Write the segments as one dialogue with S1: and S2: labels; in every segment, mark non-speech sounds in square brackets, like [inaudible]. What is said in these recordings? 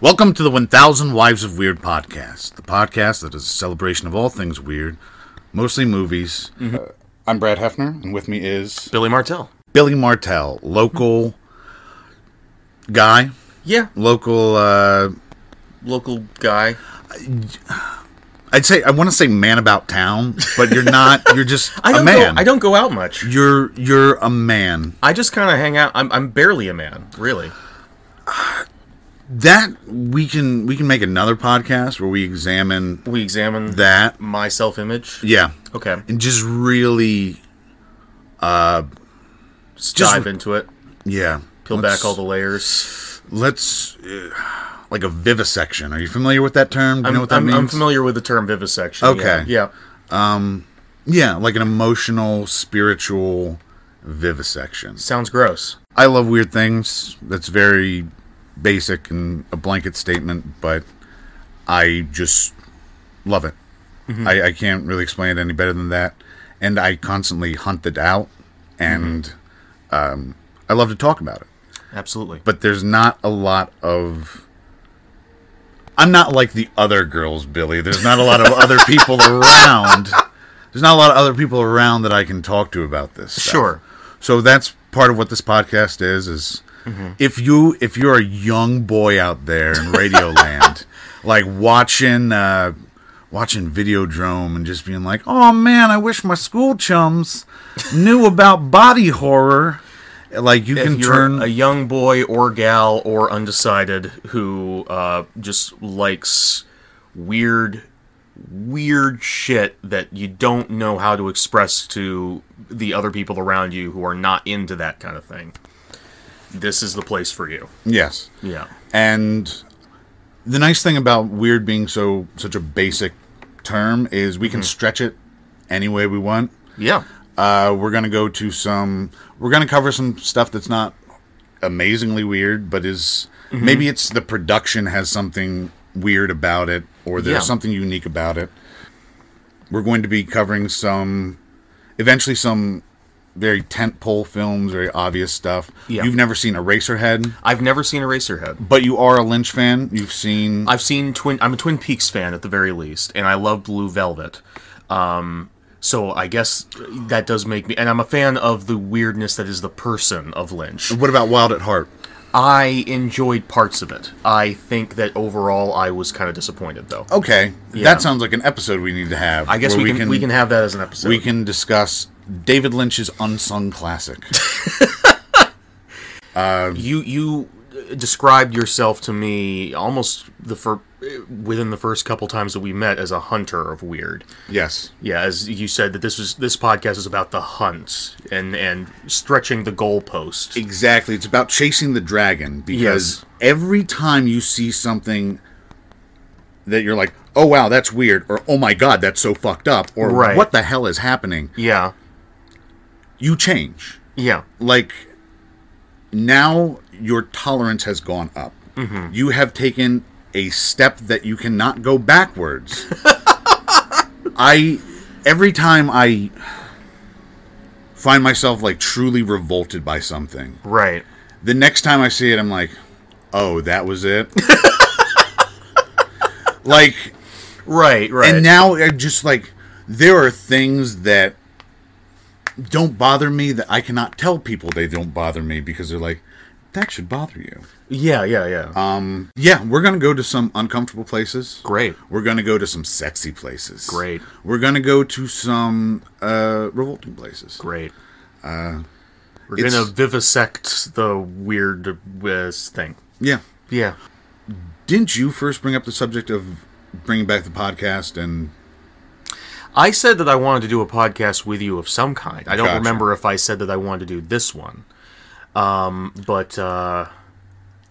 S1: Welcome to the 1000 Wives of Weird podcast, the podcast that is a celebration of all things weird, mostly movies. Uh, I'm Brad Hefner, and with me is
S2: Billy Martell.
S1: Billy Martell, local guy,
S2: Yeah,
S1: local, uh,
S2: local guy.
S1: I'd say, I want to say man about town, but you're [laughs] not, you're just
S2: I
S1: a
S2: don't
S1: man.
S2: go. I don't go out much.
S1: You're, you're a man.
S2: I just kind of hang out. I'm, I'm barely a man, really.
S1: That, we can, we can make another podcast where we examine
S2: We examine
S1: that.
S2: my self-image.
S1: Yeah.
S2: Okay,
S1: And just really,
S2: just,
S1: Just-
S2: dive into it.
S1: yeah.
S2: Peel
S1: Let's-
S2: back all the layers.
S1: let's uh, like a vivisection. Are you familiar with that term? Do you
S2: I'm,
S1: know what that
S2: I'm,
S1: means?
S2: I'm familiar with the term vivisection.
S1: Okay.
S2: Yeah. yeah.
S1: Yeah, like an emotional, spiritual vivisection.
S2: Sounds gross.
S1: I love weird things. That's very basic and a blanket statement, but I just love it.
S2: Mm-hmm.
S1: I, I can't really explain it any better than that. And I constantly hunt it out, and um,
S2: Mm-hmm.
S1: I love to talk about it.
S2: Absolutely.
S1: but there's not a lot of I'm not like the other girls, Billy. There's not a lot of
S2: [laughs]
S1: other people around. There's not a lot of other people around that I can talk to about this. stuff.
S2: Sure.
S1: So that's part of what this podcast is is
S2: Mm-hmm.
S1: if you if you're a young boy out there in
S2: [laughs]
S1: Radioland, like watching uh watching Videodrome and just being like, "Oh man, I wish my school chums knew about body horror." Like you can
S2: If you're
S1: turn
S2: a young boy or gal or undecided who uh, just likes weird, weird shit that you don't know how to express to the other people around you who are not into that kind of thing, this is the place for you.
S1: Yes.
S2: Yeah.
S1: And the nice thing about weird being so such a basic term is we can
S2: Mm-hmm.
S1: stretch it any way we want.
S2: Yeah.
S1: Uh, we're gonna go to some. We're gonna cover some stuff that's not amazingly weird, but is
S2: Mm-hmm.
S1: maybe it's the production has something weird about it, or there's
S2: Yeah.
S1: something unique about it. We're going to be covering some, eventually some very tentpole films, very obvious stuff.
S2: Yeah.
S1: You've never seen Eraserhead.
S2: I've never seen Eraserhead.
S1: But you are a Lynch fan. You've seen.
S2: I've seen Twin. I'm a Twin Peaks fan at the very least, and I love Blue Velvet. Um, so I guess that does make me, and I'm a fan of the weirdness that is the person of Lynch.
S1: what about Wild at Heart?
S2: I enjoyed parts of it. I think that overall, I was kind of disappointed though.
S1: Okay,
S2: Yeah.
S1: that sounds like an episode we need to have.
S2: I guess
S1: where
S2: we can, we can have that as an episode.
S1: we can discuss David Lynch's unsung classic.
S2: [laughs] you you uh, described yourself to me almost the fir- within the first couple times that we met as a hunter of weird.
S1: yes,
S2: Yeah, as you said that this was this podcast is about the hunt and and stretching the goalpost.
S1: exactly. It's about chasing the dragon because
S2: Yes.
S1: every time you see something that you're like, "Oh wow, that's weird," or "Oh my god, that's so fucked up," or
S2: Right.
S1: "What the hell is happening?"
S2: Yeah,
S1: You change.
S2: yeah,
S1: like now your tolerance has gone up. You have taken a step that you cannot go backwards. I every time I find myself like truly revolted by something.
S2: right.
S1: The next time I see it I'm like, "Oh, that was it." like
S2: Right, right.
S1: and now I just like there are things that don't bother me that I cannot tell people they don't bother me because they're like that should bother you.
S2: yeah, yeah, yeah.
S1: Yeah, we're going to go to some uncomfortable places.
S2: Great.
S1: We're going to go to some sexy places.
S2: Great.
S1: We're going to go to some uh revolting places.
S2: Great. Uh, We're
S1: it's-
S2: gonna vivisect the weirdest thing.
S1: Yeah.
S2: Yeah.
S1: Didn't you first bring up the subject of bringing back the podcast and
S2: I said that I wanted to do a podcast with you of some kind. I don't
S1: Gotcha.
S2: remember if I said that I wanted to do this one. Um, but uh,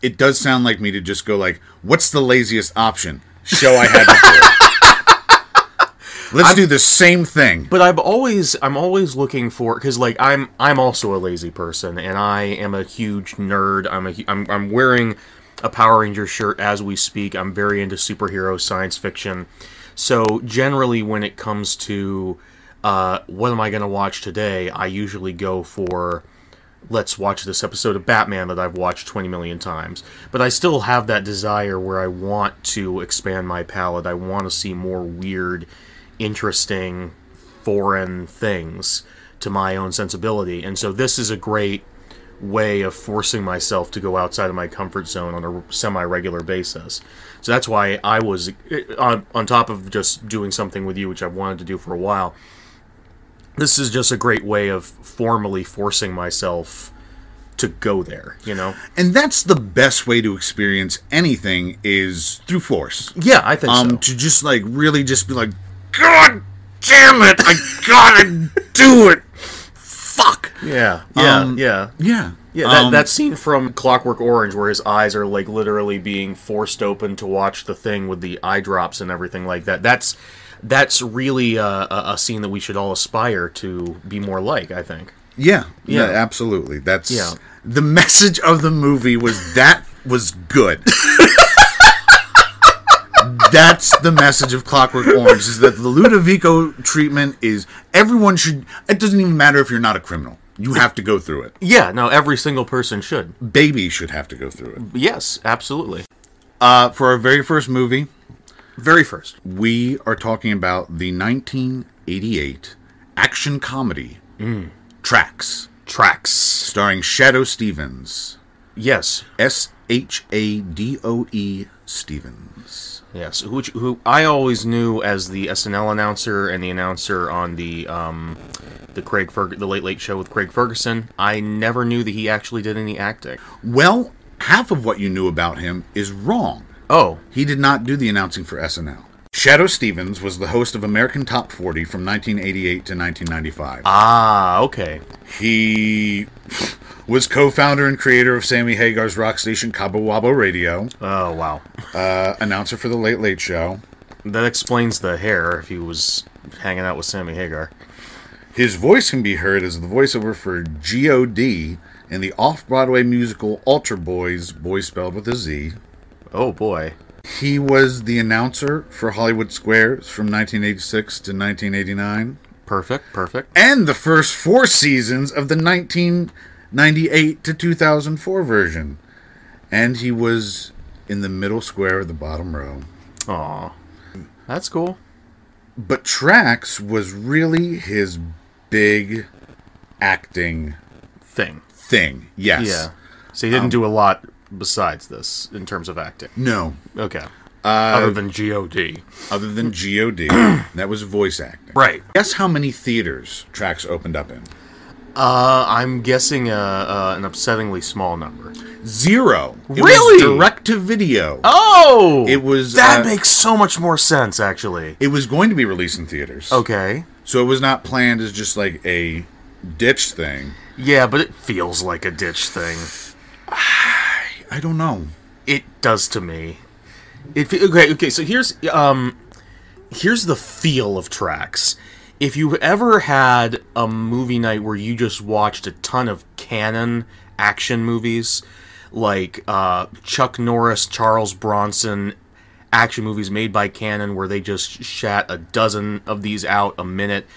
S1: it does sound like me to just go like, "What's the laziest option?" Show I had before.
S2: [laughs]
S1: Let's do the same thing.
S2: but I'm always I'm always looking for because like I'm I'm also a lazy person and I am a huge nerd. I'm a hu- I'm I'm wearing a Power Ranger shirt as we speak. I'm very into superhero science fiction. So generally, when it comes to uh, what am I going to watch today, I usually go for let's watch this episode of Batman that I've watched 20 million times. But I still have that desire where I want to expand my palette. I want to see more weird, interesting, foreign things to my own sensibility. And so this is a great way of forcing myself to go outside of my comfort zone on a semi-regular basis. So that's why I was on on top of just doing something with you which I've wanted to do for a while this is just a great way of formally forcing myself to go there, you know?
S1: And that's the best way to experience anything is through force.
S2: Yeah, I think
S1: Um,
S2: so.
S1: to just like really just be like, God damn it, I gotta do it. Fuck.
S2: Yeah, yeah,
S1: Um,
S2: yeah.
S1: Yeah.
S2: Yeah, that,
S1: Um,
S2: that scene from Clockwork Orange where his eyes are like literally being forced open to watch the thing with the eye drops and everything like that. That's that's really uh, a, a scene that we should all aspire to be more like, I think.
S1: Yeah, yeah,
S2: Yeah.
S1: absolutely. That's
S2: Yeah.
S1: the message of the movie was that was good. [laughs] That's the message of Clockwork Orange is that the Ludovico treatment is everyone should it doesn't even matter if you're not a criminal. You have to go through it.
S2: Yeah, no, every single person should.
S1: Baby should have to go through it.
S2: Yes, absolutely.
S1: Uh, for our very first movie,
S2: Very first.
S1: we are talking about the 1988 action comedy Tracks,
S2: Mm. Tracks.
S1: starring Shadow Stevens.
S2: Yes,
S1: S H A D O E Stevens.
S2: Yes, who, who I always knew as the SNL announcer and the announcer on the um, the Craig Ferg- the Late Late Show with Craig Ferguson. I never knew that he actually did any acting.
S1: Well, half of what you knew about him is wrong.
S2: Oh,
S1: He did not do the announcing for SNL. Shadow Stevens was the host of American Top 40 from 1988 to 1995.
S2: ah, okay,
S1: He [laughs] was co founder and creator of Sammy Hagar's rock station Cabo Wabo Radio,
S2: oh wow,
S1: uh, announcer for The Late Late Show.
S2: that explains the hair if he was hanging out with Sammy Hagar.
S1: His voice can be heard as the voiceover for G.O.D. in the off Broadway musical Alter Boys, boys spelled with a Z,
S2: Oh boy,
S1: He was the announcer for Hollywood Squares from 1986 to 1989
S2: perfect, perfect.
S1: and the first four seasons of the 1998 to 2004 version. And he was in the middle square of the bottom row.
S2: Aw, that's cool.
S1: But Trax was really his big acting
S2: Thing,
S1: thing. Yes.
S2: yeah. So he didn't do a lot besides this in terms of acting.
S1: No,
S2: Okay, other than God.
S1: other than
S2: [clears throat]
S1: G.O.D. that was voice acting.
S2: Right.
S1: Guess how many theaters Trax opened up in?
S2: Uh, I'm guessing uh, uh, an upsettingly small number.
S1: Zero. It was
S2: Really?
S1: direct to video.
S2: Oh,
S1: It was,
S2: that
S1: uh,
S2: makes so much more sense, actually.
S1: It was going to be released in theaters.
S2: Okay,
S1: So it was not planned as just like a ditch thing.
S2: yeah, but it feels like a ditch thing.
S1: I don't know.
S2: It does to me. It fe- okay, okay. So here's um, here's the feel of tracks. If you ever had a movie night where you just watched a ton of canon action movies, like uh, Chuck Norris, Charles Bronson, action movies made by Canon where they just shat a dozen of these out a minute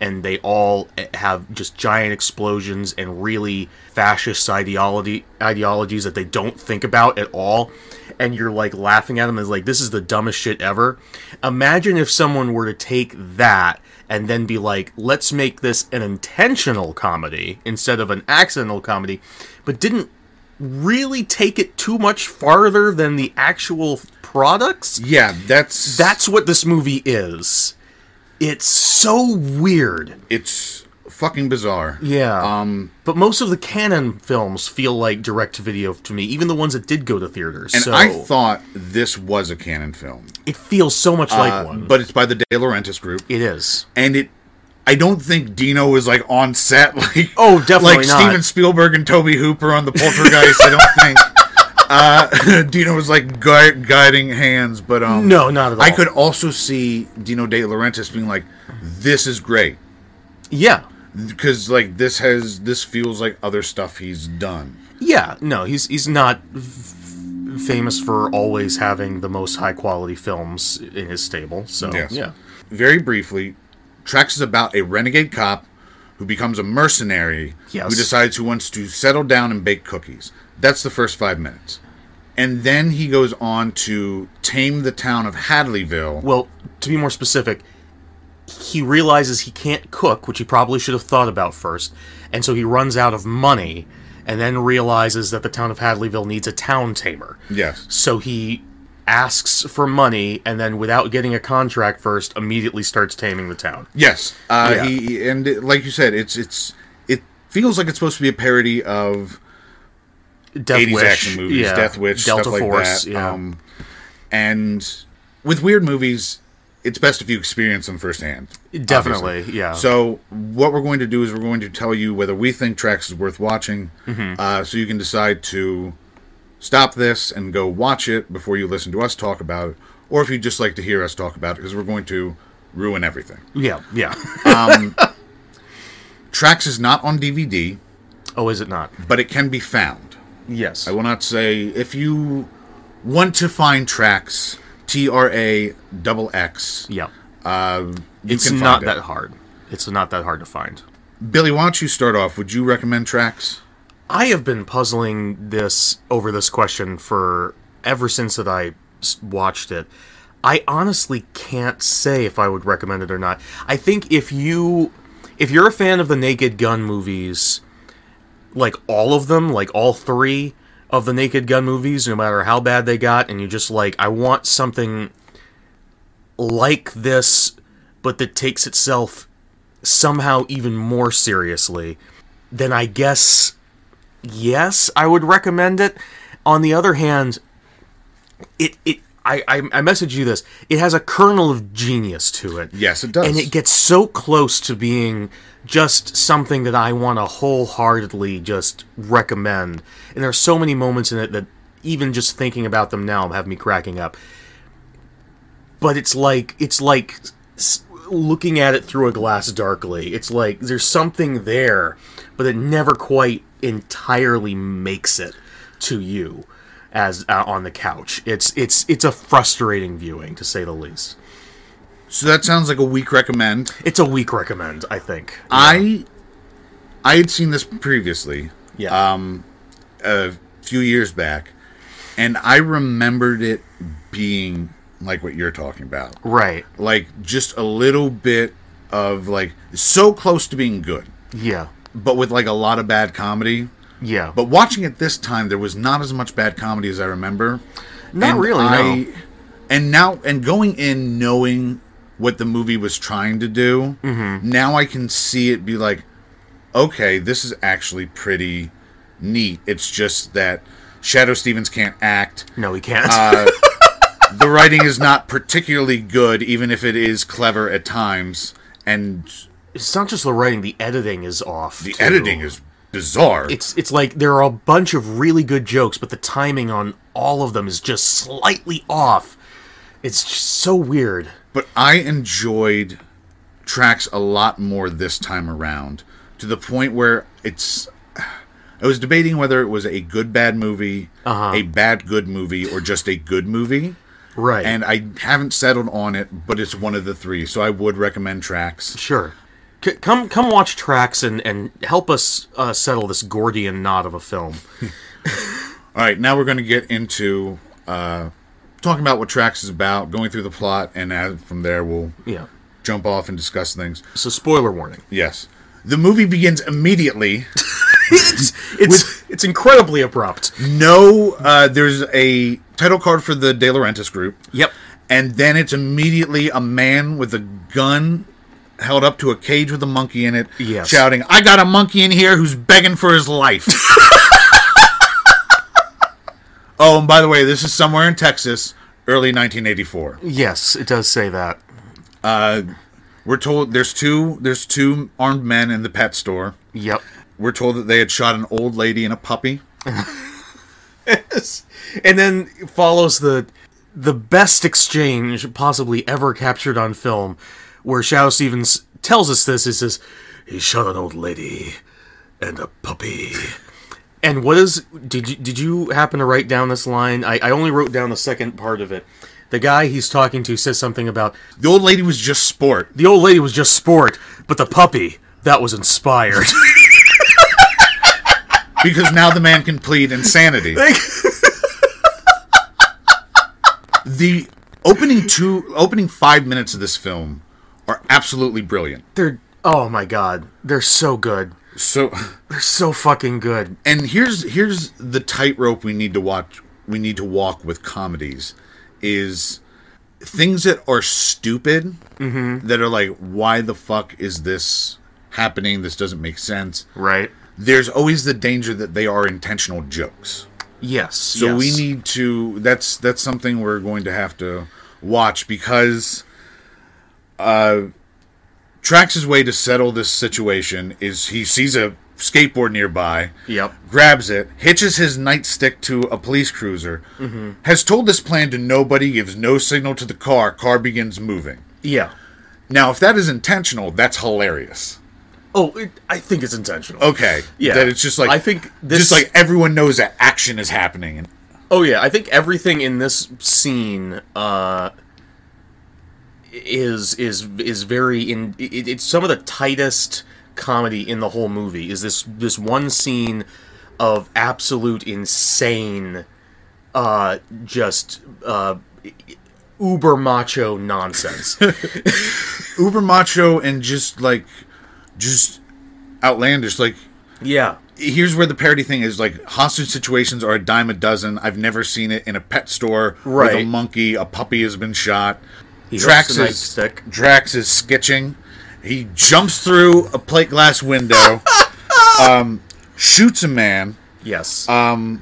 S2: and they all have just giant explosions and really fascist ideology ideologies that they don't think about at all and you're like laughing at them as like this is the dumbest shit ever imagine if someone were to take that and then be like let's make this an intentional comedy instead of an accidental comedy but didn't really take it too much farther than the actual products.
S1: Yeah, that's
S2: That's what this movie is. It's so weird.
S1: it's fucking bizarre.
S2: Yeah.
S1: Um
S2: but most of the canon films feel like direct to video to me, even the ones that did go to theaters.
S1: and
S2: so
S1: I thought this was a canon film.
S2: it feels so much like one.
S1: uh, But it's by the De Laurentiis group
S2: it is.
S1: and it I don't think Dino was like on set [laughs] like
S2: Oh, definitely
S1: like
S2: not.
S1: Steven Spielberg and Toby Hooper on the Poltergeist. I don't
S2: [laughs]
S1: think uh, [laughs] Dino was like gui- guiding hands, but um
S2: No, not at all.
S1: I could also see Dino De Laurentiis being like, "This is great,"
S2: Yeah.
S1: because like this has this feels like other stuff he's done.
S2: Yeah, no, he's he's not f- famous for always having the most high quality films in his stable. So
S1: Yes.
S2: yeah.
S1: Very briefly, Trax is about a renegade cop who becomes a mercenary
S2: Yes.
S1: who decides who wants to settle down and bake cookies. That's the first five minutes. And then he goes on to tame the town of Hadleyville.
S2: Well, to be more specific, he realizes he can't cook, which he probably should have thought about first, and so he runs out of money, and then realizes that the town of Hadleyville needs a town tamer.
S1: Yes.
S2: So he asks for money, and then without getting a contract first, immediately starts taming the town.
S1: Yes. Uh,
S2: Yeah.
S1: He and it- like you said, it's it's it feels like it's supposed to be a parody of
S2: Death
S1: 80s action movies,
S2: yeah,
S1: Death Witch,
S2: Delta
S1: stuff like
S2: Force,
S1: that.
S2: yeah.
S1: Um, and with weird movies, it's best if you experience them firsthand.
S2: Definitely,
S1: obviously.
S2: yeah.
S1: So what we're going to do is we're going to tell you whether we think Tracks is worth watching,
S2: Mm-hmm.
S1: uh, so you can decide to stop this and go watch it before you listen to us talk about it, or if you just like to hear us talk about it, because we're going to ruin everything.
S2: yeah, yeah. [laughs]
S1: Tracks is not on DVD,
S2: Oh, is it not?
S1: but it can be found.
S2: Yes.
S1: I will not say if you want to find tracks T R A double X.
S2: yeah.
S1: Uh, you
S2: It's
S1: can find
S2: not
S1: it.
S2: that hard. It's not that hard to find.
S1: Billy, why don't you start off? Would you recommend tracks?
S2: I have been puzzling this over this question for ever since that I s- watched it. I honestly can't say if I would recommend it or not. I think if you if you're a fan of the Naked Gun movies, like all of them, like all 3 of the Naked Gun movies, no matter how bad they got and you just like I want something like this but that takes itself somehow even more seriously, then I guess yes, I would recommend it. On the other hand, it it I I, I message you this. It has a kernel of genius to it.
S1: Yes, it does.
S2: And it gets so close to being just something that I want to wholeheartedly just recommend. And there's so many moments in it that even just thinking about them now have me cracking up. But it's like it's like s- looking at it through a glass darkly. It's like there's something there, but it never quite entirely makes it to you as uh, on the couch. It's it's it's a frustrating viewing to say the least.
S1: So that sounds like a weak recommend.
S2: It's a weak recommend, I think.
S1: I I had seen this previously
S2: Yeah. Um,
S1: a few years back, and I remembered it being like what you're talking about,
S2: right.
S1: like just a little bit of like so close to being good,
S2: Yeah.
S1: but with like a lot of bad comedy.
S2: Yeah.
S1: But watching it this time, there was not as much bad comedy as I remember.
S2: Not really, no.
S1: And now, and going in knowing what the movie was trying to do,
S2: Mm-hmm.
S1: now I can see it be like, okay, this is actually pretty neat. It's just that Shadow Stevens can't act.
S2: no, he can't.
S1: The writing is not particularly good, even if it is clever at times. And
S2: [laughs] it's not just the writing, the editing is off.
S1: the editing is bizarre.
S2: it's it's like there are a bunch of really good jokes, but the timing on all of them is just slightly off. It's just so weird.
S1: but I enjoyed tracks a lot more this time around to the point where it's I was debating whether it was a good bad movie, a bad good movie or just a good movie
S2: Right.
S1: and I haven't settled on it but it's one of the three so I would recommend tracks.
S2: Sure. C- come come watch tracks and and help us uh, settle this Gordian knot of a film.
S1: All right, now we're going to get into uh talking about what tracks is about, going through the plot and uh, from there we'll
S2: Yeah.
S1: jump off and discuss things.
S2: So spoiler warning.
S1: Yes. The movie begins immediately
S2: [laughs] it's it's, it's incredibly abrupt.
S1: No, uh, there's a title card for the De Laurentiis group.
S2: Yep.
S1: And then it's immediately a man with a gun held up to a cage with a monkey in it,
S2: Yes.
S1: shouting, I got a monkey in here who's begging for his life. oh, and by the way, this is somewhere in Texas, early 1984.
S2: Yes, it does say that.
S1: We're told there's two there's two armed men in the pet store.
S2: Yep.
S1: We're told that they had shot an old lady and a puppy.
S2: and then follows the the best exchange possibly ever captured on film, where Shadow Stevens tells us this. He says, "He shot an old lady and a puppy." And what is did you did you happen to write down this line? I, I only wrote down the second part of it. The guy he's talking to says something about
S1: The old lady was just sport.
S2: the old lady was just sport, but the puppy that was inspired. [laughs]
S1: because now the man can plead insanity. the opening two, opening five minutes of this film are absolutely brilliant.
S2: They're oh my god, they're so good.
S1: So,
S2: They're so fucking good.
S1: and here's here's the tightrope we need to watch. We need to walk with comedies is things that are stupid that are like, why the fuck is this happening? This doesn't make sense.
S2: Right?
S1: There's always the danger that they are intentional jokes.
S2: Yes.
S1: So we
S2: yes.
S1: need to. That's that's something we're going to have to watch because uh, Trax's way to settle this situation is he sees a skateboard nearby,
S2: Yep.
S1: grabs it, hitches his nightstick to a police cruiser,
S2: Mm-hmm.
S1: has told this plan to nobody, gives no signal to the car. Car begins moving.
S2: Yeah.
S1: Now, if that is intentional, that's hilarious.
S2: Oh, it, I think it's intentional.
S1: Okay,
S2: Yeah.
S1: that it's just like
S2: I think this-
S1: just like everyone knows that action is happening and
S2: Oh yeah, I think everything in this scene uh, is is is very in. It, it's some of the tightest comedy in the whole movie. Is this this one scene of absolute insane, uh, just uh, uber
S1: [laughs]
S2: macho nonsense.
S1: uber macho and just like just outlandish like
S2: yeah,
S1: here's where the parody thing is like hostage situations are a dime a dozen i've never seen it in a pet store with a
S2: Right.
S1: monkey a puppy has been shot
S2: he
S1: drax
S2: drops
S1: is
S2: the nightstick.
S1: drax is sketching he jumps through a plate glass window
S2: [laughs]
S1: um shoots a man
S2: Yes.
S1: the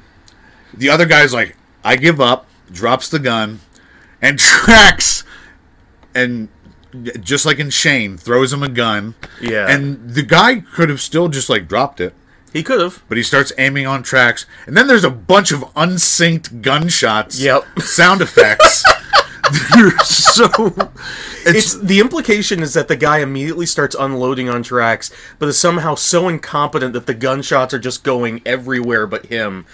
S1: other guy's like i give up drops the gun and [laughs] drax and just like in shane throws him a gun
S2: yeah.
S1: and the guy could have still just like dropped it,
S2: he could have.
S1: but he starts aiming on tracks, and then there's a bunch of unsynced gunshots.
S2: Yep.
S1: [laughs] Sound
S2: [laughs]
S1: effects. They're so. It's,
S2: It's the implication is that the guy immediately starts unloading on tracks, but is somehow so incompetent that the gunshots are just going everywhere but him.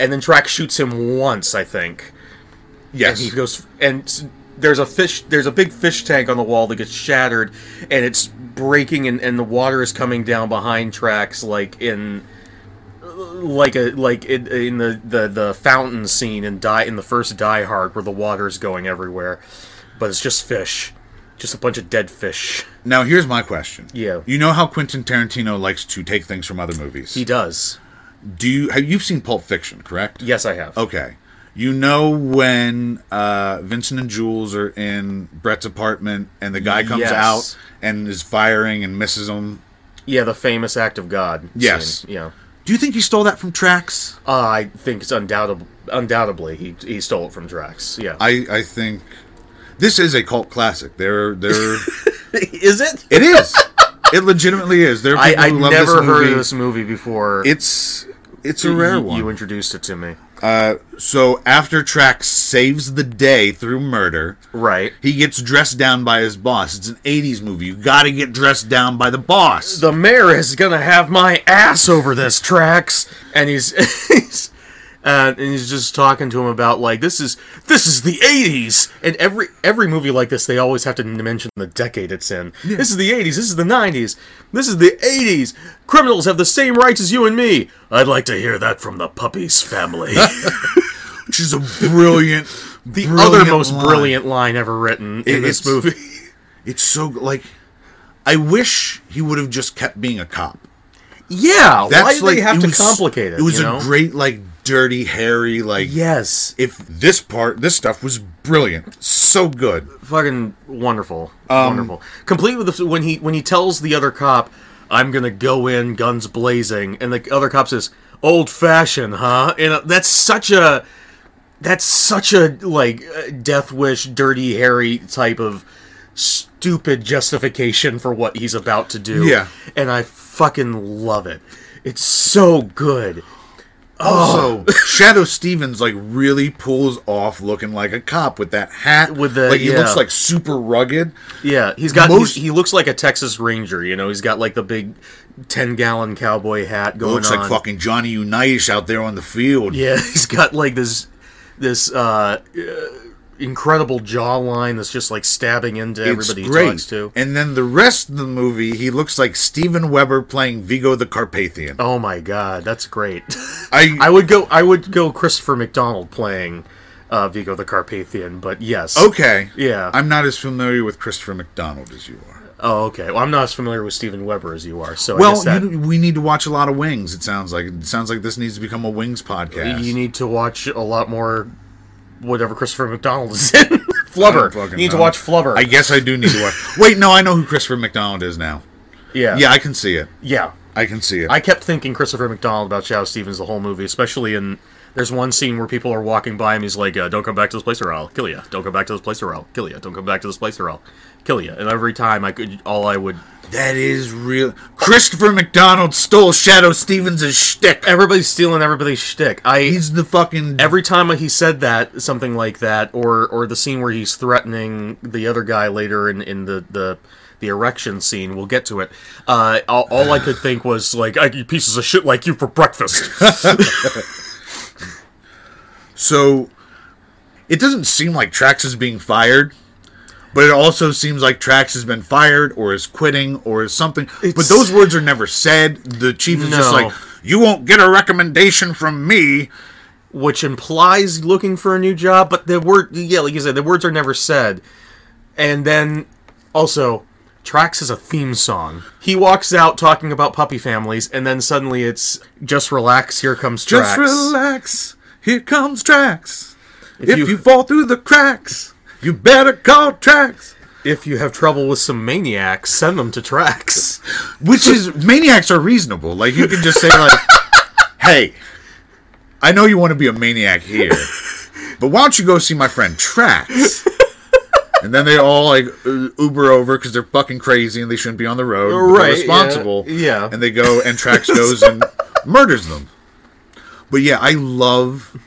S2: And then Track shoots him once, I think.
S1: yes.
S2: He goes and s- there's a fish, there's a big fish tank on the wall that gets shattered, and it's breaking, and, and the water is coming down behind Tracks, like in like a like in, in the, the the fountain scene in die in the first Die Hard where the water is going everywhere, but it's just fish, just a bunch of dead fish.
S1: Now here's my question.
S2: Yeah.
S1: You know how Quentin Tarantino likes to take things from other movies.
S2: He does.
S1: Do you have you've seen Pulp Fiction, correct?
S2: Yes, I have.
S1: Okay. You know when uh, Vincent and Jules are in Brett's apartment and the guy comes
S2: Yes.
S1: out and is firing and misses him.
S2: Yeah, the famous act of God.
S1: Yes.
S2: scene, Yeah.
S1: Do you think he stole that from Tracks?
S2: Uh, I think it's undoubtedly undoubtedly he he stole it from Drax. Yeah.
S1: I I think this is a cult classic. There there [laughs]
S2: Is it?
S1: it is. It legitimately is. There are
S2: I,
S1: people
S2: I
S1: who love
S2: never
S1: this movie.
S2: heard of this movie before.
S1: It's it's a rare
S2: you,
S1: one.
S2: You introduced it to me.
S1: so after Trax saves the day through murder,
S2: Right.
S1: he gets dressed down by his boss. It's an 80s movie. You got to get dressed down by the boss.
S2: The mayor is gonna have my ass over this, Trax, and he's. [laughs] he's uh, and he's just talking to him about like this is this is the 80s and every every movie like this they always have to mention the decade it's in this is the 80s this is the 90s this is the 80s criminals have the same rights as you and me i'd like to hear that from the puppy's [laughs] family
S1: Which is a
S2: [laughs]
S1: brilliant the
S2: other most brilliant line ever written in
S1: It-
S2: this
S1: it's-
S2: movie
S1: It's so like I wish he would have just kept being a cop.
S2: yeah
S1: That's
S2: why do
S1: like
S2: they have
S1: it
S2: to
S1: was-
S2: complicate it
S1: It was
S2: you
S1: a
S2: know?
S1: great like dirty hairy like
S2: yes
S1: if this part, this stuff was brilliant, so good.
S2: fucking wonderful,
S1: Um,
S2: wonderful. Complete with the, when he when he tells the other cop, "I'm gonna go in, guns blazing," and the other cop says, "Old fashioned, huh?" And uh, that's such a that's such a like uh, death wish, dirty Harry type of stupid justification for what he's about to do.
S1: Yeah.
S2: and I fucking love it. It's so good. Oh.
S1: Also, Shadow Stevens like really pulls off looking like a cop with that hat.
S2: With the-
S1: like he
S2: yeah.
S1: looks like super rugged.
S2: Yeah, he's got.
S1: Most-
S2: he's- he looks like a Texas Ranger. You know, he's got like the big ten-gallon cowboy hat going
S1: Looks
S2: on.
S1: like fucking Johnny
S2: [laughs]
S1: Unitas out there on the field.
S2: Yeah, he's got like this this uh, uh incredible jawline that's just like stabbing into
S1: It's
S2: everybody he
S1: great.
S2: talks to.
S1: And then the rest of the movie, he looks like Steven Weber playing Vigo the Carpathian.
S2: Oh my god, that's great. [laughs]
S1: I,
S2: I would go. I would go Christopher McDonald playing uh, Vigo the Carpathian. But yes.
S1: okay.
S2: Yeah.
S1: Oh, I'm not as familiar with Christopher McDonald as you are.
S2: oh, okay. Well, I'm not as familiar with Steven Weber as you are, so I
S1: Well,
S2: guess that,
S1: you, we need to watch a lot of Wings. It sounds like it sounds like this needs to become a Wings podcast.
S2: you need to watch a lot more. Whatever Christopher McDonald is [laughs] in. Flubber.
S1: fucking
S2: You need to
S1: know.
S2: watch Flubber.
S1: I guess I do need to
S2: [laughs]
S1: watch. Wait, no, I know who Christopher McDonald is now.
S2: yeah.
S1: Yeah, I can see it.
S2: Yeah.
S1: I can see it.
S2: I kept thinking Christopher McDonald about Chow Stevens the whole movie, especially in. There's one scene where people are walking by and he's like, uh, "Don't come back to this place or I'll kill you. Don't come back to this place or I'll kill you. Don't come back to this place or I'll kill you." And every time I could, all I would,
S1: that is real. Christopher McDonald stole Shadow Stevens' shtick.
S2: everybody's stealing everybody's shtick. I
S1: He's the fucking
S2: every time he said that something like that or or the scene where he's threatening the other guy later in in the the the erection scene we'll get to it uh all, all i could think was like i eat pieces of shit like you for breakfast
S1: So it doesn't seem like Trax is being fired, but it also seems like Trax has been fired or is quitting or is something. but
S2: It's-
S1: those words are never said. The chief is just
S2: No.
S1: like, "You won't get a recommendation from me."
S2: which implies looking for a new job but the word yeah like you said the words are never said and then also Trax is a theme song. He walks out talking about puppy families, and then suddenly it's just relax. Here comes Trax.
S1: Just relax. Here comes Trax. If, you...
S2: you-
S1: fall through the cracks, you better call Trax.
S2: If you have trouble with some maniacs, send them to tracks.
S1: Which is maniacs are reasonable. Like you can just say
S2: [laughs]
S1: like, "Hey, I know you want to be a maniac here, but why don't you go see my friend Trax?" And then they all like u- Uber over because they're fucking crazy and they shouldn't be on the road. but they're
S2: Right, yeah,
S1: responsible.
S2: yeah.
S1: And they go and Trax goes and murders them. But yeah, I love.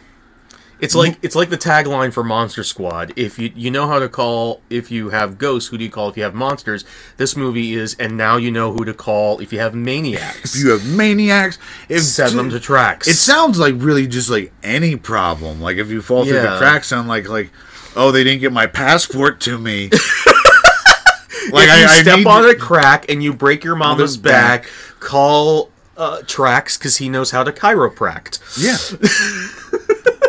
S2: It's like it's like the tagline for Monster Squad. If you you know how to call if you have ghosts, who do you call if you have monsters? This movie is and now you know who to call if you have maniacs.
S1: [laughs] You have maniacs. If
S2: send them to tracks.
S1: It sounds like really just like any problem. Like if you fall through the
S2: Yeah.
S1: cracks, sound like like, oh, they didn't get my passport to
S2: [laughs]
S1: me. like
S2: if you
S1: I, I
S2: step
S1: need-
S2: on a crack and you break your mama's
S1: Mother's back.
S2: back, call uh, tracks because he knows how to chiropract.
S1: Yeah,
S2: [laughs]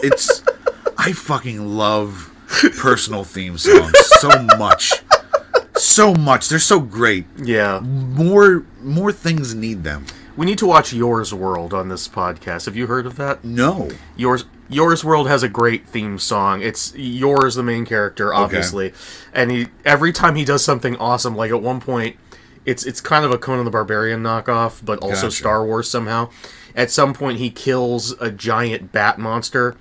S1: it's I fucking love personal theme songs so much, so much. They're so great.
S2: Yeah.
S1: More more things need them.
S2: We need to watch Yours World on this podcast. Have you heard of that?
S1: No,
S2: Yours Yours World has a great theme song. It's Yours the main character, obviously, and he every time he does something awesome. Like at one point, it's it's kind of a Conan the Barbarian knockoff, but also
S1: Gotcha.
S2: Star Wars somehow. At some point, he kills a giant bat monster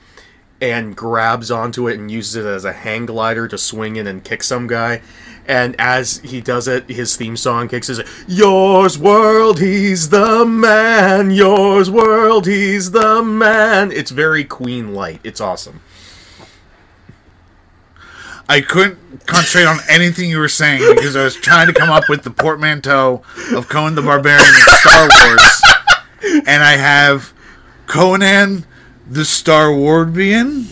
S2: and grabs onto it and uses it as a hang glider to swing in and kick some guy. And as he does it, his theme song kicks is Yours World, he's the man. Yours World, he's the man. It's very Queen light. It's awesome.
S1: I couldn't concentrate on anything you were saying because I was trying to come up with the portmanteau of Conan the Barbarian and Star Wars. And I have Conan the Star Wardian.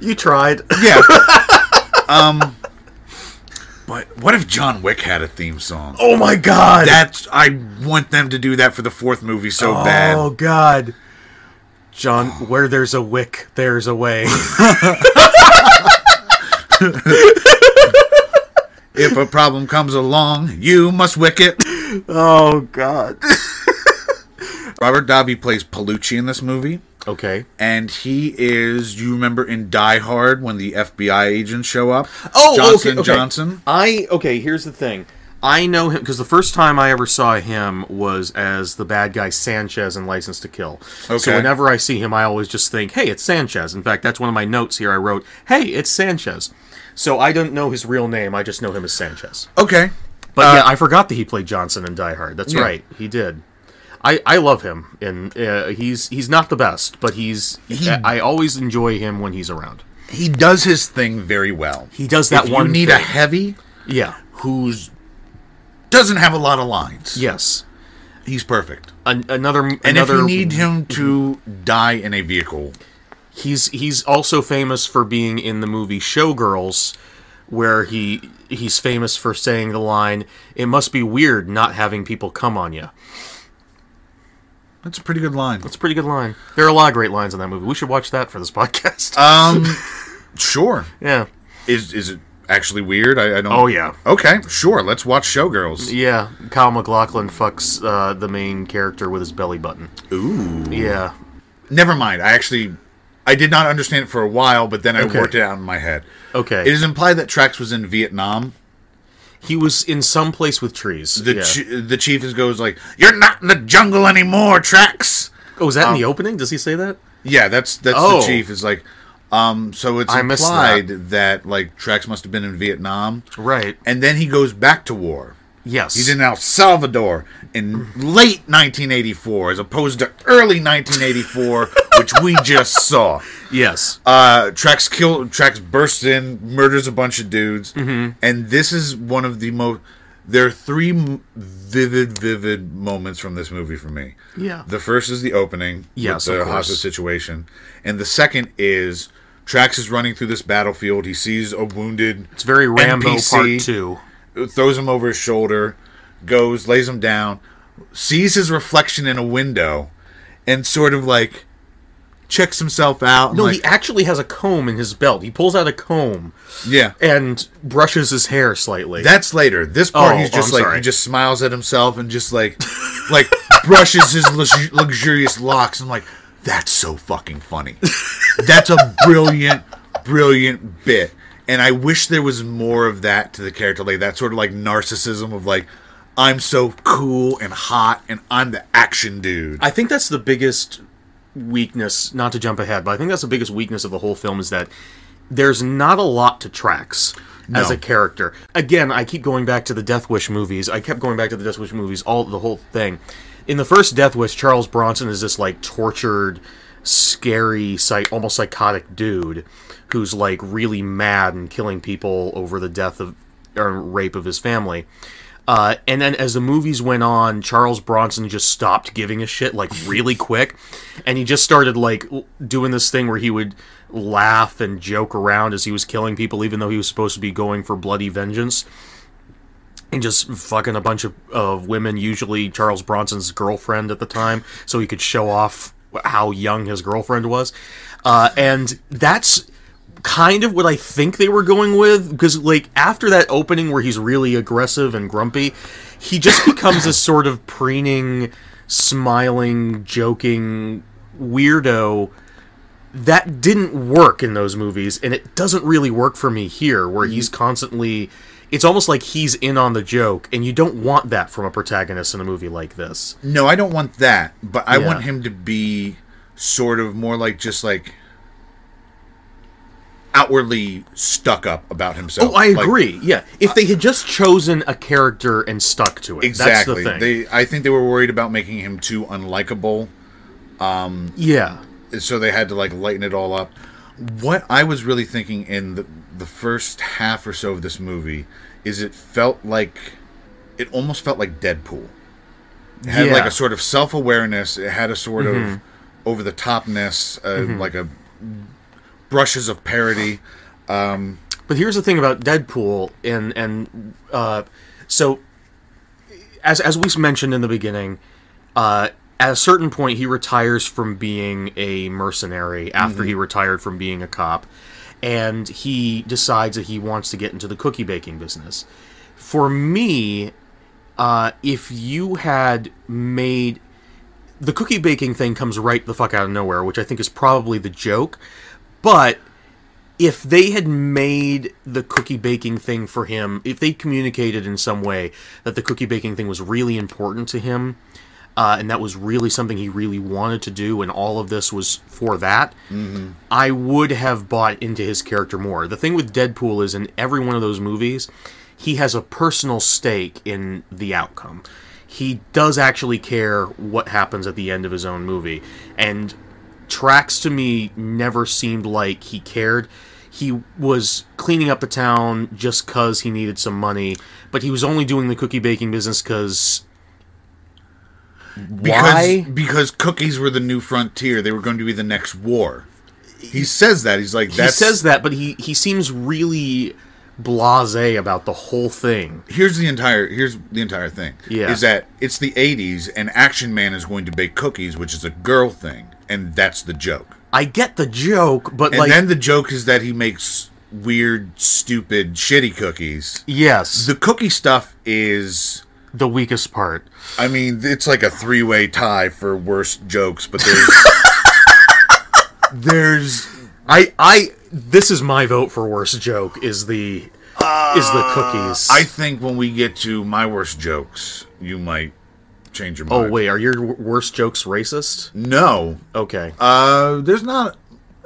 S2: You tried. [laughs]
S1: Yeah. Um But what if John Wick had a theme song?
S2: Oh my god.
S1: That's I want them to do that for the fourth movie so bad.
S2: Oh god. John, where there's a wick, there's a way.
S1: If a problem comes along, you must wick it.
S2: [laughs] oh god.
S1: Robert Davi plays Palucci in this movie.
S2: Okay.
S1: and he is you remember in Die Hard when the FBI agents show up?
S2: Oh,
S1: Johnson
S2: okay, okay.
S1: Johnson.
S2: I okay. Here's the thing. I know him because the first time I ever saw him was as the bad guy Sanchez in License to Kill.
S1: Okay.
S2: So whenever I see him, I always just think, "Hey, it's Sanchez." In fact, that's one of my notes here. I wrote, "Hey, it's Sanchez." So I don't know his real name. I just know him as Sanchez.
S1: Okay.
S2: But yeah, I forgot that he played Johnson in Die Hard. That's
S1: Yeah.
S2: right, he did. I, I love him, and uh, he's he's not the best, but he's
S1: He-
S2: I always enjoy him when he's around.
S1: He does his thing very well.
S2: He does that
S1: if
S2: one.
S1: you need a
S2: thing.
S1: heavy
S2: yeah.
S1: who's doesn't have a lot of lines.
S2: Yes.
S1: He's perfect.
S2: An- another
S1: And
S2: another
S1: if you need him to die in a vehicle,
S2: He's he's also famous for being in the movie Showgirls, where he he's famous for saying the line, "It must be weird not having people come on you."
S1: That's a pretty good line.
S2: It's a pretty good line. There are a lot of great lines in that movie. We should watch that for this [laughs] podcast.
S1: Um,
S2: [laughs]
S1: sure.
S2: yeah,
S1: Is is it actually weird? I, I don't.
S2: Oh, yeah.
S1: Okay, sure. Let's watch Showgirls.
S2: yeah. Kyle McLaughlin fucks uh, the main character with his belly button.
S1: Ooh.
S2: Yeah,
S1: Never mind. I actually, I did not understand it for a while, but then I
S2: Okay.
S1: worked it out in my head.
S2: Okay.
S1: It is implied that Trax was in Vietnam.
S2: he was in some place with trees.
S1: The
S2: yeah.
S1: chi- the chief is goes like, "You're not in the jungle anymore, Trax."
S2: oh, is that
S1: um,
S2: in the opening? Does he say that?
S1: Yeah, that's that's
S2: Oh.
S1: the chief is like. Um, so it's
S2: I missed that.
S1: implied that. like Trax must have been in Vietnam,
S2: Right.
S1: and then he goes back to war.
S2: Yes.
S1: He's in El Salvador in late 1984, as opposed to early 1984, which we just saw.
S2: Yes.
S1: Uh, Trax kill Trax bursts in, murders a bunch of dudes,
S2: Mm-hmm.
S1: and this is one of the most. There are three m- vivid, vivid moments from this movie for me.
S2: Yeah.
S1: The first is the opening
S2: Yes,
S1: with
S2: of
S1: the
S2: course.
S1: hostage situation, and the second is Trax is running through this battlefield. He sees a wounded.
S2: It's very Rambo
S1: NPC
S2: Part Two.
S1: throws him over his shoulder, goes, lays him down, sees his reflection in a window, and sort of like checks himself out. And
S2: No,
S1: like,
S2: he actually has a comb in his belt. He pulls out a comb
S1: yeah.
S2: and brushes his hair slightly.
S1: That's later. This part,
S2: Oh,
S1: he's just
S2: I'm
S1: like
S2: sorry.
S1: he just smiles at himself and just
S2: [laughs]
S1: like, like brushes his lux- luxurious locks. I'm like, that's so fucking funny. That's a brilliant, brilliant bit. And I wish there was more of that to the character, like that sort of like narcissism of like, I'm so cool and hot, and I'm the action dude.
S2: I think that's the biggest weakness. Not to jump ahead, but I think that's the biggest weakness of the whole film is that there's not a lot to tracks as
S1: No.
S2: a character. Again, I keep going back to the Death Wish movies. I kept going back to the Death Wish movies. All the whole thing. In the first Death Wish, Charles Bronson is this like tortured, scary, psych- almost psychotic dude who's like really mad and killing people over the death of or rape of his family. Uh, and then as the movies went on, Charles Bronson just stopped giving a shit like really quick, and he just started like l- doing this thing where he would laugh and joke around as he was killing people, even though he was supposed to be going for bloody vengeance, and just fucking a bunch of, of women, usually Charles Bronson's girlfriend at the time, so he could show off how young his girlfriend was, uh, and that's kind of what I think they were going with because like after that opening where he's really aggressive and grumpy, he just becomes this sort of preening, smiling, joking weirdo that didn't work in those movies and it doesn't really work for me here where he's constantly it's almost like he's in on the joke and you don't want that from a protagonist in a movie like this.
S1: No, I don't want that, but I
S2: Yeah.
S1: want him to be sort of more like just like outwardly stuck up about himself.
S2: Oh, I
S1: Like,
S2: agree. yeah. If they had just chosen a character and stuck to it.
S1: Exactly.
S2: That's the thing.
S1: They I think they were worried about making him too unlikable,
S2: yeah.
S1: so they had to like lighten it all up. What I was really thinking in the the first half or so of this movie is it felt like it almost felt like Deadpool. It had like
S2: Yeah. Mm-hmm.
S1: a sort of self awareness. It had a sort of over the topness, uh, like a brushes of parody.
S2: But here's the thing about Deadpool, and and uh, so as as we mentioned in the beginning, uh, at a certain point he retires from being a mercenary after he retired from being a cop, and he decides that he wants to get into the cookie baking business. For me, uh, if you had made the cookie baking thing comes right the fuck out of nowhere, which I think is probably the joke, but if they had made the cookie baking thing for him, if they communicated in some way that the cookie baking thing was really important to him, uh, and that was really something he really wanted to do, and all of this was for that, I would have bought into his character more. The thing with Deadpool is in every one of those movies, he has a personal stake in the outcome. He does actually care what happens at the end of his own movie, and tracks to me never seemed like he cared. He was cleaning up the town just because he needed some money, but he was only doing the cookie baking business because.
S1: Because,
S2: Why?
S1: Because cookies were the new frontier. They were going to be the next war. He says that he's like
S2: he
S1: that's
S2: says that, but he he seems really blasé about the whole thing.
S1: here's the entire here's the entire thing
S2: Yeah.
S1: is that it's the 80s and action man is going to bake cookies which is a girl thing and that's the joke
S2: I get the joke, but
S1: and
S2: like
S1: then the joke is that he makes weird stupid shitty cookies
S2: yes,
S1: the cookie stuff is
S2: the weakest part.
S1: i mean it's like a three-way tie for worst jokes but there's
S2: [laughs]
S1: there's
S2: I I this is my vote for worst joke is the is the cookies.
S1: Uh, i think when we get to my worst jokes you might change your mind
S2: oh wait, are your w- worst jokes racist?
S1: no
S2: Okay.
S1: Uh, there's not.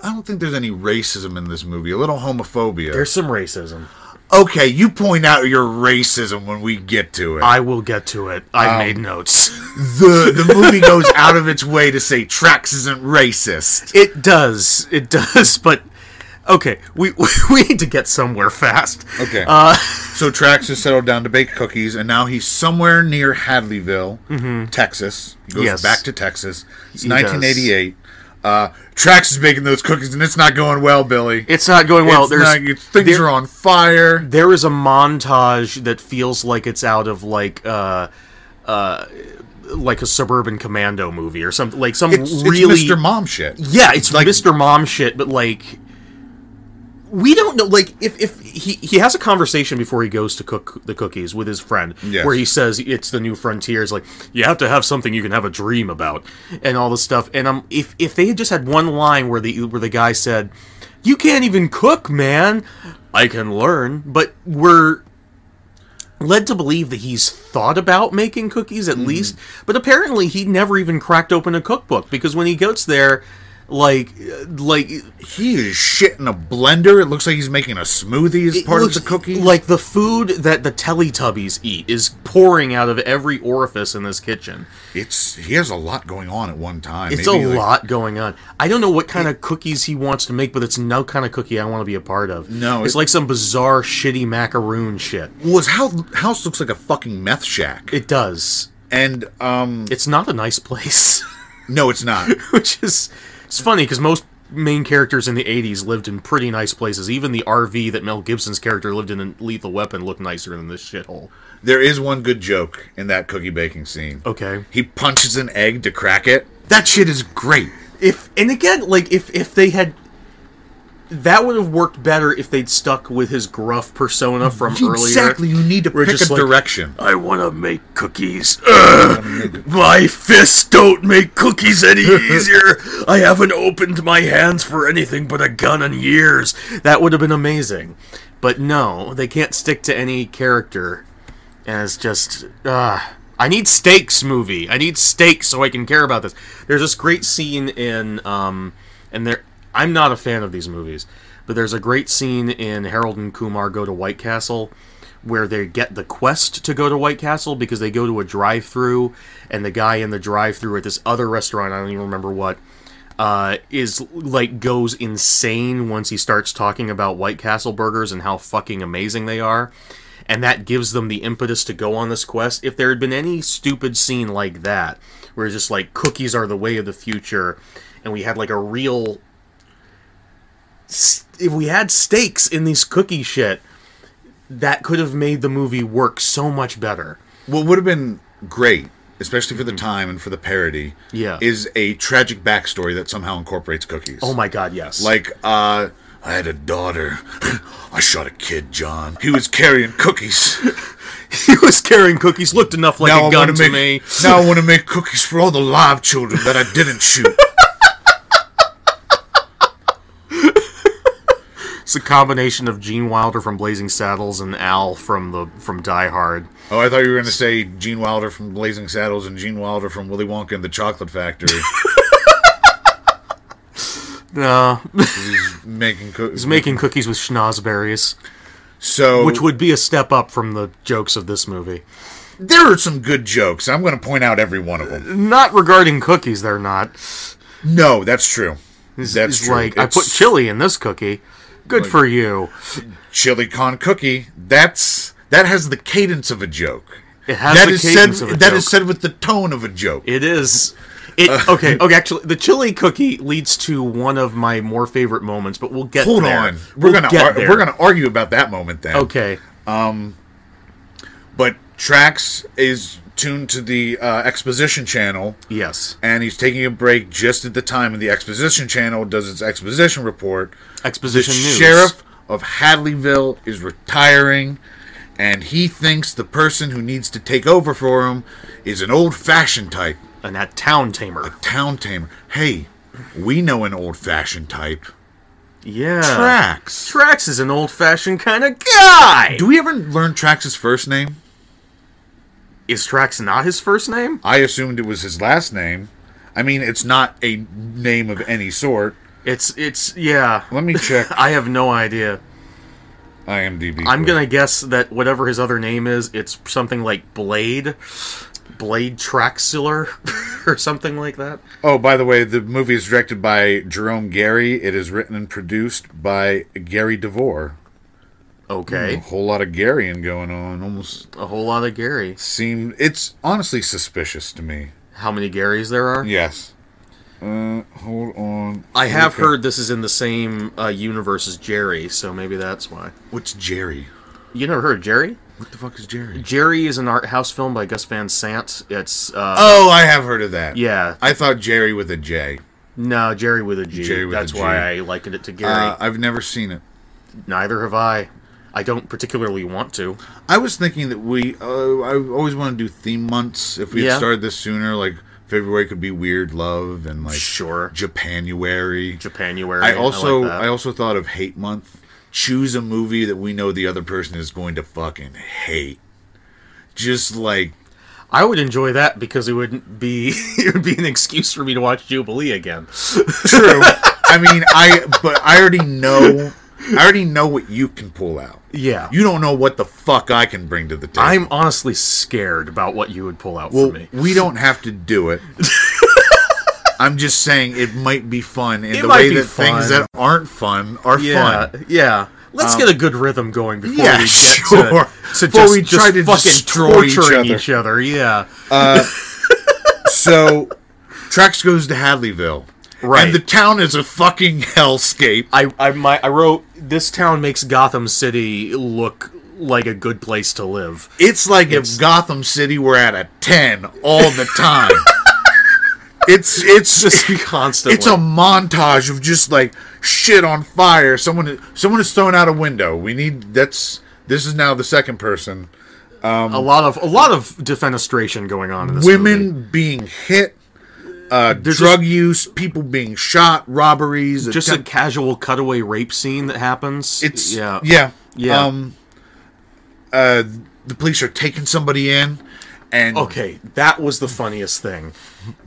S1: I don't think there's any racism in this movie. A little homophobia.
S2: There's some racism.
S1: okay, you point out your racism when we get to it.
S2: I will get to it.
S1: Um,
S2: I made notes. [laughs]
S1: the The movie goes out of its way to say Trax isn't racist.
S2: It does. It does. [laughs] But okay, we [laughs] we need to get somewhere fast.
S1: Okay. Uh, so Trax has settled down to bake cookies, and now he's somewhere near Hadleyville, Texas. He goes
S2: Mm-hmm. Yes.
S1: back to Texas. It's
S2: does.
S1: 1988. Uh, Trax is baking those cookies, and it's not going well, Billy.
S2: It's not going well.
S1: It's
S2: There's
S1: not- things
S2: there-
S1: are on fire.
S2: there is a montage that feels like it's out of like uh uh like a suburban commando movie or something like some
S1: It's,
S2: really
S1: it's Mr. Mom shit.
S2: yeah it's
S1: like-
S2: like Mr. Mom shit but like we don't know like if if he he has a conversation before he goes to cook the cookies with his friend
S1: Yes.
S2: where he says it's the new frontier it's like you have to have something you can have a dream about and all this stuff and um if if they had just had one line where the where the guy said you can't even cook man I can learn but we're led to believe that he's thought about making cookies
S1: Hmm.
S2: at least, but apparently he never even cracked open a cookbook because when he goes there, like, uh, like
S1: He is shit in a blender. It looks like he's making a smoothie as
S2: it
S1: part
S2: looks
S1: of the cookie.
S2: like the food that the Teletubbies eat is pouring out of every orifice in this kitchen.
S1: it's he has a lot going on at one time.
S2: It's
S1: Maybe,
S2: a
S1: like-
S2: lot going on. I don't know what kind of cookies he wants to make, but it's no kind of cookie I want to be a part of.
S1: No,
S2: it's
S1: it-
S2: like some bizarre, shitty macaroon shit.
S1: Well, his house, house looks like a fucking meth shack,
S2: It does.
S1: and um,
S2: It's not a nice place. [laughs]
S1: no, it's not.
S2: which is it's funny because most main characters in the 80s lived in pretty nice places even the rv that mel gibson's character lived in in lethal weapon looked nicer than this shithole
S1: there is one good joke in that cookie baking scene.
S2: okay
S1: He punches an egg to crack it. That shit is great.
S2: if and again like if if they had that would have worked better if they'd stuck with his gruff persona from
S1: Exactly.
S2: earlier
S1: You need to
S2: We're
S1: pick a
S2: just like-
S1: direction.
S2: i want to make cookies Ugh, my fists don't make cookies any easier i haven't opened my hands for anything but a gun in years that would have been amazing but no they can't stick to any character and it's just uh, i need stakes movie i need stakes so i can care about this there's this great scene in um and there i'm not a fan of these movies but there's a great scene in harold and kumar go to white castle where they get the quest to go to white castle because they go to a drive-through and the guy in the drive-through at this other restaurant i don't even remember what uh, is like goes insane once he starts talking about White Castle burgers and how fucking amazing they are. And that gives them the impetus to go on this quest. If there had been any stupid scene like that, where it's just like cookies are the way of the future, and we had like a real. s- If we had stakes in these cookie shit, that could have made the movie work so much better.
S1: What would have been great, especially for the time and for the parody,
S2: Yeah.
S1: is a tragic backstory that somehow incorporates cookies.
S2: Oh my god, yes.
S1: Like, uh, I had a daughter. [laughs] I shot a kid, John. He was carrying
S2: [laughs]
S1: cookies.
S2: [laughs] he was carrying cookies, looked enough like
S1: now
S2: a
S1: I
S2: gun
S1: want
S2: to
S1: to
S2: me.
S1: make. Now I want to make cookies for all the live children that I didn't shoot.
S2: [laughs] It's a combination of Gene Wilder from Blazing Saddles and Al from the from Die Hard.
S1: oh, I thought you were gonna say Gene Wilder from Blazing Saddles and Gene Wilder from Willy Wonka and the Chocolate
S2: [laughs]
S1: Factory.
S2: [laughs] No,
S1: He's making cookies.
S2: he's Uh, making cookies with schnozberries,
S1: so
S2: which would be a step up from the jokes of this movie.
S1: there are some good jokes. I'm gonna point out every one of them.
S2: Not regarding cookies, they're not.
S1: No, that's true. That's
S2: It's
S1: true.
S2: like I put
S1: It's
S2: chili in this cookie. Good for you.
S1: chili con cookie. That's that has the cadence of a joke.
S2: It has
S1: That
S2: the
S1: is
S2: cadence
S1: said.
S2: of a
S1: that
S2: joke.
S1: is Uh, said with the tone of a joke.
S2: It is. It
S1: [laughs]
S2: okay, okay. Actually, the chili cookie leads to one of my more favorite moments, but we'll get
S1: Hold
S2: there.
S1: on. We're
S2: We'll
S1: gonna
S2: get
S1: ar-
S2: there.
S1: we're gonna argue about that moment then.
S2: okay.
S1: But Trax is tuned to the uh, exposition channel,
S2: Yes,
S1: and he's taking a break just at the time when the exposition channel does its exposition report.
S2: exposition news.
S1: Sheriff of Hadleyville is retiring, and he thinks the person who needs to take over for him is an old-fashioned type,
S2: and that town tamer.
S1: town tamer. Hey, we know an old-fashioned type.
S2: Yeah,
S1: Trax.
S2: Trax is an old-fashioned kind of guy.
S1: Do we ever learn Trax's first name?
S2: Is Trax not his first name?
S1: I assumed it was his last name. I mean, it's not a name of any sort.
S2: It's it's yeah.
S1: Let me check [laughs]
S2: I have no idea.
S1: IMDb.
S2: I'm
S1: quick.
S2: gonna guess that whatever his other name is, it's something like Blade, Blade Traxler, [laughs] or something like that.
S1: Oh, by the way, the movie is directed by Jerome Gary. It is written and produced by Gary DeVore.
S2: Okay,
S1: A whole lot of Garyan going on. Almost
S2: a whole lot of Gary.
S1: seemed. It's honestly suspicious to me.
S2: How many Garys there are?
S1: Yes. Uh, hold on.
S2: I have
S1: Okay.
S2: heard this is in the same uh, universe as Jerry, so maybe that's why.
S1: What's Jerry?
S2: You never heard of Jerry?
S1: What the fuck is Jerry?
S2: Jerry is an art house film by Gus Van Sant. It's uh,
S1: Oh, I have heard of that.
S2: yeah,
S1: I thought Jerry with a J.
S2: no Jerry with a G.
S1: Jerry with a
S2: that's
S1: G.
S2: why I likened it to Gary.
S1: Uh, I've never seen it.
S2: Neither have I. I don't particularly want to.
S1: I was thinking that we. Uh, I always want to do theme months. If we had
S2: Yeah.
S1: started this sooner, like February could be Weird Love and like
S2: Sure,
S1: Japanuary.
S2: Japanuary.
S1: I also I,
S2: like that.
S1: also thought of Hate Month. Choose a movie that we know the other person is going to fucking hate. Just like
S2: I would enjoy that because it wouldn't be [laughs] it would be an excuse for me to watch Jubilee [laughs] again.
S1: true. I mean, I but I already know I already know what you can pull out.
S2: Yeah.
S1: You don't know what the fuck I can bring to the table.
S2: I'm honestly scared about what you would pull out
S1: well,
S2: for me.
S1: we don't have to do
S2: [laughs]
S1: it. I'm just saying it might be fun in
S2: It
S1: the
S2: might
S1: way
S2: be
S1: that things
S2: fun.
S1: that aren't fun are
S2: Yeah,
S1: fun.
S2: yeah. Um, Let's get a good rhythm going before
S1: yeah,
S2: [laughs] we get
S1: sure.
S2: to, to
S1: Before
S2: just,
S1: we try
S2: just
S1: to
S2: fucking
S1: destroy each
S2: torturing
S1: other.
S2: each other. Yeah,
S1: So Trax goes to Hadleyville.
S2: Right.
S1: And the town is a fucking hellscape.
S2: I I my, I wrote this town makes Gotham City look like a good place to live. [laughs]
S1: It's like if Gotham City were at a ten all the
S2: [laughs]
S1: time. it's it's
S2: Just constantly.
S1: it's a montage of just like shit on fire. Someone someone is thrown out a window. We need that's this is now the second person.
S2: a lot of a lot of defenestration going on in this
S1: Women
S2: movie.
S1: being hit, uh, drug use, people being shot, robberies.
S2: Just a
S1: attempt-
S2: casual cutaway rape scene that happens.
S1: it's
S2: yeah
S1: yeah
S2: Yeah.
S1: Um, uh, the police are taking somebody in, and
S2: Okay, that was the funniest thing.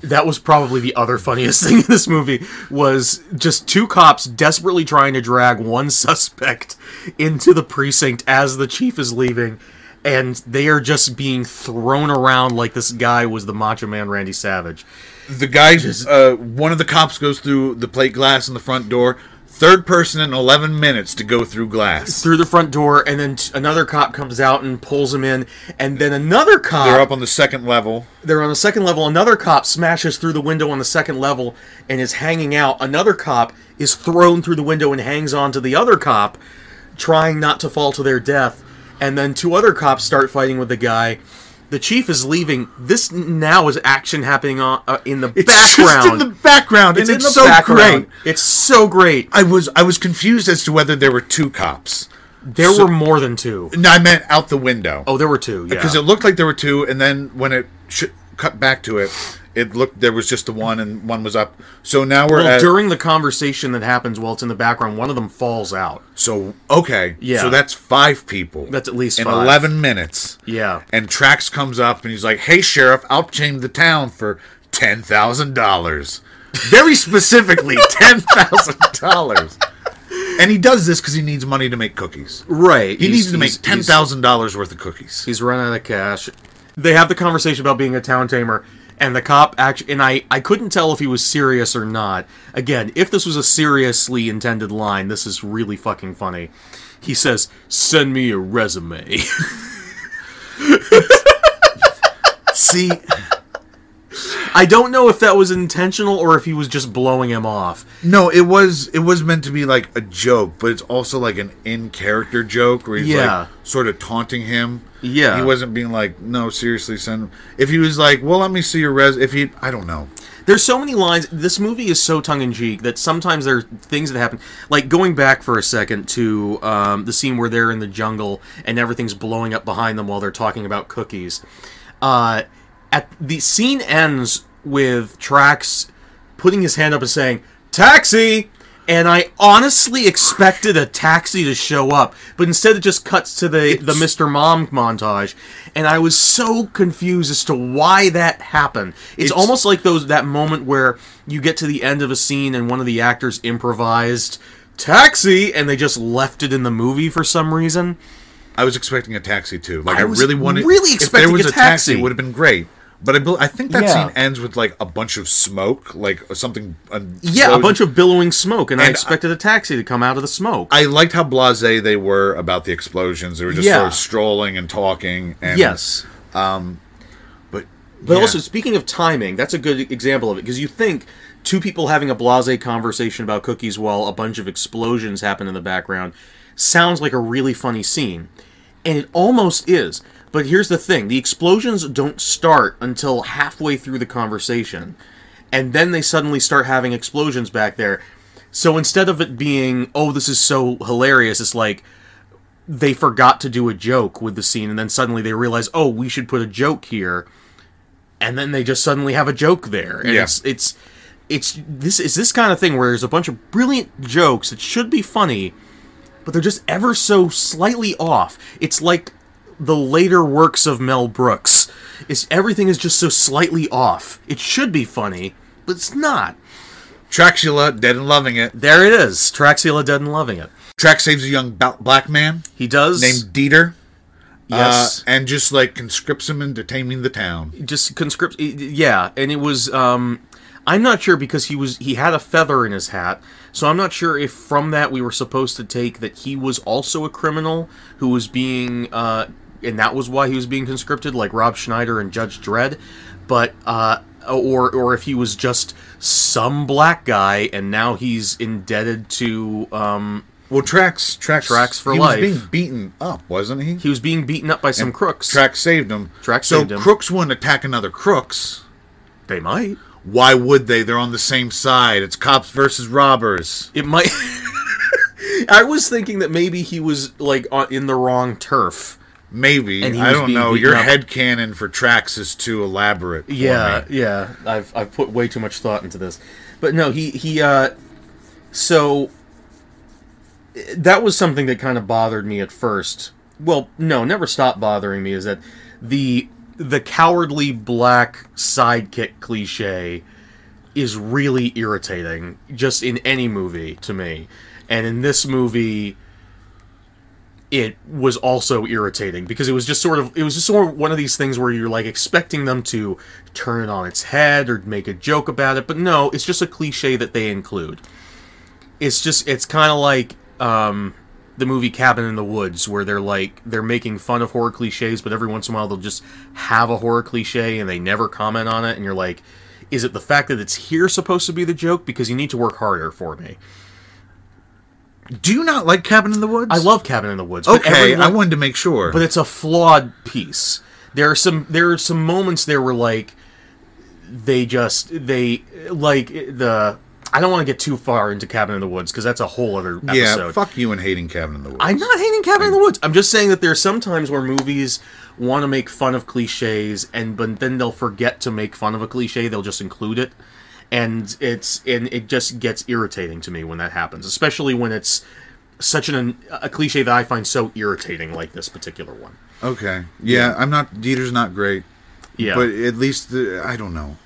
S2: That was probably the other funniest [laughs] thing in this movie was just two cops desperately trying to drag one suspect into the precinct as the chief is leaving and they are just being thrown around like this guy was the Macho Man Randy Savage.
S1: the guy, uh, one of the cops goes through the plate glass in the front door. Third person in eleven minutes to go through glass.
S2: Through the front door and then t- another cop comes out and pulls him in and then another cop
S1: They're up on the second level.
S2: they're on the second level. Another cop smashes through the window on the second level and is hanging out. Another cop is thrown through the window and hangs on to the other cop, trying not to fall to their death. And then two other cops start fighting with the guy. The chief is leaving. This now is action happening on, uh, in the
S1: It's
S2: background.
S1: just in the background, and it's so great.
S2: It's so great.
S1: I was I was confused as to whether there were two cops.
S2: There were more than two.
S1: No, I meant out the window.
S2: Oh, there were two. Yeah.
S1: because it looked like there were two, and then when it sh- cut back to it, it looked there was just the one, and one was up. So now we're
S2: Well,
S1: at,
S2: during the conversation that happens while it's in the background, one of them falls out.
S1: so okay,
S2: Yeah.
S1: So that's five people.
S2: That's at least
S1: in
S2: five.
S1: eleven minutes.
S2: Yeah.
S1: And Trax comes up and he's like, "Hey, sheriff, I'll change the town for ten thousand dollars." Very
S2: [laughs]
S1: specifically, ten thousand dollars. And he does this because he needs money to make cookies.
S2: Right.
S1: He needs to make ten thousand dollars worth of cookies.
S2: He's run out of cash. They have the conversation about being a town tamer, and the cop actually. And I, I couldn't tell if he was serious or not. Again, if this was a seriously intended line, this is really fucking funny. He says, "Send me your resume." [laughs]
S1: See,
S2: I don't know if that was intentional or if he was just blowing him off.
S1: No, it was it was meant to be like a joke, but it's also like an in character joke where he's
S2: Yeah.
S1: like sort of taunting him.
S2: Yeah.
S1: he wasn't being like, no, seriously, son. If he was like, well, let me see your res. If he, I don't know.
S2: There's so many lines. This movie is so tongue in cheek that sometimes there are things that happen. Like going back for a second to um, the scene where they're in the jungle and everything's blowing up behind them while they're talking about cookies. Uh, at the scene ends with Trax putting his hand up and saying "taxi," and I honestly expected a taxi to show up, but instead it just cuts to the the Mr. Mom montage, and I was so confused as to why that happened. It's,
S1: It's-
S2: almost like those that moment where you get to the end of a scene and one of the actors improvised "taxi" and they just left it in the movie for some reason.
S1: I was expecting a taxi too. Like I,
S2: was
S1: really wanted.
S2: really
S1: if
S2: expecting
S1: there was
S2: a taxi.
S1: would have been great. But I, bel- I think that
S2: Yeah.
S1: scene ends with like a bunch of smoke, like something.
S2: Yeah, a bunch of billowing smoke, and, I
S1: And I-
S2: expected a taxi to come out of the smoke.
S1: I liked how blasé they were about the explosions. They were just
S2: Yeah.
S1: sort of strolling and talking. And,
S2: yes.
S1: but
S2: But
S1: yeah.
S2: also, speaking of timing, that's a good example of it because you think two people having a blase conversation about cookies while a bunch of explosions happen in the background sounds like a really funny scene. And it almost is. But here's the thing the explosions don't start until halfway through the conversation. And then they suddenly start having explosions back there. So instead of it being, oh, this is so hilarious, it's like, they forgot to do a joke with the scene and then suddenly they realize oh we should put a joke here and then they just suddenly have a joke there and
S1: Yeah.
S2: it's it's it's this is this kind of thing where there's a bunch of brilliant jokes that should be funny but they're just ever so slightly off it's like the later works of Mel Brooks it's everything is just so slightly off it should be funny but it's not
S1: Traxula dead and loving it.
S2: there it is Traxila dead and loving it
S1: Trax saves a young ba- black man
S2: he does
S1: named Dieter.
S2: yes
S1: uh, and just like conscripts him into taming the town.
S2: just conscript yeah and it was um i'm not sure because he was he had a feather in his hat so i'm not sure if from that we were supposed to take that he was also a criminal who was being uh and that was why he was being conscripted like rob schneider and judge dredd but uh or or if he was just some black guy and now he's indebted to um
S1: Well, Trax, Trax,
S2: Trax for
S1: he
S2: life.
S1: was being beaten up, wasn't he?
S2: he was being beaten up by some crooks
S1: Trax saved him.
S2: Trax
S1: so
S2: saved him.
S1: crooks wouldn't attack another crooks.
S2: they might
S1: Why would they? They're on the same side. It's cops versus robbers.
S2: It might. [laughs] I was thinking that maybe he was like on, in the wrong turf.
S1: Maybe
S2: And he
S1: I
S2: was
S1: don't
S2: being
S1: know.
S2: beaten
S1: Your
S2: up.
S1: head headcanon for Trax is too elaborate. for me.
S2: yeah. I've I've put way too much thought into this, but no, he he. uh So that was something that kind of bothered me at first. Well, no, never stopped bothering me is that the the cowardly black sidekick cliche is really irritating just in any movie to me. And in this movie it was also irritating because it was just sort of it was just sort of one of these things where you're like expecting them to turn it on its head or make a joke about it, but no, it's just a cliche that they include. It's just it's kind of like um the movie Cabin in the Woods where they're like they're making fun of horror clichés, but every once in a while they'll just have a horror cliche and they never comment on it and you're like is it the fact that it's here supposed to be the joke because you need to work harder for me.
S1: Do you not like Cabin in the Woods?
S2: I love Cabin in the Woods. but
S1: Okay,
S2: everyone-
S1: I wanted to make sure.
S2: but it's a flawed piece. There are some there are some moments there were like they just they like the I don't want to get too far into Cabin in the Woods because that's a whole other episode.
S1: yeah, fuck you and hating Cabin in the Woods.
S2: I'm not hating Cabin in the Woods. I'm just saying that there are some times where movies want to make fun of cliches, and but then they'll forget to make fun of a cliche. They'll just include it, and it's and it just gets irritating to me when that happens, especially when it's such an a cliche that I find so irritating, like this particular one.
S1: okay, yeah, I'm not. Dieter's not great.
S2: Yeah,
S1: But at least the, I don't know.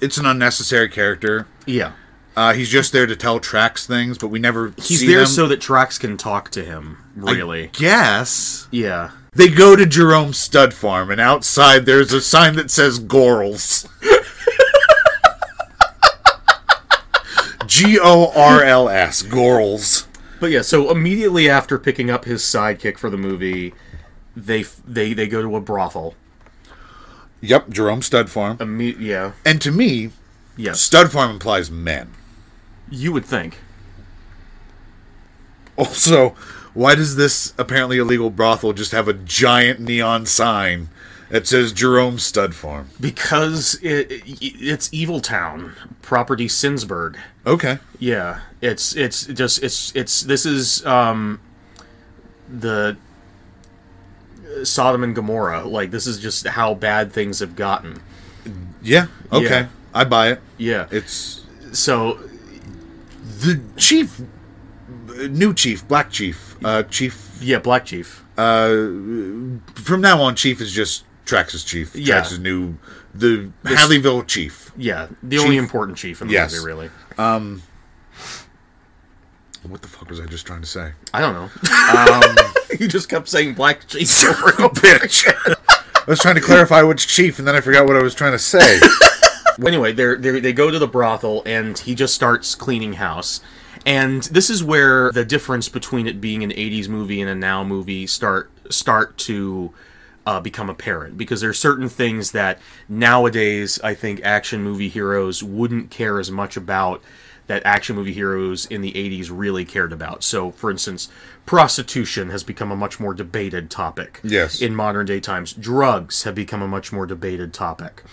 S1: It's an unnecessary character.
S2: yeah,
S1: Uh, he's just there to tell Trax things, but we never
S2: he's
S1: see
S2: there
S1: them.
S2: so that Trax can talk to him. Really,
S1: Yes.
S2: yeah.
S1: They go to Jerome's stud farm, and outside there's a sign that says Gorals. [laughs] G O R L S, Gorals.
S2: But yeah, so immediately after picking up his sidekick for the movie, they f- they they go to a brothel.
S1: Yep, Jerome Stud Farm.
S2: Imme- yeah.
S1: And to me,
S2: Yes.
S1: Stud Farm implies men.
S2: You would think.
S1: Also, why does this apparently illegal brothel just have a giant neon sign that says Jerome Stud Farm?
S2: Because it, it, it's Evil Town, property Sinsburg.
S1: Okay.
S2: Yeah, it's it's just it's it's this is um the Sodom and Gomorrah. Like this is just how bad things have gotten.
S1: Yeah. Okay.
S2: Yeah.
S1: I buy it.
S2: Yeah.
S1: It's
S2: so
S1: the chief, new chief, black chief, uh, chief.
S2: yeah, Black Chief.
S1: From now on, chief is just Traxxas chief.
S2: Yeah.
S1: Traxxas new, the Halliville chief.
S2: Yeah, the only
S1: Chief-
S2: important chief in the
S1: Yes.
S2: movie, really.
S1: What the fuck was I just trying to say?
S2: I don't [laughs] know. Um, you just kept saying Black [laughs] Chief. over and
S1: Bitch. I was trying to clarify which chief, and then I forgot what I was trying to say.
S2: Well, anyway, they're, they're, they go to the brothel, and he just starts cleaning house. And this is where the difference between it being an '80s movie and a now movie start start to uh, become apparent because there are certain things that nowadays I think action movie heroes wouldn't care as much about that action movie heroes in the '80s really cared about. So, for instance, prostitution has become a much more debated topic.
S1: Yes.
S2: in modern day times, drugs have become a much more debated topic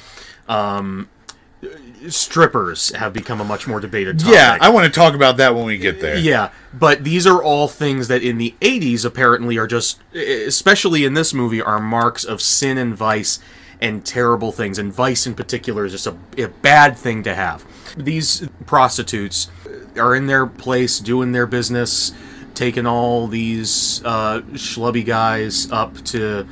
S2: strippers have become a much more debated topic.
S1: yeah, I want to talk about that when we get there.
S2: yeah, but these are all things that in the 80s apparently are just e, especially in this movie are marks of sin and vice and terrible things and vice in particular is just a, a bad thing to have. These prostitutes uh, are in their place doing their business taking all these uh, schlubby guys up to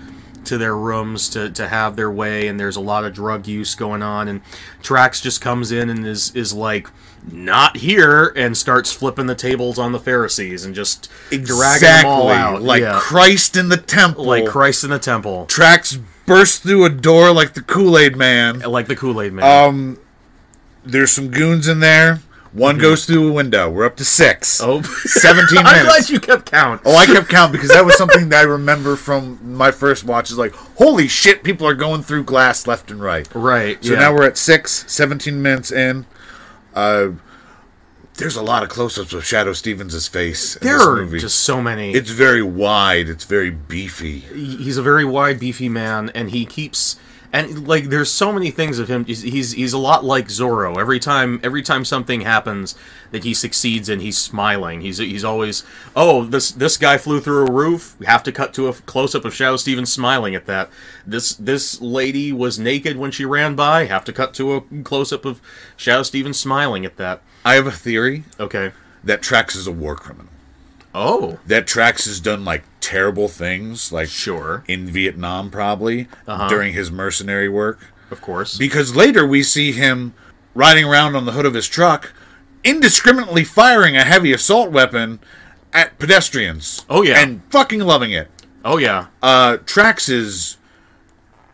S2: to their rooms to, to have their way and there's a lot of drug use going on and Trax just comes in and is is like not here and starts flipping the tables on the Pharisees and just dragging them all out
S1: Like
S2: Yeah.
S1: Christ in the temple.
S2: like Christ in the temple
S1: Trax burst through a door like the Kool Aid Man. Um,
S2: like the Kool-Aid man
S1: There's some goons in there. One goes through a window. We're up to six.
S2: [laughs] oh
S1: 17
S2: I'm glad
S1: minutes.
S2: you kept count
S1: Oh, I kept count because that was something that I remember from my first watch. Is like, holy shit, people are going through glass left and right.
S2: right
S1: So
S2: yeah.
S1: now we're at six, 17 minutes in. Uh, there's a lot of close-ups of Shadow Stevens' face. in
S2: there
S1: this
S2: are
S1: movie.
S2: just so many
S1: It's very wide. It's very beefy.
S2: he's a very wide, beefy man, and he keeps and like there's so many things of him. He's he's, he's a lot like Zorro. Every time every time something happens that he succeeds in, he's smiling. He's he's always oh this this guy flew through a roof. We have to cut to a close up of Shadow Stevens smiling at that. This this lady was naked when she ran by. Have to cut to a close up of Shadow Stevens smiling at that.
S1: I have a theory
S2: Okay.
S1: that Trax is a war criminal.
S2: Oh
S1: That Trax has done like terrible things, like
S2: sure,
S1: in Vietnam probably during his mercenary work.
S2: of course.
S1: Because later we see him riding around on the hood of his truck, indiscriminately firing a heavy assault weapon at pedestrians.
S2: Oh, yeah.
S1: and fucking loving it.
S2: oh yeah.
S1: Uh, Trax's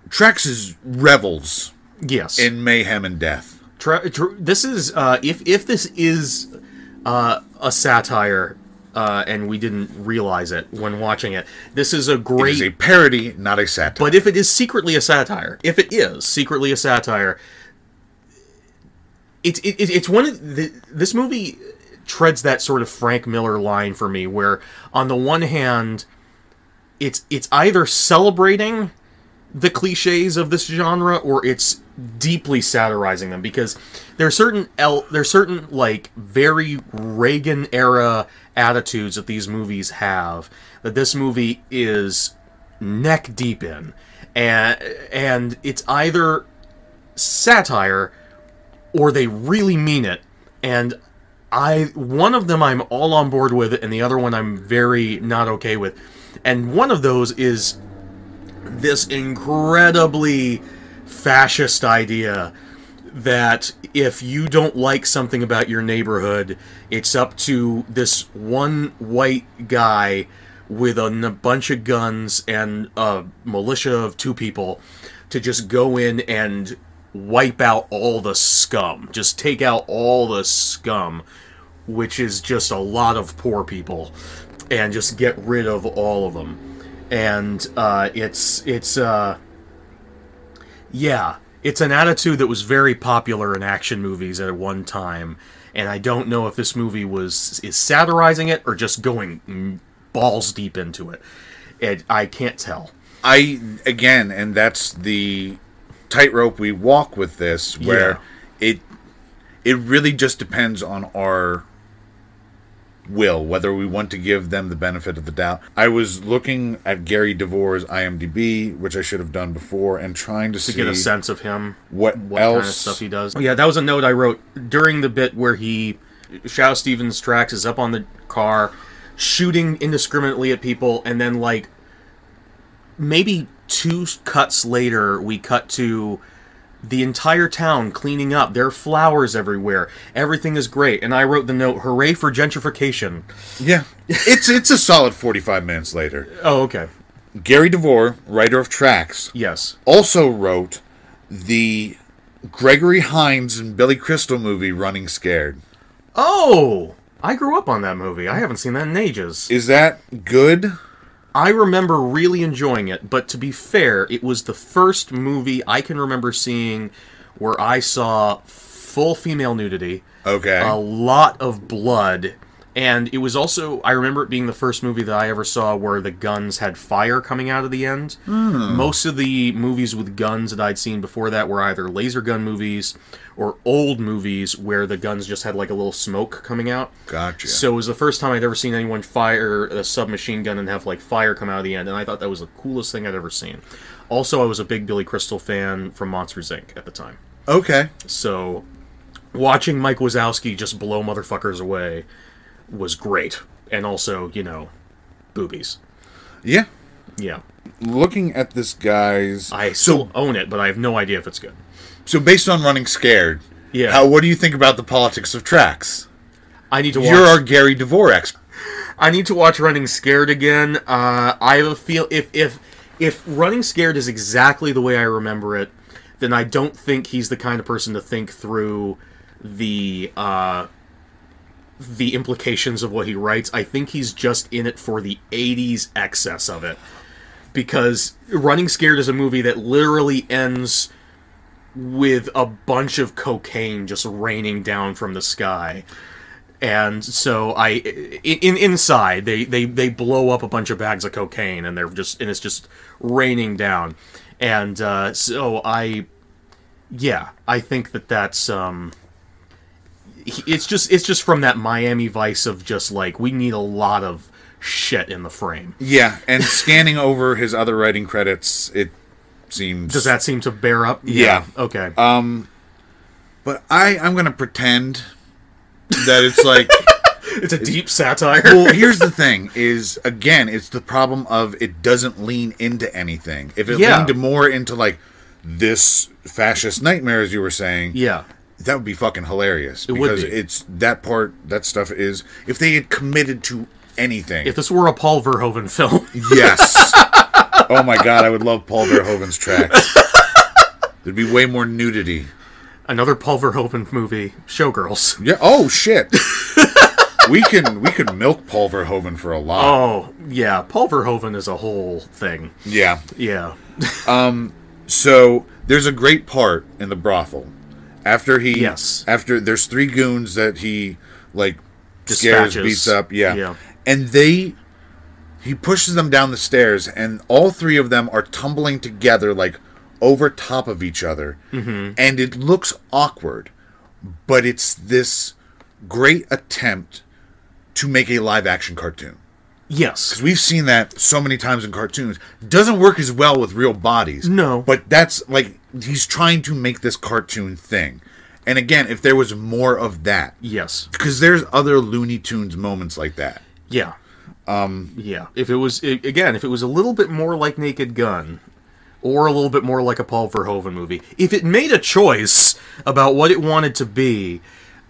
S1: Trax's revels
S2: yes.
S1: in mayhem and death.
S2: Tra- tr- this is uh, if if this is uh, a satire, uh, and we didn't realize it when watching it. This is a
S1: It
S2: great.
S1: is a parody, not a satire.
S2: but if it is secretly a satire, if it is secretly a satire, it's it, it- it's one of the, this movie treads that sort of Frank Miller line for me, where on the one hand, it's it's either celebrating the cliches of this genre or it's deeply satirizing them because there are certain el- there are certain like very Reagan era attitudes that these movies have that this movie is neck deep in and and it's either satire or they really mean it and i one of them i'm all on board with and the other one i'm very not okay with and one of those is this incredibly fascist idea that if you don't like something about your neighborhood, it's up to this one white guy with a n- bunch of guns and a militia of two people to just go in and wipe out all the scum. Just take out all the scum, which is just a lot of poor people, and just get rid of all of them. And uh, it's it's uh, Yeah, it's an attitude that was very popular in action movies at one time, and I don't know if this movie was is satirizing it or just going mm, balls deep into it. It I can't tell.
S1: I again, and that's the tightrope we walk with this, where it it really just depends on our will whether we want to give them the benefit of the doubt. I was looking at Gary DeVore's IMDb, which I should have done before, and trying to, see
S2: Get a sense of him.
S1: what,
S2: what
S1: else.
S2: kind of stuff he does. Oh, yeah, that was a note I wrote during the bit where he, Shao Stevens tracks is up on the car, shooting indiscriminately at people, and then like maybe two cuts later, we cut to the entire town cleaning up. There are flowers everywhere. Everything is great. And I wrote the note, "Hooray for gentrification."
S1: yeah, it's it's a solid forty five minutes later.
S2: Oh, okay.
S1: Gary DeVore, writer of tracks,
S2: Yes.
S1: also wrote the Gregory Hines and Billy Crystal movie Running Scared.
S2: Oh, I grew up on that movie. I haven't seen that in ages.
S1: Is that good?
S2: I remember really enjoying it, but to be fair, it was the first movie I can remember seeing where I saw full female nudity,
S1: Okay.
S2: a lot of blood, and it was also I remember it being the first movie that I ever saw where the guns had fire coming out of the end. Most of the movies with guns that I'd seen before that were either laser gun movies or old movies where the guns just had like a little smoke coming out.
S1: gotcha.
S2: So it was the first time I'd ever seen anyone fire a submachine gun and have like fire come out of the end, and I thought that was the coolest thing I'd ever seen. Also, I was a big Billy Crystal fan from Monsters Inc. at the time,
S1: okay.
S2: so watching Mike Wazowski just blow motherfuckers away was great, and also you know, boobies.
S1: Yeah.
S2: Yeah,
S1: Looking at this guy's
S2: I still own it, but I have no idea if it's good.
S1: so based on Running Scared,
S2: Yeah.
S1: How what do you think about the politics of tracks?
S2: I need to watch.
S1: You're our Gary DeVore expert.
S2: I need to watch Running Scared again. Uh, I have a feel if if if Running Scared is exactly the way I remember it, then I don't think he's the kind of person to think through the uh, the implications of what he writes. I think he's just in it for the '80s excess of it, because Running Scared is a movie that literally ends with a bunch of cocaine just raining down from the sky and so I in inside they they they blow up a bunch of bags of cocaine and they're just and it's just raining down, and uh, so I, yeah, I think that that's um, he- it's just it's just from that Miami Vice of just like we need a lot of shit in the frame.
S1: Yeah, [laughs] and scanning over his other writing credits, it seems
S2: Does that seem to bear up?
S1: Yeah. Uh,
S2: Okay.
S1: But I I'm going to pretend that it's
S2: [laughs]
S1: like
S2: it's a deep satire.
S1: well, here's the thing: is again, it's the problem of it doesn't lean into anything. If it
S2: Yeah.
S1: leaned more into like this fascist nightmare, as you were saying,
S2: yeah.
S1: that would be fucking hilarious.
S2: would
S1: because
S2: be.
S1: it's that part, that stuff is. If they had committed to anything,
S2: If this were a Paul Verhoeven film, [laughs]
S1: [laughs] yes. oh my god, I would love Paul Verhoeven's tracks. There'd be way more nudity.
S2: another Paul Verhoeven movie, Showgirls.
S1: Yeah. Oh
S2: [laughs]
S1: shit. we can we could milk Paul Verhoeven for a lot.
S2: Oh yeah, Paul Verhoeven is a whole thing.
S1: Yeah.
S2: Yeah,
S1: So there's a great part in the brothel after he
S2: Yes.
S1: after there's three goons that he like
S2: Dispatches.
S1: scares beats up yeah.
S2: Yeah.
S1: and they he pushes them down the stairs and all three of them are tumbling together like over top of each other
S2: Mm-hmm.
S1: and it looks awkward but it's this great attempt to make a live action cartoon
S2: yes,
S1: We've seen that so many times in cartoons. Doesn't work as well with real bodies.
S2: No.
S1: But that's like he's trying to make this cartoon thing. And again, if there was more of that,
S2: yes,
S1: because there's other Looney Tunes moments like that.
S2: yeah. Um, yeah. If it was i again, if it was a little bit more like Naked Gun, or a little bit more like a Paul Verhoeven movie, if it made a choice about what it wanted to be,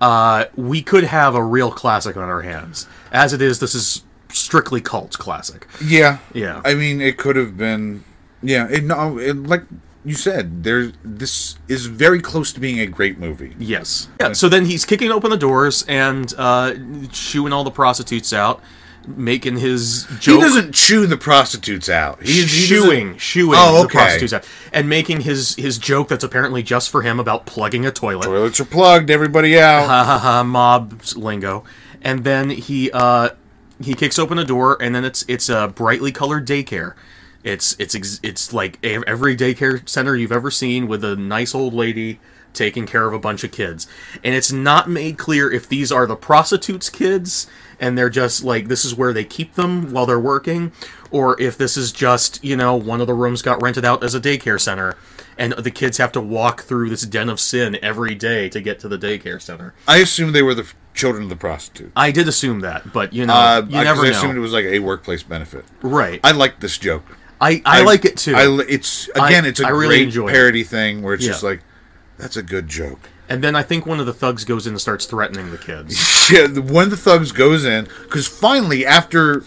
S2: uh, we could have a real classic on our hands. As it is, this is strictly cult classic.
S1: Yeah.
S2: Yeah.
S1: I mean, it could have been. Yeah. It, no. It, like you said, there. This is very close to being a great movie.
S2: Yes. Yeah. So then he's kicking open the doors and uh, shooing all the prostitutes out, making his
S1: He
S2: joke.
S1: doesn't chew the prostitutes out. He's
S2: shooing, shooing
S1: Oh,
S2: the
S1: okay.
S2: prostitutes out, and making his his joke that's apparently just for him about plugging a toilet.
S1: Toilets are plugged. Everybody out.
S2: [laughs] Ha ha ha! mob lingo, and then he uh he kicks open a door, and then it's it's a brightly colored daycare. It's it's ex- it's like e- every daycare center you've ever seen with a nice old lady taking care of a bunch of kids, and it's not made clear if these are the prostitutes' kids and they're just like this is where they keep them while they're working, or if this is just you know one of the rooms got rented out as a daycare center. And the kids have to walk through this den of sin every day to get to the daycare center.
S1: I assume they were the f- children of the prostitute.
S2: I did assume that, but you know,
S1: Uh,
S2: you
S1: I- 'cause
S2: never
S1: I
S2: know.
S1: assumed it was like a workplace benefit.
S2: right.
S1: I like this joke.
S2: I, I, like it too.
S1: I li- it's again, it's a
S2: I really
S1: great
S2: enjoy it.
S1: parody thing where it's
S2: Yeah.
S1: just like, that's a good joke. [laughs]
S2: and then I think one of the thugs goes in and starts threatening the kids.
S1: Yeah, the- one of the thugs goes in because finally, after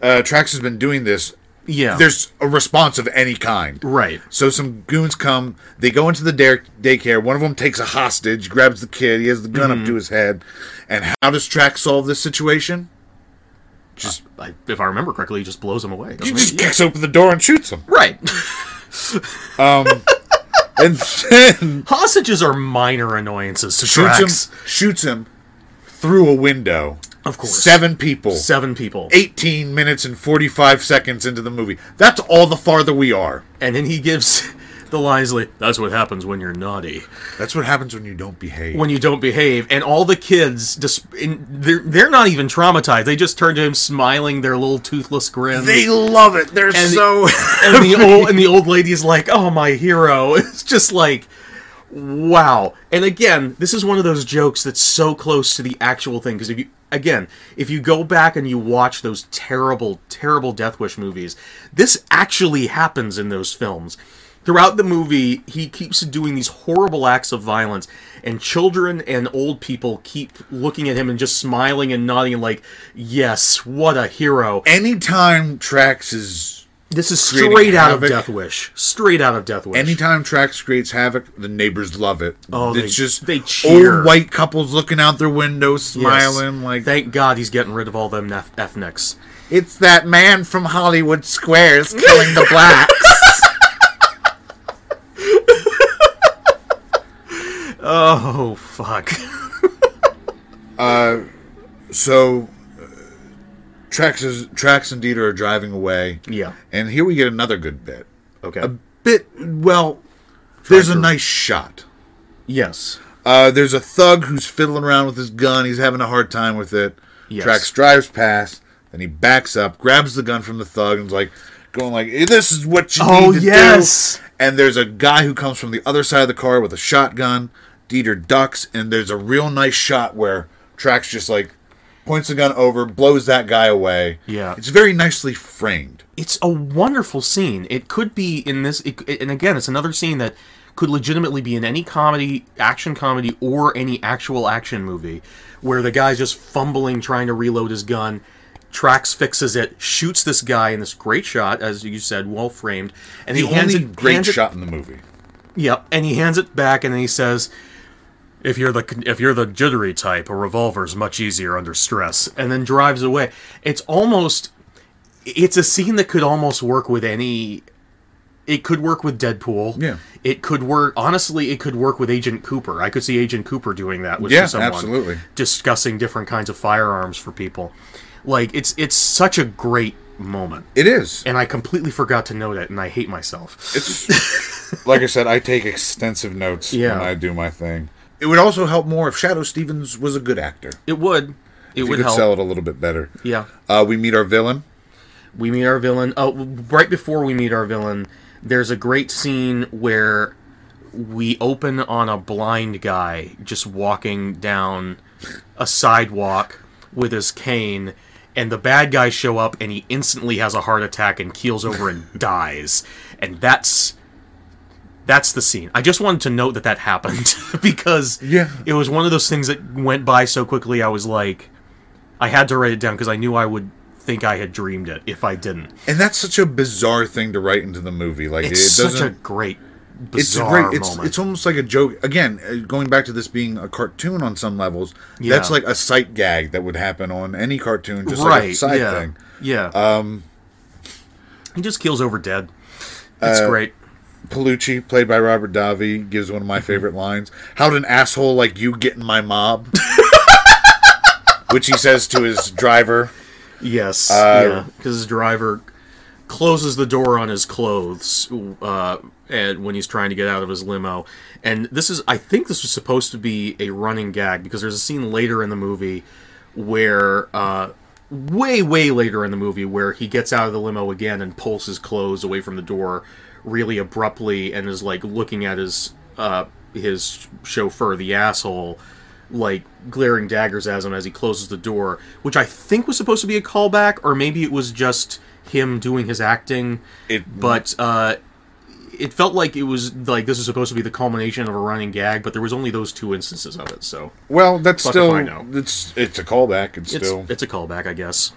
S1: uh, Trax has been doing this,
S2: Yeah.
S1: there's a response of any kind.
S2: right.
S1: So some goons come. They go into the dare- daycare. One of them takes a hostage, grabs the kid. He has the gun
S2: Mm-hmm.
S1: up to his head. And how does Trax solve this situation? Just
S2: I, if I remember correctly, he just blows them away.
S1: he
S2: doesn't
S1: just
S2: he?
S1: [laughs] kicks open the door and shoots him.
S2: Right.
S1: And [laughs] then
S2: Hostages are minor annoyances to
S1: shoots
S2: tracks.
S1: him, shoots him through a window.
S2: Of course.
S1: Seven people.
S2: Seven people.
S1: 18 minutes and 45 seconds into the movie. That's all the farther we are.
S2: And then he gives [laughs] the lines like, that's what happens when you're naughty.
S1: That's what happens when you don't behave.
S2: when you don't behave and all the kids just in, they're, they're not even traumatized they just turn to him smiling their little toothless grin
S1: they love it. They're
S2: the-
S1: so.
S2: and the old and the old lady's like, "Oh, my hero." [laughs] It's just like wow. And again, this is one of those jokes that's so close to the actual thing because if you again, if you go back and you watch those terrible terrible Death Wish movies, this actually happens in those films. Throughout the movie, he keeps doing these horrible acts of violence, and children and old people keep looking at him and just smiling and nodding, and like, yes, what a hero.
S1: [laughs] anytime Trax is.
S2: This is
S1: Creating
S2: straight out of
S1: havoc.
S2: Death Wish. Straight out of Death Wish.
S1: Anytime Trax creates havoc, the neighbors love it.
S2: Oh, they-
S1: it's just
S2: they cheer.
S1: old white couples looking out their window,
S2: Yes.
S1: smiling like
S2: Thank God he's getting rid of all them nef- ethnics.
S1: it's that man from Hollywood Squares killing the
S2: [laughs]
S1: blacks.
S2: Oh fuck.
S1: so, uh, Trax is Trax and Dieter are driving away.
S2: Yeah.
S1: and here we get another good bit.
S2: Okay.
S1: bit well there's a
S2: to-
S1: nice shot
S2: [laughs] yes.
S1: uh, there's a thug who's fiddling around with his gun he's having a hard time with it
S2: Yes.
S1: Trax drives past then he backs up grabs the gun from the thug and's like going like "Eh, this is what you
S2: Oh,
S1: need to
S2: yes.
S1: do and there's a guy who comes from the other side of the car with a shotgun Dieter ducks and there's a real nice shot where Trax just like points the gun over blows that guy away
S2: Yeah.
S1: it's very nicely framed
S2: It's a wonderful scene. It could be in this it, it- and again, it's another scene that could legitimately be in any comedy, action comedy or any actual action movie where the guy's just fumbling trying to reload his gun. Trax fixes it, shoots this guy in this great shot, as you said, well framed, and
S1: the
S2: he hands
S1: only
S2: it,
S1: great
S2: hands it
S1: shot in the movie
S2: Yep, and he hands it back, and then he says, "If you're the if you're the jittery type, a revolver's much easier under stress." And then drives away. It's almost, it's a scene that could almost work with any. It could work with Deadpool.
S1: Yeah.
S2: It could work. Honestly, it could work with Agent Cooper. I could see Agent Cooper doing that with
S1: Yeah,
S2: someone,
S1: absolutely.
S2: discussing different kinds of firearms for people. Like it's it's such a great moment,
S1: it is
S2: and I completely forgot to note it, and I hate myself.
S1: It's [laughs] like I said, I take extensive notes
S2: Yeah.
S1: when I do my thing. It would also help more if Shadow Stevens was a good actor.
S2: It would. It
S1: We
S2: would
S1: could
S2: help.
S1: sell it a little bit better.
S2: Yeah.
S1: Uh, we meet our villain.
S2: we meet our villain. Oh, right before we meet our villain, there's a great scene where we open on a blind guy just walking down a sidewalk with his cane, and the bad guys show up, and he instantly has a heart attack and keels over
S1: [laughs]
S2: and dies, and that's. That's the scene. I just wanted to note that that happened [laughs] because
S1: Yeah.
S2: it was one of those things that went by so quickly. I was like, I had to write it down because I knew I would think I had dreamed it if I didn't.
S1: And that's such a bizarre thing to write into the movie. Like
S2: It's
S1: it
S2: such a
S1: doesn't
S2: great
S1: it's a
S2: bizarre
S1: great. It's
S2: moment.
S1: it's almost like a joke. Again, uh, going back to this being a cartoon on some levels, that's
S2: Yeah.
S1: like a sight gag that would happen on any cartoon, just like a side
S2: yeah.
S1: thing.
S2: Yeah. Um, he just keels over dead.
S1: uh,
S2: It's great.
S1: Palucci, played by Robert Davi, gives one of my favorite lines: "How'd an asshole like you get in my mob?" Which he says to his driver.
S2: Yes. yeah. Because his driver closes the door on his clothes uh, and when he's trying to get out of his limo. And this is, I think this was supposed to be a running gag because there's a scene later in the movie where, uh, way, way later in the movie, where he gets out of the limo again and pulls his clothes away from the door really abruptly and is like looking at his uh, his chauffeur, the asshole. Like glaring daggers at him as he closes the door, which I think was supposed to be a callback, or maybe it was just him doing his acting
S1: It
S2: but uh, it felt like it was like this was supposed to be the culmination of a running gag, but there was only those two instances of it, so
S1: well, that's
S2: Fuck if
S1: still
S2: I know.
S1: it's it's a callback. It's,
S2: it's
S1: still
S2: it's a callback, I guess.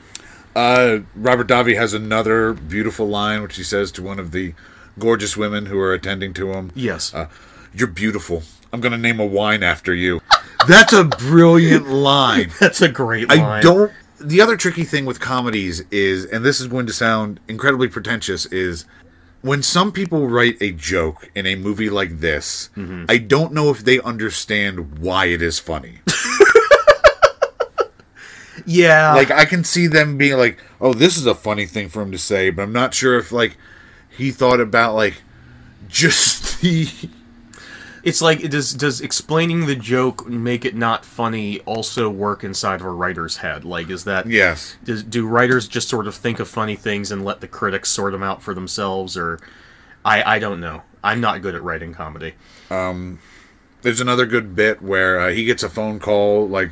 S1: uh, Robert Davi has another beautiful line which he says to one of the gorgeous women who are attending to him.
S2: Yes,
S1: Uh, You're beautiful. I'm gonna name a wine after you. That's a brilliant line.
S2: [laughs] that's a great line.
S1: I don't. The other tricky thing with comedies is, and this is going to sound incredibly pretentious, is when some people write a joke in a movie like this, I don't know if they understand why it is funny.
S2: Yeah,
S1: like, I can see them being like, oh, this is a funny thing for him to say, but I'm not sure if, like, he thought about, like, just [laughs] the.
S2: it's like does does explaining the joke make it not funny also work inside of a writer's head? Like, is that
S1: Yes.
S2: Does, do writers just sort of think of funny things and let the critics sort them out for themselves, or I I don't know. I'm not good at writing comedy.
S1: There's another good bit where uh, he gets a phone call, like,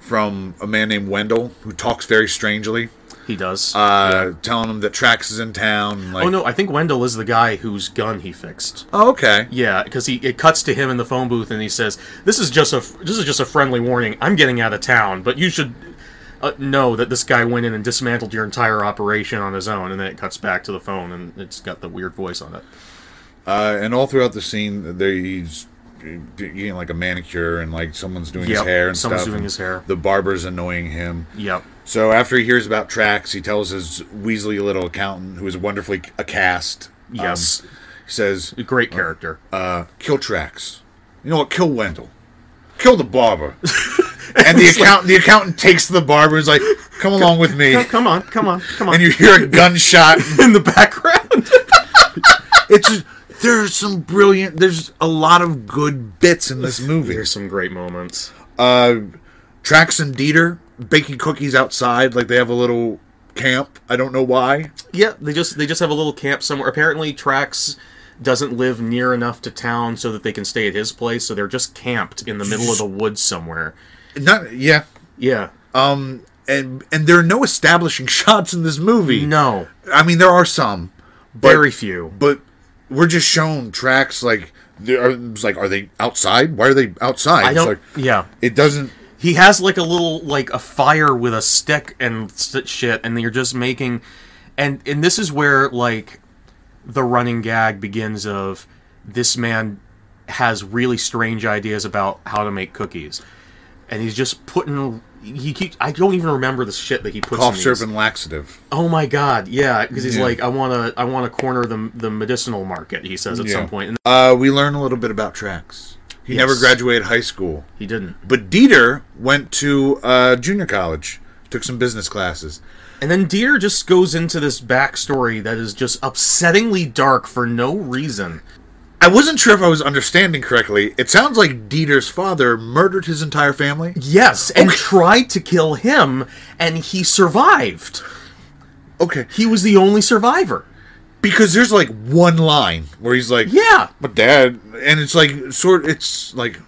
S1: from a man named Wendell who talks very strangely.
S2: He does.
S1: uh, telling him that Trax is in town. and, Like,
S2: oh no, I think Wendell is the guy whose gun he fixed.
S1: Oh, okay.
S2: Yeah, because he it cuts to him in the phone booth and he says, "This is just a this is just a friendly warning. I'm getting out of town, but you should uh, know that this guy went in and dismantled your entire operation on his own." And then it cuts back to the phone and it's got the weird voice on it.
S1: Uh, and all throughout the scene, there he's getting like a manicure and like someone's doing his
S2: Yep,
S1: hair and
S2: someone's
S1: stuff,
S2: doing
S1: and
S2: his hair.
S1: The barber's annoying him.
S2: Yep.
S1: So after he hears about Trax, he tells his Weasley little accountant, who is wonderfully cast. um,
S2: Yes.
S1: he says,
S2: Great character.
S1: uh, "Kill Trax. You know what? Kill Wendell. Kill the
S2: [laughs]
S1: barber." and the account the accountant takes the barber. Is like, "Come along with me."
S2: Oh, come on, come on, come on.
S1: And you hear a gunshot.
S2: [laughs] in the background.
S1: it's there's some brilliant there's a lot of good bits in this movie
S2: There's some great moments.
S1: uh trax and dieter baking cookies outside like they have a little camp i don't know why
S2: Yeah, they just they just have a little camp somewhere. Apparently, Trax doesn't live near enough to town so that they can stay at his place, so they're just camped in the middle of the woods somewhere.
S1: not yeah
S2: Yeah.
S1: um and and there are no establishing [laughs] shots in this movie
S2: No.
S1: i mean there are some but,
S2: Very few.
S1: but we're just shown tracks like they're it's like are they outside why are they outside
S2: I
S1: It's
S2: don't.
S1: like,
S2: yeah.
S1: it doesn't
S2: He has like a little like a fire with a stick and st- shit, and you're just making, and and this is where like the running gag begins of this man has really strange ideas about how to make cookies, and he's just putting. He keeps. I don't even remember the shit that he puts.
S1: cough
S2: in
S1: syrup
S2: these.
S1: and laxative
S2: Oh my god, yeah, because he's
S1: Yeah.
S2: like, I want to, I want to corner the the medicinal market. He says at
S1: Yeah.
S2: some point, and
S1: uh we learn a little bit about tracks he never
S2: Yes.
S1: graduated high school
S2: he didn't.
S1: But Dieter went to uh, junior college, took some business classes.
S2: And then Dieter just goes into this backstory that is just upsettingly dark for no reason.
S1: I wasn't sure if I was understanding correctly. It sounds like Dieter's father murdered his entire family.
S2: Yes, and tried to kill him, and he survived.
S1: Okay.
S2: He was the only survivor.
S1: Because there's like one line where he's like,
S2: Yeah.
S1: but dad," and it's like sort. It's like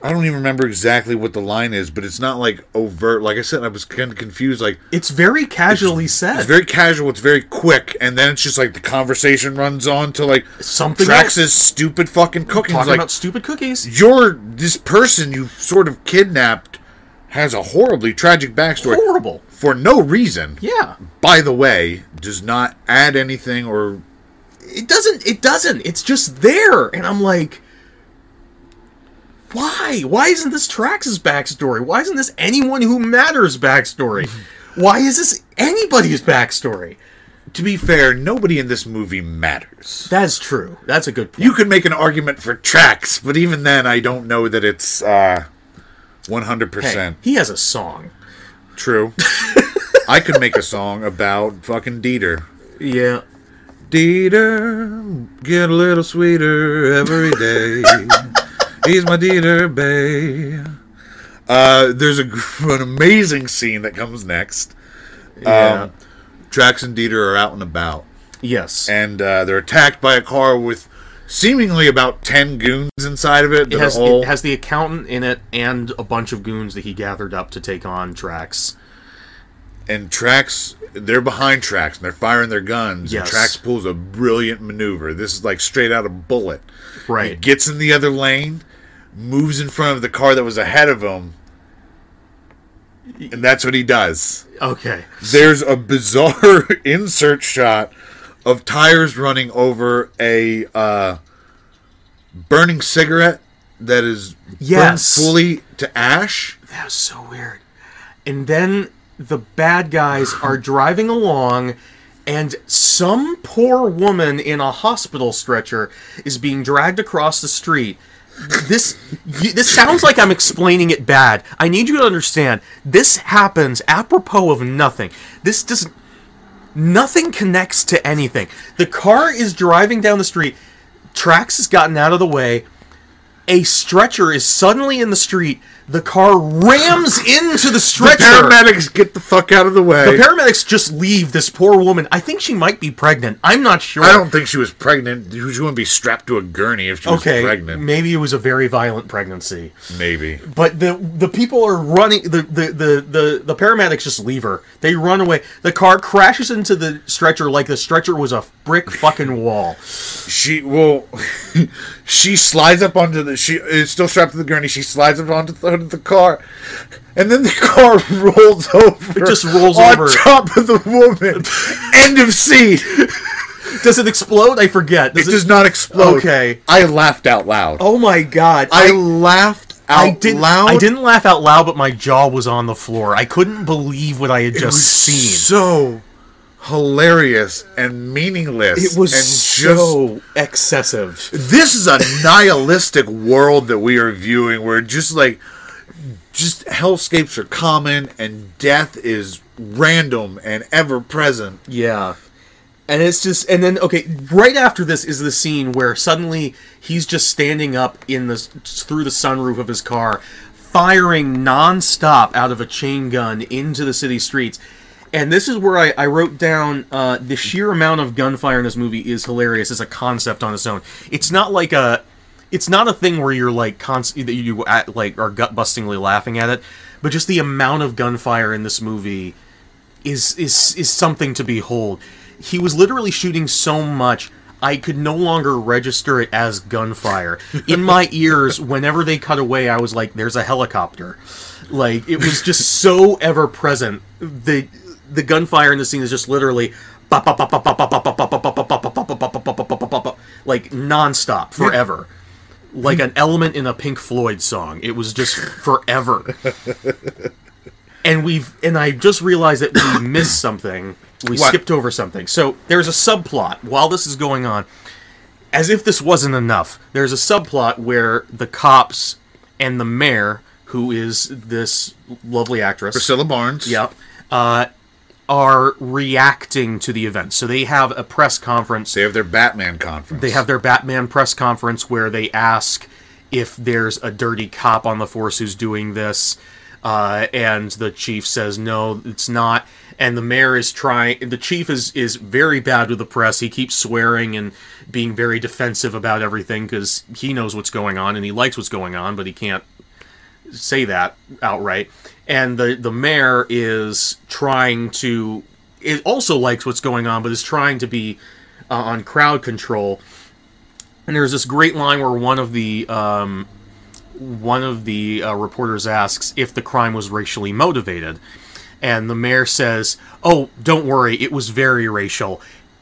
S1: I don't even remember exactly what the line is, but it's not like overt. Like I said, I was kind of confused. Like
S2: It's very casually said.
S1: it's very casual, it's very quick, and then it's just like the conversation runs on to like
S2: Something
S1: tracks
S2: else.
S1: his stupid fucking cooking.
S2: Talking
S1: like,
S2: about stupid cookies.
S1: you're this person you sort of kidnapped has a horribly tragic backstory
S2: Horrible.
S1: for no reason.
S2: Oh. Yeah.
S1: By the way, does not add anything or
S2: it doesn't it doesn't it's just there and i'm like why why isn't this trax's backstory why isn't this anyone who matters
S1: [laughs]
S2: backstory why is this anybody's backstory
S1: To be fair, nobody in this movie matters.
S2: that's true that's a good point
S1: You could make an argument for tracks, but even then, I don't know that it's uh, 100%
S2: Hey, he has a song
S1: true. I could make a song about fucking Dieter.
S2: yeah
S1: Dieter, get a little sweeter every day. He's my Dieter Bay. Uh, there's a, gr- an amazing scene that comes next.
S2: yeah
S1: Um, Drax and Dieter are out and about,
S2: yes
S1: and uh, they're attacked by a car with seemingly about 10 goons inside of it.
S2: it
S1: that
S2: has,
S1: are all,
S2: it has the accountant in it and a bunch of goons that he gathered up to take on Trax.
S1: and Trax, they're behind Trax, and they're firing their guns.
S2: Yes.
S1: And Trax pulls a brilliant maneuver. This is like straight out of bullet. He
S2: Right.
S1: gets in the other lane, moves in front of the car that was ahead of him, and that's what he does.
S2: Okay.
S1: There's a bizarre [laughs] insert shot of tires running over a uh, burning cigarette that is
S2: Yes.
S1: burned fully to ash.
S2: That was so weird. And then the bad guys are driving along, and some poor woman in a hospital stretcher is being dragged across the street. This you, this sounds like I'm explaining it bad. I need you to understand. This happens apropos of nothing. This does nothing connects to anything. The car is driving down the street. Trax has gotten out of the way a stretcher is suddenly in the street. The car rams into the stretcher.
S1: Paramedics, get the fuck out of the way.
S2: The paramedics just leave this poor woman. I think she might be pregnant. I'm not sure.
S1: I don't think she was pregnant. She wouldn't be strapped to a gurney if she was
S2: okay,
S1: pregnant.
S2: maybe it was a very violent pregnancy.
S1: Maybe.
S2: But the the people are running. The, the the the the paramedics just leave her. They run away. The car crashes into the stretcher like the stretcher was a
S1: [laughs]
S2: brick fucking wall.
S1: She well, [laughs] she slides up onto the. She is still strapped to the gurney. She slides up onto the, onto the car, and then the [laughs] car rolls over. It
S2: just rolls
S1: on
S2: over.
S1: top of the
S2: [laughs]
S1: woman. End of scene.
S2: Does it explode? I forget.
S1: It
S2: Does it,
S1: does not explode.
S2: Okay.
S1: I laughed out loud.
S2: oh my god!
S1: I laughed out
S2: I didn't.
S1: loud.
S2: I didn't laugh out loud, but my jaw was on the floor. I couldn't believe what I had
S1: It was
S2: just seen.
S1: so hilarious and meaningless. and
S2: excessive.
S1: this is a nihilistic world that we are viewing where just like just hellscapes are common and death is random and ever present
S2: Yeah, and it's just. And then okay, right after this is the scene where suddenly he's just standing up in the through the sunroof of his car, firing nonstop out of a chain gun into the city streets. And this is where I, I wrote down uh, the sheer amount of gunfire in this movie is hilarious as a concept on its own. It's not like a it's not a thing where you're like constant that you at, like are gut bustingly laughing at it, but just the amount of gunfire in this movie is is is something to behold. He was literally shooting so much I could no longer register it as gunfire. In my ears, whenever they cut away, I was like, "There's a helicopter." Like it was just so ever present. The the gunfire in the scene is just literally like nonstop forever like an element in a Pink Floyd song. It was
S1: [laughs]
S2: just forever. and we've and I just realized that
S1: [coughs]
S2: we missed something. We
S1: What?
S2: skipped over something. So there's a subplot while this is going on. As if this wasn't enough, there's a subplot where the cops and the mayor, who is this lovely actress,
S1: priscilla barnes
S2: yep, uh, are reacting to the event. So they have a press conference
S1: they have their batman conference
S2: they have their Batman press conference where they ask if there's a dirty cop on the force who's doing this, uh, and the chief says no, it's not. And the mayor is trying. The chief is is very bad with the press. He keeps swearing and being very defensive about everything because he knows what's going on and he likes what's going on, but he can't say that outright. And the the mayor is trying to it also likes what's going on, but is trying to be uh, on crowd control. And there's this great line where one of the um, one of the uh, reporters asks if the crime was racially motivated, and the mayor says, "Oh, don't worry, it was very racial."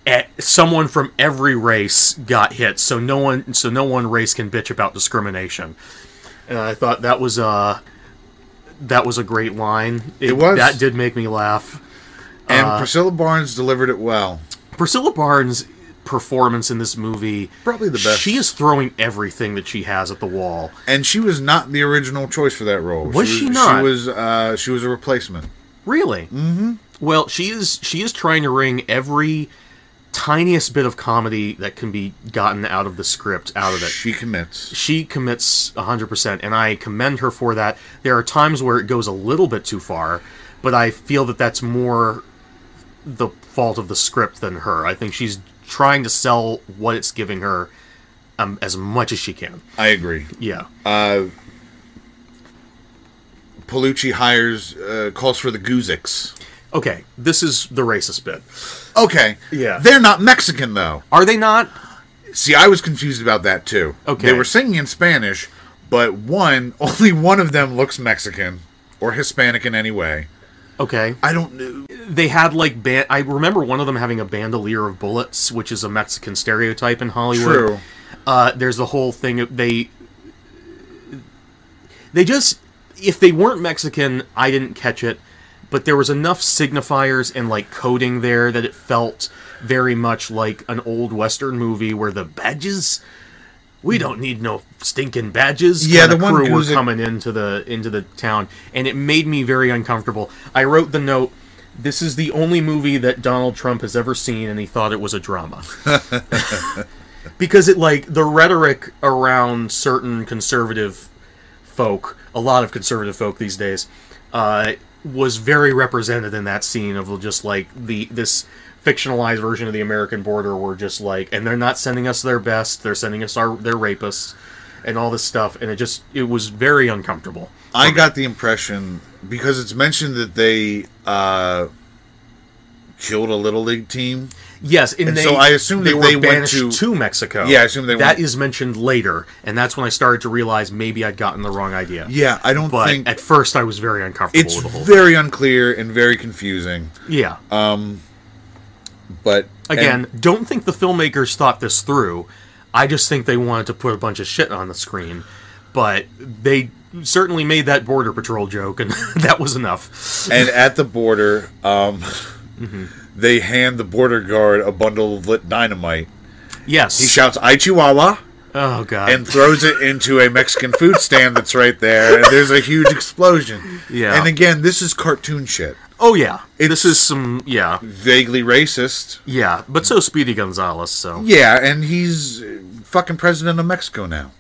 S2: at, someone from every race got hit, so no one so no one race can bitch about discrimination. And I thought that was uh that was a great line.
S1: It was.
S2: that did make me laugh.
S1: And Priscilla Barnes delivered it well.
S2: Priscilla Barnes' performance in this movie
S1: Probably the best.
S2: She is throwing everything that she has at the wall.
S1: And she was not the original choice for that role.
S2: Was she not?
S1: She was. Uh, she was a replacement.
S2: Really? Mm-hmm. Well, she is she is trying to wring every tiniest bit of comedy that can be gotten out of the script out of it.
S1: She commits.
S2: She commits 100% and I commend her for that. There are times where it goes a little bit too far, but I feel that that's more the fault of the script than her. I think she's trying to sell what it's giving her um, as much as she can.
S1: I agree.
S2: Yeah.
S1: Palucci hires uh, calls for the Guziks.
S2: okay, this is the racist bit.
S1: Okay.
S2: Yeah.
S1: They're not Mexican though.
S2: Are they not?
S1: See, I was confused about that too.
S2: Okay.
S1: They were singing in Spanish, but one [laughs] only one of them looks Mexican or Hispanic in any way.
S2: Okay.
S1: I don't know.
S2: they had like ban- I remember one of them having a bandolier of bullets, which is a Mexican stereotype in Hollywood.
S1: True.
S2: Uh, there's the whole thing of they they just if they weren't Mexican, I didn't catch it, but there was enough signifiers and like coding there that it felt very much like an old western movie where the badges we don't need no stinking badges.
S1: Yeah,
S2: kinda
S1: the one
S2: crew were
S1: Guzik-
S2: coming into the into the town, and it made me very uncomfortable. I wrote the note. This is the only movie that Donald Trump has ever seen, and he thought it was
S1: [laughs]
S2: a drama. because it like the rhetoric around certain conservative folk, a lot of conservative folk these days, uh, was very represented in that scene of just like the this fictionalized version of the American border, where just like, and they're not sending us their best; they're sending us our their rapists and all this stuff, and it just it was very uncomfortable.
S1: I got the impression because it's mentioned that they uh, killed a little league team.
S2: Yes, and,
S1: And
S2: they,
S1: so I assume
S2: they
S1: that
S2: were
S1: they went
S2: banished
S1: to-
S2: Mexico.
S1: Yeah, I assume they
S2: that
S1: went-
S2: is mentioned later, and that's when I started to realize maybe I'd gotten the wrong idea.
S1: Yeah, I don't
S2: but
S1: think
S2: at first I was very uncomfortable
S1: it's
S2: with the whole.
S1: very unclear and very confusing.
S2: yeah.
S1: But
S2: Again,
S1: and
S2: don't think the filmmakers thought this through. I just think they wanted to put a bunch of shit on the screen, but they certainly made that border patrol joke, and [laughs] that was enough.
S1: and at the border, um,
S2: Mm-hmm.
S1: they hand the border guard a bundle of lit dynamite.
S2: Yes.
S1: He shouts, "I Chihuahua!"
S2: oh god.
S1: and throws it into a Mexican food stand that's right there. And there's a huge explosion.
S2: Yeah.
S1: And again, this is cartoon shit.
S2: oh yeah. This
S1: It's-
S2: is some yeah
S1: Vaguely racist.
S2: yeah, but so Speedy Gonzalez. So
S1: Yeah, and he's uh, fucking president of Mexico now.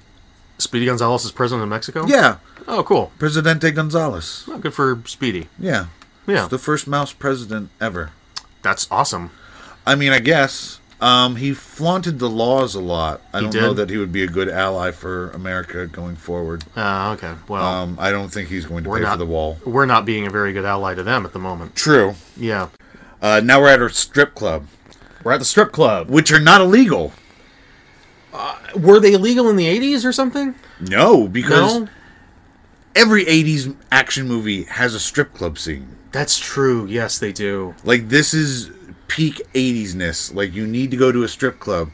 S2: Speedy Gonzalez is president of Mexico.
S1: Yeah,
S2: Oh cool.
S1: Presidente Gonzalez.
S2: Oh, good for Speedy.
S1: Yeah.
S2: Yeah.
S1: The first mouse president ever.
S2: That's awesome.
S1: I mean, I guess um, he flaunted the laws a lot. I don't
S2: did?
S1: know that he would be a good ally for America going forward.
S2: Uh, okay. Well,
S1: Um, I don't think he's going to
S2: we're
S1: pay
S2: not
S1: for the wall.
S2: We're not being a very good ally to them at the moment.
S1: True.
S2: Yeah.
S1: Uh, now we're at our strip club,
S2: We're at the strip club.
S1: which are not illegal.
S2: Were they illegal in the 80s or something?
S1: No, because
S2: No.
S1: every 80s action movie has a strip club scene.
S2: That's true. Yes, they do.
S1: Like this is peak 80s-ness. Like you need to go to a strip club.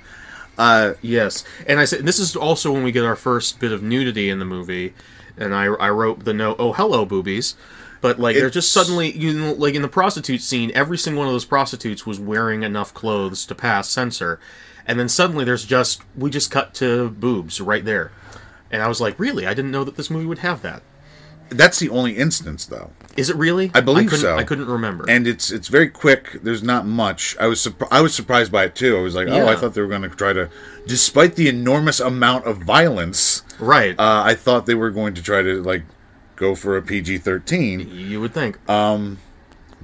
S2: Yes. And I said and this is also when we get our first bit of nudity in the movie and I I wrote the note, "Oh, hello boobies." But like they're just
S1: It's-
S2: suddenly you know, like in the prostitute scene, every single one of those prostitutes was wearing enough clothes to pass censor. And then suddenly there's just we just cut to boobs right there. And I was like, "Really? I didn't know that this movie would have that."
S1: That's the only instance though.
S2: Is it really?
S1: I believe
S2: couldn't-
S1: so.
S2: I couldn't remember.
S1: And it's it's very quick. There's not much. I was surpri- I was surprised by it too. I was like, "Oh, I
S2: Yeah.
S1: thought they were going to try to despite the enormous amount of violence,
S2: right.
S1: uh, I thought they were going to try to like go for a PG-13."
S2: you would think.
S1: uh,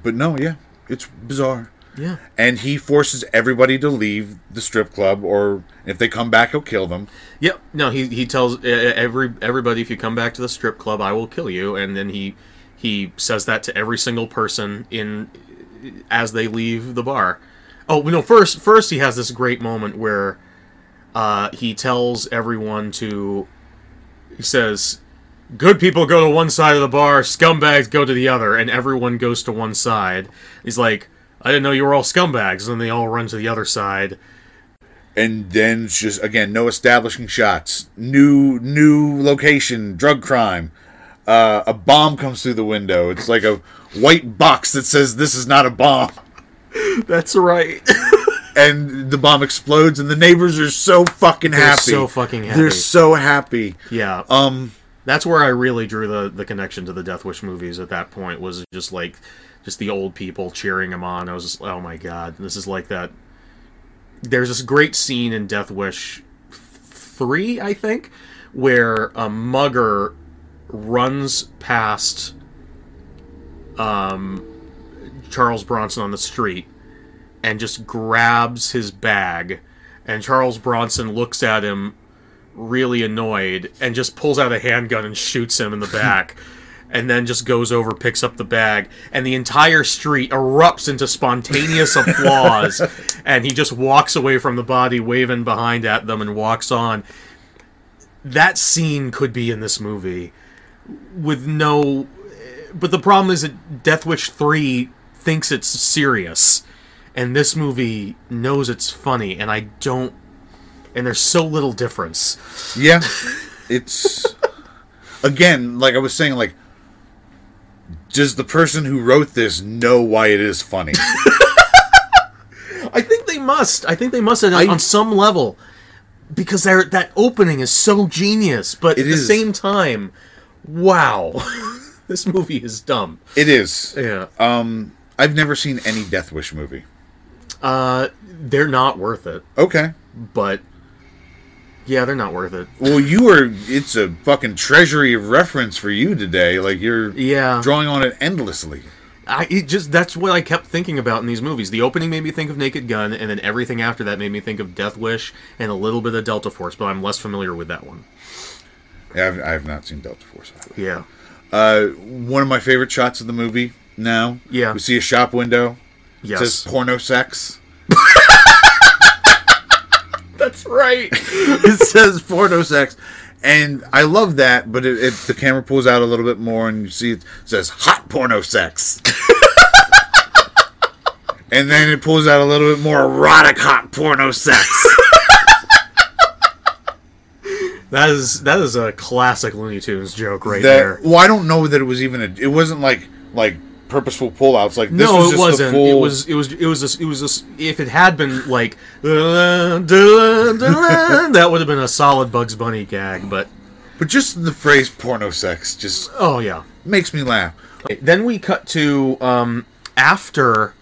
S1: But no, yeah. It's bizarre.
S2: yeah.
S1: and he forces everybody to leave the strip club or if they come back he'll kill them
S2: Yep. No, he he tells uh, every everybody if you come back to the strip club, I will kill you, and then he he says that to every single person in as they leave the bar. Oh no! First, first he has this great moment where uh, he tells everyone to. He says, "Good people go to one side of the bar, scumbags go to the other," and everyone goes to one side. He's like, I didn't know you were all scumbags. And then they all run to the other side.
S1: and then it's just again no establishing shots new new location drug crime uh, a bomb comes through the window it's like a white box that says this is not a bomb
S2: That's right.
S1: and the bomb explodes and the neighbors are so fucking
S2: They're
S1: happy
S2: so fucking happy.
S1: they're so happy
S2: yeah.
S1: um
S2: That's where I really drew the the connection to the Death Wish movies at that point was just like just the old people cheering him on. I was just oh my god, this is like that. There's this great scene in Death Wish three, I think, where a mugger runs past um, Charles Bronson on the street and just grabs his bag, and Charles Bronson looks at him really annoyed and just pulls out a handgun and shoots him in the back and then just goes over picks up the bag and the entire street erupts into spontaneous applause and he just walks away from the body waving behind at them and walks on that scene could be in this movie with no but the problem is that death wish 3 thinks it's serious and this movie knows it's funny and i don't and there's so little difference
S1: yeah it's again like i was saying like does the person who wrote this know why it is funny
S2: I think they must. I think they must on- on some level because they're, that opening is so genius. But
S1: It
S2: at the
S1: is.
S2: same time, wow, [laughs] this movie is dumb.
S1: it is
S2: Yeah,
S1: um i've never seen any death wish movie
S2: uh, they're not worth it.
S1: okay
S2: But yeah, they're not worth it.
S1: Well, you were. It's a fucking treasury of reference for you today. Like you're
S2: Yeah,
S1: drawing on it endlessly.
S2: I it just that's what I kept thinking about in these movies. The opening made me think of Naked Gun, and then everything after that made me think of Death Wish and a little bit of Delta Force. But I'm less familiar with that one.
S1: Yeah, I've, I've not seen Delta Force. either.
S2: Yeah,
S1: Uh, one of my favorite shots of the movie. Now,
S2: Yeah.
S1: we see a shop window. It
S2: yes,
S1: Says porno sex.
S2: that's [laughs] right.
S1: [laughs] it says porno sex, and I love that. But it, it the camera pulls out a little bit more, and you see it says hot porno [laughs] sex. And then it pulls out a little bit more erotic hot porno sex.
S2: That is that is a classic Looney Tunes joke right
S1: that
S2: there.
S1: well i don't know that it was even a it wasn't like like purposeful pullouts like this
S2: no,
S1: was
S2: it
S1: just
S2: wasn't.
S1: the full
S2: It was it was it was this, it was this, if it had been like "Da-da, da-da,
S1: [laughs]
S2: da-da," that would have been a solid Bugs Bunny gag, but
S1: but just the phrase porno sex just
S2: oh yeah.
S1: makes me laugh
S2: Then we cut to um after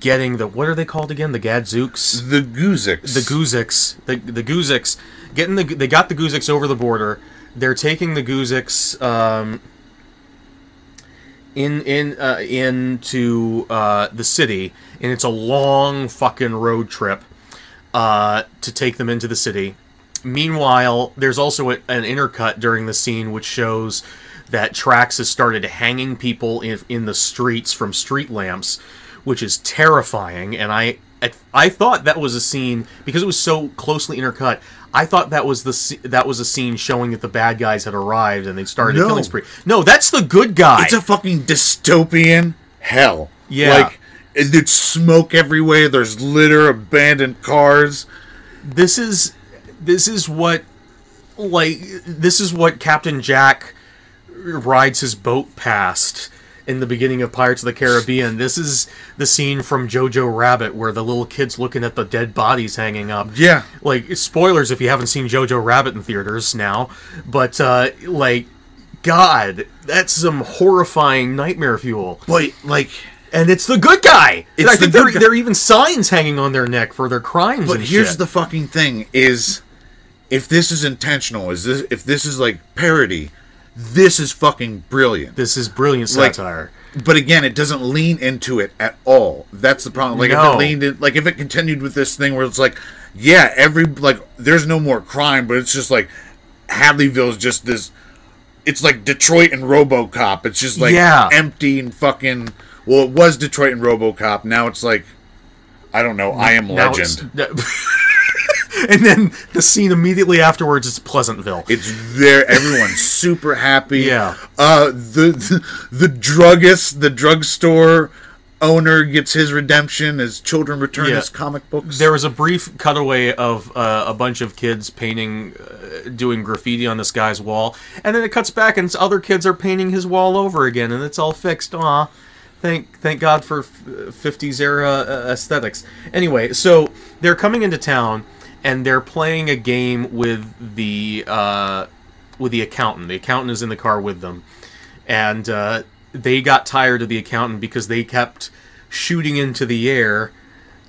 S2: getting the what are they called again? The Gadzooks.
S1: the guziks
S2: the Guziks, the the Guziks, getting the they got the Guziks over the border. They're taking the Guziks um, in in uh, into uh, the city, and it's a long fucking road trip uh, to take them into the city. Meanwhile, there's also a, an intercut during the scene which shows that Trax has started hanging people in, in the streets from street lamps, which is terrifying. And I, I, I thought that was a scene because it was so closely intercut. I thought that was the sce- that was a scene showing that the bad guys had arrived and they started
S1: No.
S2: a killing spree. No, that's the good guy.
S1: it's a fucking dystopian hell
S2: Yeah.
S1: like it- it's smoke everywhere there's litter abandoned cars
S2: this is this is what like this is what Captain Jack rides his boat past in the beginning of Pirates of the Caribbean. This is the scene from Jojo Rabbit where the little kid's looking at the dead bodies hanging up.
S1: Yeah.
S2: Like spoilers if you haven't seen Jojo Rabbit in theaters now, but uh like god, that's some horrifying nightmare fuel.
S1: but like
S2: And it's the good guy.
S1: It's
S2: I think
S1: the
S2: there,
S1: good guy.
S2: there are even signs hanging on their neck for their crimes.
S1: but
S2: and
S1: here's
S2: shit.
S1: the fucking thing is if this is intentional is this if this is like parody this is fucking brilliant
S2: this is brilliant
S1: Like-
S2: satire.
S1: but again, it doesn't lean into it at all. That's the problem. Like if
S2: No.
S1: it leaned in, like if it continued with this thing where it's like, yeah, every like there's no more crime, but it's just like Hadleyville's just this. It's like Detroit and RoboCop. It's just like
S2: Yeah.
S1: empty and fucking. Well, it was Detroit and RoboCop. Now it's like, I don't know. I am
S2: Now
S1: Legend.
S2: it's- [laughs] and then the scene immediately afterwards is Pleasantville.
S1: It's there.
S2: [laughs]
S1: Everyone's super happy.
S2: Yeah.
S1: Uh, the, the the druggist, the drugstore, owner gets his redemption as children return
S2: Yeah.
S1: his comic books.
S2: There was a brief cutaway of uh, a bunch of kids painting, uh, doing graffiti on this guy's wall, and then it cuts back and s- other kids are painting his wall over again, and it's all fixed. Aw, thank thank God for fifties era uh, aesthetics. Anyway, so they're coming into town, and they're playing a game with the uh, with the accountant. The accountant is in the car with them, and uh, they got tired of the accountant because they kept shooting into the air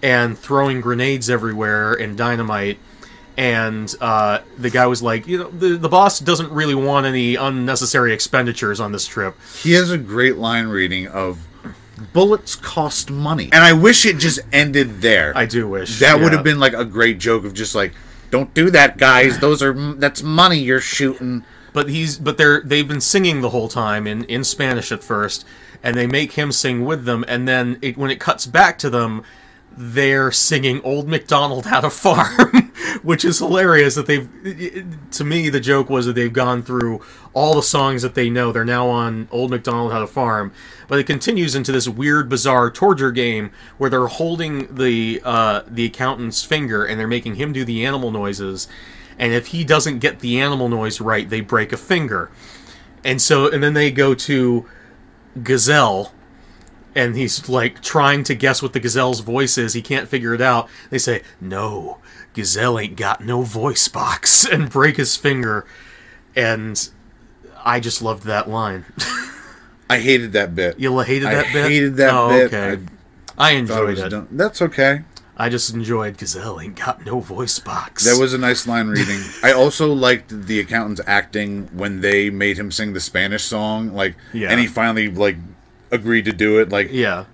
S2: and throwing grenades everywhere and dynamite. And uh, the guy was like, you know, the, the boss doesn't really want any unnecessary expenditures on this trip.
S1: he has a great line reading of bullets cost money. And I wish it just ended there.
S2: I do wish
S1: That would
S2: yeah.
S1: have been like a great joke of just like, don't do that, guys. Those are that's money you're shooting.
S2: but he's but they're they've been singing the whole time in in Spanish at first, and they make him sing with them, and then it, when it cuts back to them, they're singing "Old MacDonald Had a Farm," [laughs] which is hilarious. That they've it- it- to me the joke was that they've gone through all the songs that they know. They're now on "Old MacDonald Had a Farm," but it continues into this weird, bizarre torture game where they're holding the uh, the accountant's finger and they're making him do the animal noises and if he doesn't get the animal noise right, they break a finger. And so, and then they go to Gazelle, and he's like trying to guess what the Gazelle's voice is. He can't figure it out. They say, No, Gazelle ain't got no voice box, [laughs] and break his finger. And I just loved that line. [laughs]
S1: I hated that bit.
S2: You hated that
S1: I
S2: bit?
S1: hated that
S2: oh,
S1: bit.
S2: Okay.
S1: I
S2: I,
S1: thought it
S2: enjoyed
S1: was
S2: it.
S1: dumb. That's okay.
S2: I just enjoyed Gazelle ain't got no voice box.
S1: That was a nice line
S2: [laughs]
S1: reading. I also liked the accountant's acting when they made him sing the Spanish song, like,
S2: Yeah.
S1: and he finally like agreed to do it. Like,
S2: yeah.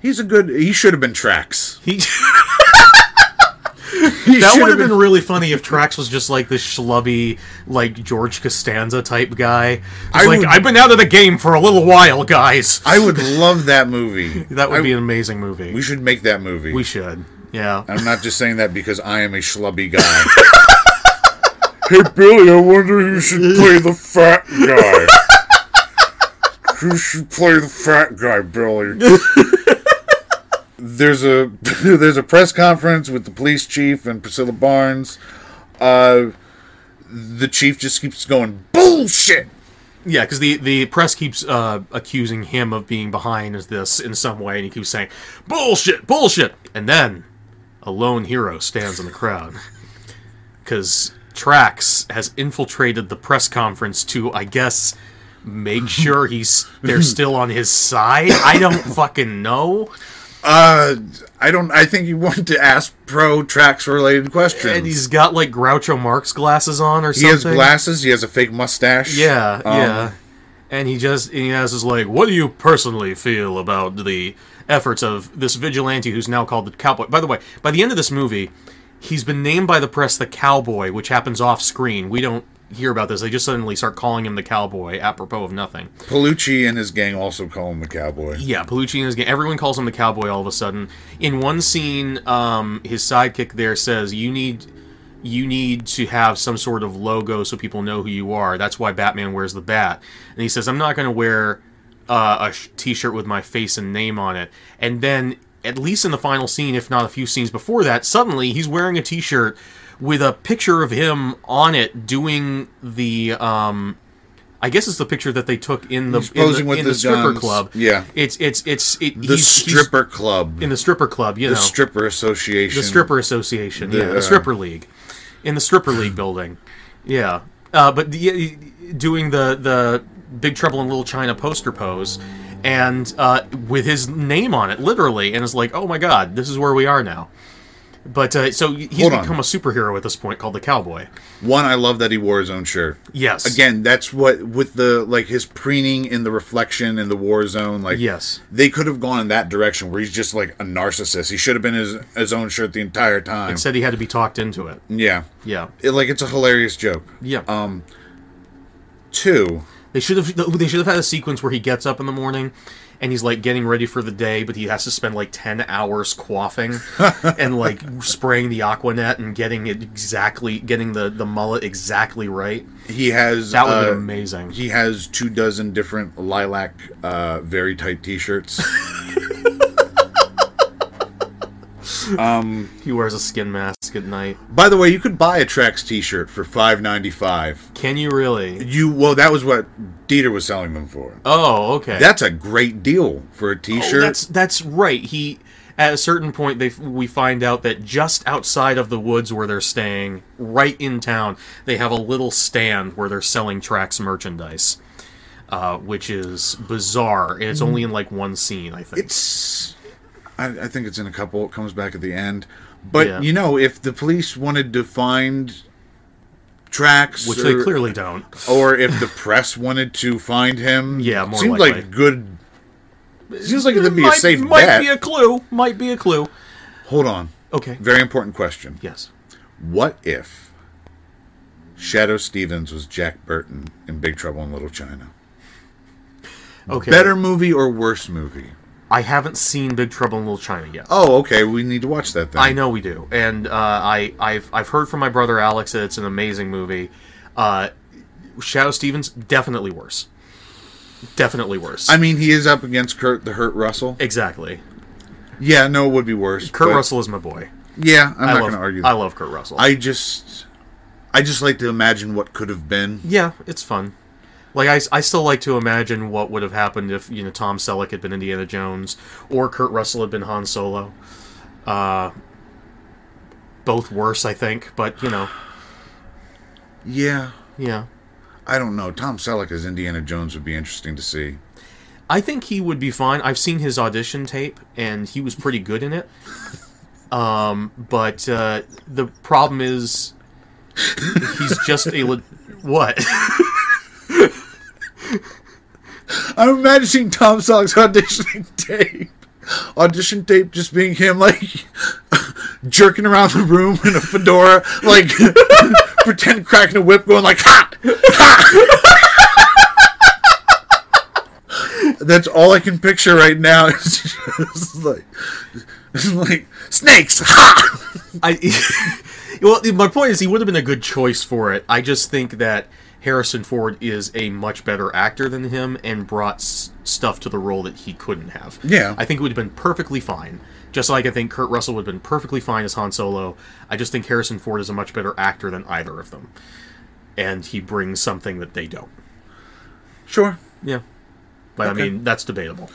S1: he's a good. He should have been tracks.
S2: He. [laughs]
S1: He
S2: That
S1: should
S2: would have been really funny if Trax was just like this schlubby, like George Costanza type guy.
S1: I
S2: I like,
S1: would-
S2: I've been out of the game for a little while, guys.
S1: I would love that movie.
S2: [laughs] that would
S1: I-
S2: be an amazing movie.
S1: We
S2: We, Uh,
S1: should make that movie.
S2: should. Yeah.
S1: I'm not just saying that because I am a schlubby guy. [laughs] hey Billy, I wonder who should play the fat guy. who should play the fat guy,
S2: [laughs]
S1: Billy? there's a [laughs] there's a press conference with the police chief and Priscilla Barnes. Uh, the chief just keeps going bullshit.
S2: Yeah, because the, the press keeps uh, accusing him of being behind this in some way, and he keeps saying, bullshit, bullshit. And then a lone hero stands in the crowd. Because Trax has infiltrated the press conference to, I guess, make sure he's [laughs] they're still on his side. I don't fucking know.
S1: Uh, I don't. I think you want to ask pro tracks related questions.
S2: And he's got like Groucho Marx glasses on or
S1: He
S2: something.
S1: has glasses. He has a fake mustache.
S2: Yeah,
S1: Um,
S2: yeah. And he just and he has is like, what do you personally feel about the efforts of this vigilante who's now called the cowboy? By the way, by the end of this movie, he's been named by the press the cowboy, which happens off screen. We don't hear about this. They just suddenly start calling him the cowboy apropos of nothing.
S1: Palucci and his gang also call him the cowboy.
S2: Yeah, Palucci and his gang. Everyone calls him the cowboy all of a sudden. In one scene, um, his sidekick there says, "You need, you need to have some sort of logo so people know who you are. That's why Batman wears the bat." And he says, "I'm not going to wear uh, a sh- t-shirt with my face and name on it." And then, at least in the final scene, if not a few scenes before that, suddenly he's wearing a t-shirt with a picture of him on it doing the. Um, I guess it's the picture that they took in the
S1: He's posing
S2: in the,
S1: with
S2: in the
S1: his
S2: stripper
S1: guns.
S2: club.
S1: Yeah.
S2: It's it's it's it,
S1: The
S2: he's- he's
S1: stripper club,
S2: in the stripper club, you
S1: the
S2: know,
S1: stripper association,
S2: the stripper association, yeah,
S1: uh,
S2: the stripper league, in the stripper league building, yeah. Uh, but the, doing the the Big Trouble in Little China poster pose, and uh, with his name on it, literally, and it's like, oh my god, this is where we are now. But uh, so he's
S1: Hold on.
S2: become a superhero at this point, called the Cowboy.
S1: One, I love that he wore his own shirt.
S2: Yes,
S1: Again, that's what with the like his preening in the reflection in the war zone. Like,
S2: Yes.
S1: they could have gone in that direction where he's just like a narcissist. He should have been his his own shirt the entire time.
S2: said he had to be talked into it.
S1: yeah,
S2: Yeah,
S1: It- like it's a hilarious joke.
S2: yeah.
S1: Two,
S2: They should have. They should have had a sequence where he gets up in the morning, and he's like getting ready for the day, but he has to spend like ten hours quaffing, and like spraying the Aquanet and getting it exactly, getting the the mullet exactly right.
S1: he has
S2: That would have
S1: uh,
S2: been amazing.
S1: He has two dozen different lilac, uh, very tight T-shirts.
S2: He wears a skin mask at night.
S1: By the way, you could buy a Trax T-shirt for five ninety five.
S2: Can you really?
S1: You well, that was what Dieter was selling them for.
S2: Oh, okay.
S1: That's a great deal for a
S2: Oh,
S1: T-shirt.
S2: That's that's right. He at a certain point they we find out that just outside of the woods where they're staying, right in town, they have a little stand where they're selling Trax merchandise. Uh, which is bizarre, and it's only in like one scene, I think.
S1: it's I, I think it's in a couple it comes back at the end but
S2: Yeah.
S1: you know if the police wanted to find tracks
S2: which
S1: or,
S2: they clearly don't.
S1: or if the press wanted to find him
S2: [laughs] Yeah, more
S1: seems
S2: likely.
S1: like good seems like it'd be a
S2: might,
S1: safe
S2: might
S1: bet
S2: be a clue. Might be a clue.
S1: hold on
S2: Okay.
S1: very important question
S2: Yes.
S1: what if shadow stevens was jack burton in big trouble in little china
S2: Okay.
S1: better movie or worse movie
S2: I haven't seen Big Trouble in Little China yet.
S1: oh okay we need to watch that then
S2: I know we do, and uh, I I've I've heard from my brother Alex that it's an amazing movie. Uh, Shadow Stevens definitely worse. Definitely worse.
S1: i mean he is up against kurt the hurt russell
S2: exactly.
S1: Yeah, no, it would be worse.
S2: Kurt
S1: but-
S2: Russell is my boy.
S1: Yeah, I'm
S2: I
S1: not
S2: love
S1: going to argue.
S2: I
S1: That.
S2: love Kurt Russell.
S1: I just, I just like to imagine what could have been.
S2: yeah, it's fun. Like I, I still like to imagine what would have happened if you know Tom Selleck had been Indiana Jones or Kurt Russell had been Han Solo. Uh, both worse, I think, but you know,
S1: Yeah,
S2: yeah.
S1: I don't know. Tom Selleck as Indiana Jones would be interesting to see.
S2: I think he would be fine. I've seen his audition tape, and he was pretty good in it. Um, but uh, the problem is, he's just a le- what? [laughs]
S1: I'm imagining Tom Selleck's audition [laughs] tape, audition tape just being him like [laughs] jerking around the room in a fedora, like [laughs] pretend cracking a whip, going like ha. ha!" [laughs] That's all I can picture right now. [laughs] It's just like, it's like snakes. Ha!
S2: I [laughs] well, my point is, he would have been a good choice for it. I just think that Harrison Ford is a much better actor than him, and brought s- stuff to the role that he couldn't have.
S1: Yeah.
S2: I think it would have been perfectly fine. Just like I think Kurt Russell would have been perfectly fine as Han Solo. I just think Harrison Ford is a much better actor than either of them, and he brings something that they don't.
S1: Sure.
S2: Yeah, but I
S1: Okay.
S2: mean that's debatable.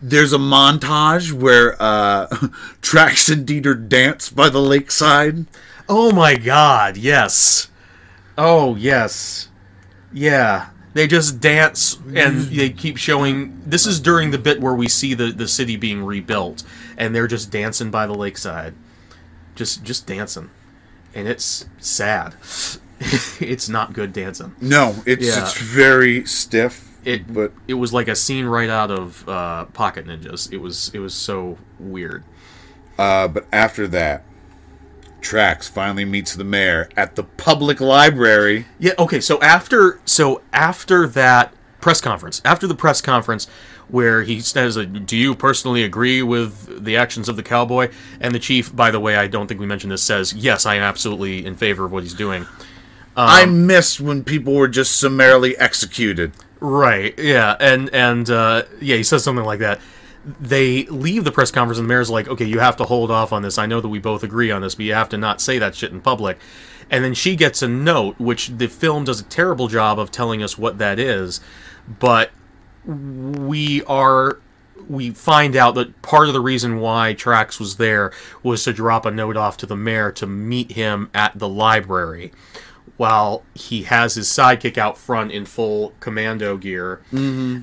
S1: There's a montage where uh, [laughs] Trax and Dieter dance by the lakeside.
S2: Oh my god, yes. Oh, yes. Yeah. They just dance and they keep showing. This is during the bit where we see the, the city being rebuilt, and they're just dancing by the lakeside. Just just dancing. And it's sad. [laughs] it's not good dancing.
S1: No, it's
S2: Yeah.
S1: it's very stiff.
S2: It-
S1: but
S2: It was like a scene right out of uh, Pocket Ninjas. It was it was so weird.
S1: uh, but after that, Trax finally meets the mayor at the public library.
S2: Yeah. Okay. So after so after that press conference, after the press conference, where he says, uh, "Do you personally agree with the actions of the cowboy?" and the chief, by the way, I don't think we mentioned this, says, "Yes, I am absolutely in favor of what he's doing." Uh-huh.
S1: I miss when people were just summarily executed.
S2: Right. Yeah. And and uh, yeah, he says something like that. They leave the press conference, and the mayor's like, "Okay, you have to hold off on this. I know that we both agree on this, but you have to not say that shit in public." And then she gets a note, which the film does a terrible job of telling us what that is, but we are we find out that part of the reason why Trax was there was to drop a note off to the mayor to meet him at the library while he has his sidekick out front in full commando gear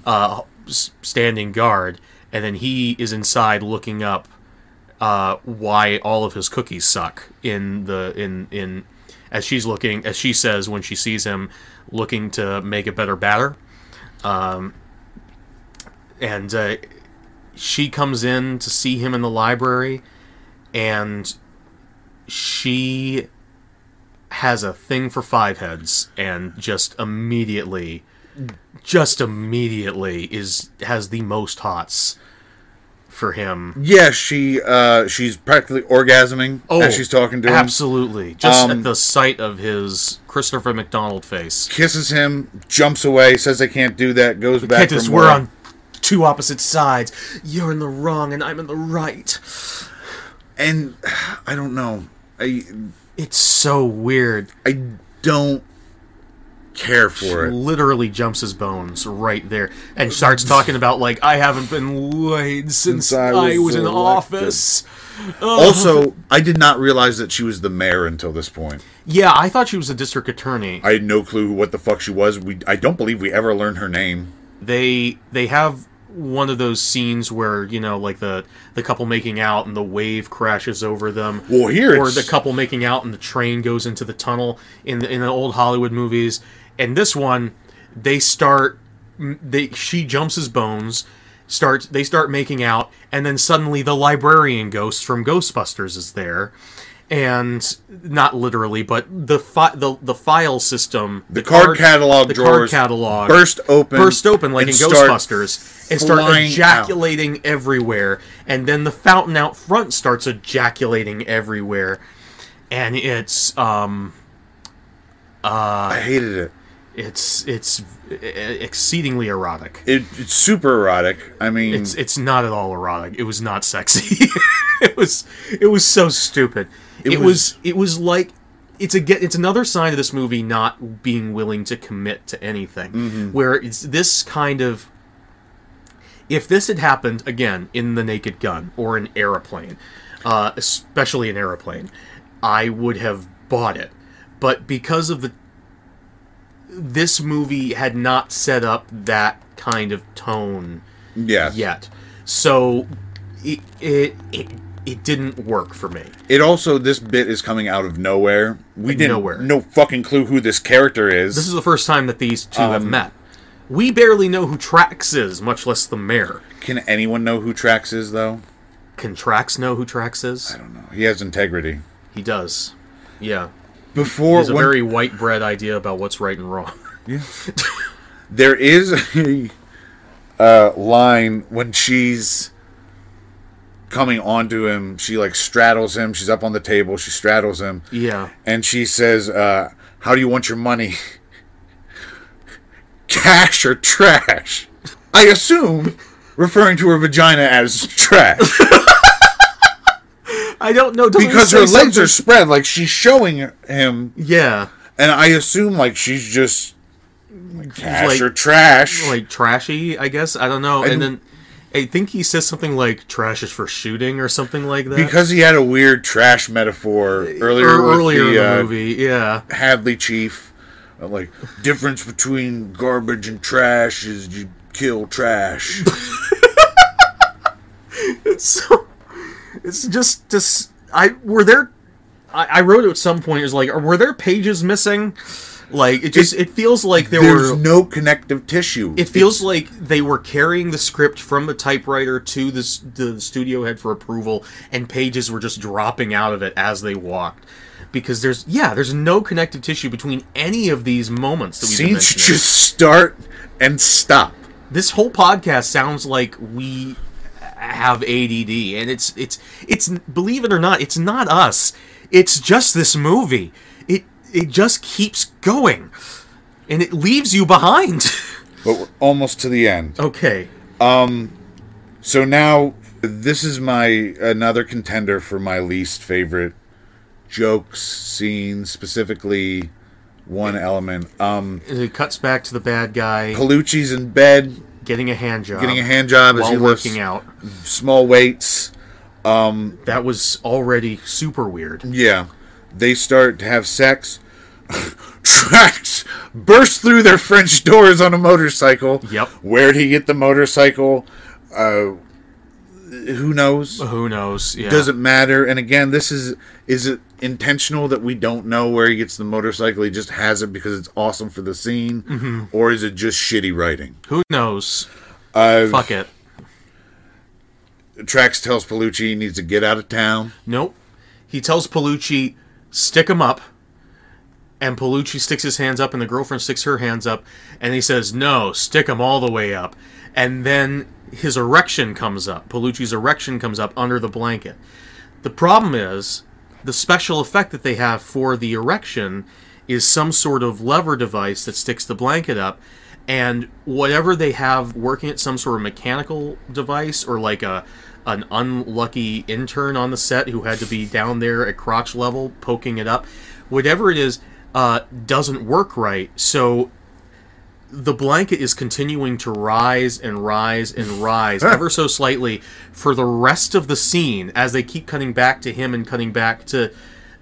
S2: uh, s- standing guard and then he is inside looking up uh, why all of his cookies suck in the in in as she's looking as she says when she sees him looking to make a better batter um, and uh, she comes in to see him in the library and she has a thing for five heads and just immediately just immediately is has the most hots for him
S1: Yeah, she uh, she's practically orgasming
S2: Oh,
S1: as she's talking to him.
S2: absolutely just
S1: Um,
S2: at the sight of his christopher mcdonald face
S1: Kisses him, jumps away, says they can't do that, goes back.
S2: Can't do
S1: for
S2: this,
S1: more.
S2: we're on two opposite sides. You're in the wrong and I'm in the right.
S1: and I don't know. I
S2: It's so weird.
S1: I don't care for it.
S2: Literally jumps his bones right there and starts talking about like I haven't been laid since, I was, in
S1: elected."
S2: office.
S1: Also, I did not realize that she was the mayor until this point.
S2: Yeah, I thought she was a district attorney.
S1: I had no clue who- what the fuck she was. We I don't believe we ever learned her name.
S2: they they have one of those scenes where you know like the the couple making out and the wave crashes over them
S1: Well, here
S2: or
S1: it's-
S2: the couple making out and the train goes into the tunnel in the, in the old hollywood movies and this one they start m- they she jumps his bones starts they start making out and then suddenly the librarian ghost from ghostbusters is there and not literally but the fi- the, the file system the,
S1: Card, catalog
S2: the card
S1: drawers
S2: catalog
S1: burst open,
S2: burst open like
S1: and
S2: in
S1: start
S2: Ghostbusters and start
S1: flying
S2: ejaculating everywhere. And then the fountain out front starts ejaculating everywhere. And it's um
S1: I hated it.
S2: it's it's e- exceedingly erotic.
S1: it. It's super erotic. I mean,
S2: It's it's not at all erotic. It was not sexy. [laughs] it was it was so stupid. It, was,
S1: was-
S2: it was like it's a it's another sign of this movie not being willing to commit to anything. Where it's this kind of if this had happened again in the Naked Gun or an aeroplane, uh, especially an aeroplane, I would have bought it. But because of the this movie had not set up that kind of tone
S1: yeah,
S2: yet. So it it it, it didn't work for me.
S1: It also this bit is coming out of nowhere. We didn't
S2: nowhere.
S1: no fucking clue who this character is.
S2: This is the first time that these two have met. We barely know who Trax is, much less the mayor.
S1: Can anyone know who Trax is though?
S2: Can Trax know who Trax is?
S1: I don't know. He has integrity.
S2: He does. Yeah.
S1: Before
S2: It's a
S1: when-
S2: very white bread idea about what's right and wrong. [laughs]
S1: there is [laughs] a uh, line when she's coming onto him. She like straddles him. She's up on the table. She straddles him,
S2: Yeah.
S1: and she says, uh, "How do you want your money? [laughs] Cash or trash?" I assume referring to her vagina as
S2: [laughs]
S1: trash.
S2: I don't know. doesn't it
S1: because
S2: say
S1: her legs
S2: something-
S1: are spread like she's showing him
S2: Yeah.
S1: and i assume like she's just cash
S2: like-
S1: or trash
S2: Like trashy, I guess. I don't know. and
S1: And-
S2: then I think he says something like trash is for shooting or something like that.
S1: because he had a weird trash metaphor earlier
S2: or
S1: with
S2: earlier in
S1: the,
S2: the
S1: uh,
S2: movie, yeah.
S1: hadley chief uh, like difference between garbage and trash is you kill trash
S2: so it's just just I were there. I, I wrote at some point. It was like, were there pages missing? Like it just it, feels like [laughs] there
S1: there's
S2: were.
S1: no connective tissue
S2: it feels like they were carrying the script from the typewriter to the, s- the studio head for approval, and pages were just dropping out of it as they walked. Because there's yeah, there's no connective tissue between any of these moments that we've been
S1: scenes
S2: mentioning.
S1: just start and stop
S2: this whole podcast sounds like we have ADD and it's it's it's believe it or not it's not us it's just this movie it it just keeps going and it leaves you behind [laughs]
S1: but we're almost to the end
S2: okay
S1: So now this is my another contender for my least favorite jokes scene specifically one element. Um
S2: it cuts back to the bad guy
S1: Palucci's in bed
S2: getting a hand job
S1: getting a hand job as
S2: while
S1: he lifts
S2: working out
S1: small weights.
S2: that was already super weird
S1: Yeah. They start to have sex. [laughs] Tracks burst through their French doors on a motorcycle.
S2: Yep.
S1: Where'd he get the motorcycle? Uh who knows?
S2: who knows yeah
S1: doesn't matter and again this is is it intentional that we don't know where he gets the motorcycle he just has it because it's awesome for the scene or is it just shitty writing
S2: who knows
S1: uh
S2: fuck it
S1: trax tells palucci he needs to get out of town
S2: Nope. He tells Palucci, stick him up. And Palucci sticks his hands up, and the girlfriend sticks her hands up. And he says, no, stick him all the way up. And then his erection comes up. Palucci's erection comes up under the blanket. The problem is the special effect that they have for the erection is some sort of lever device that sticks the blanket up. and whatever they have working at some sort of mechanical device or like a an unlucky intern on the set who had to be down there at crotch level poking it up, whatever it is, uh, doesn't work right. So the blanket is continuing to rise and rise and rise ever so slightly for the rest of the scene as they keep cutting back to him and cutting back to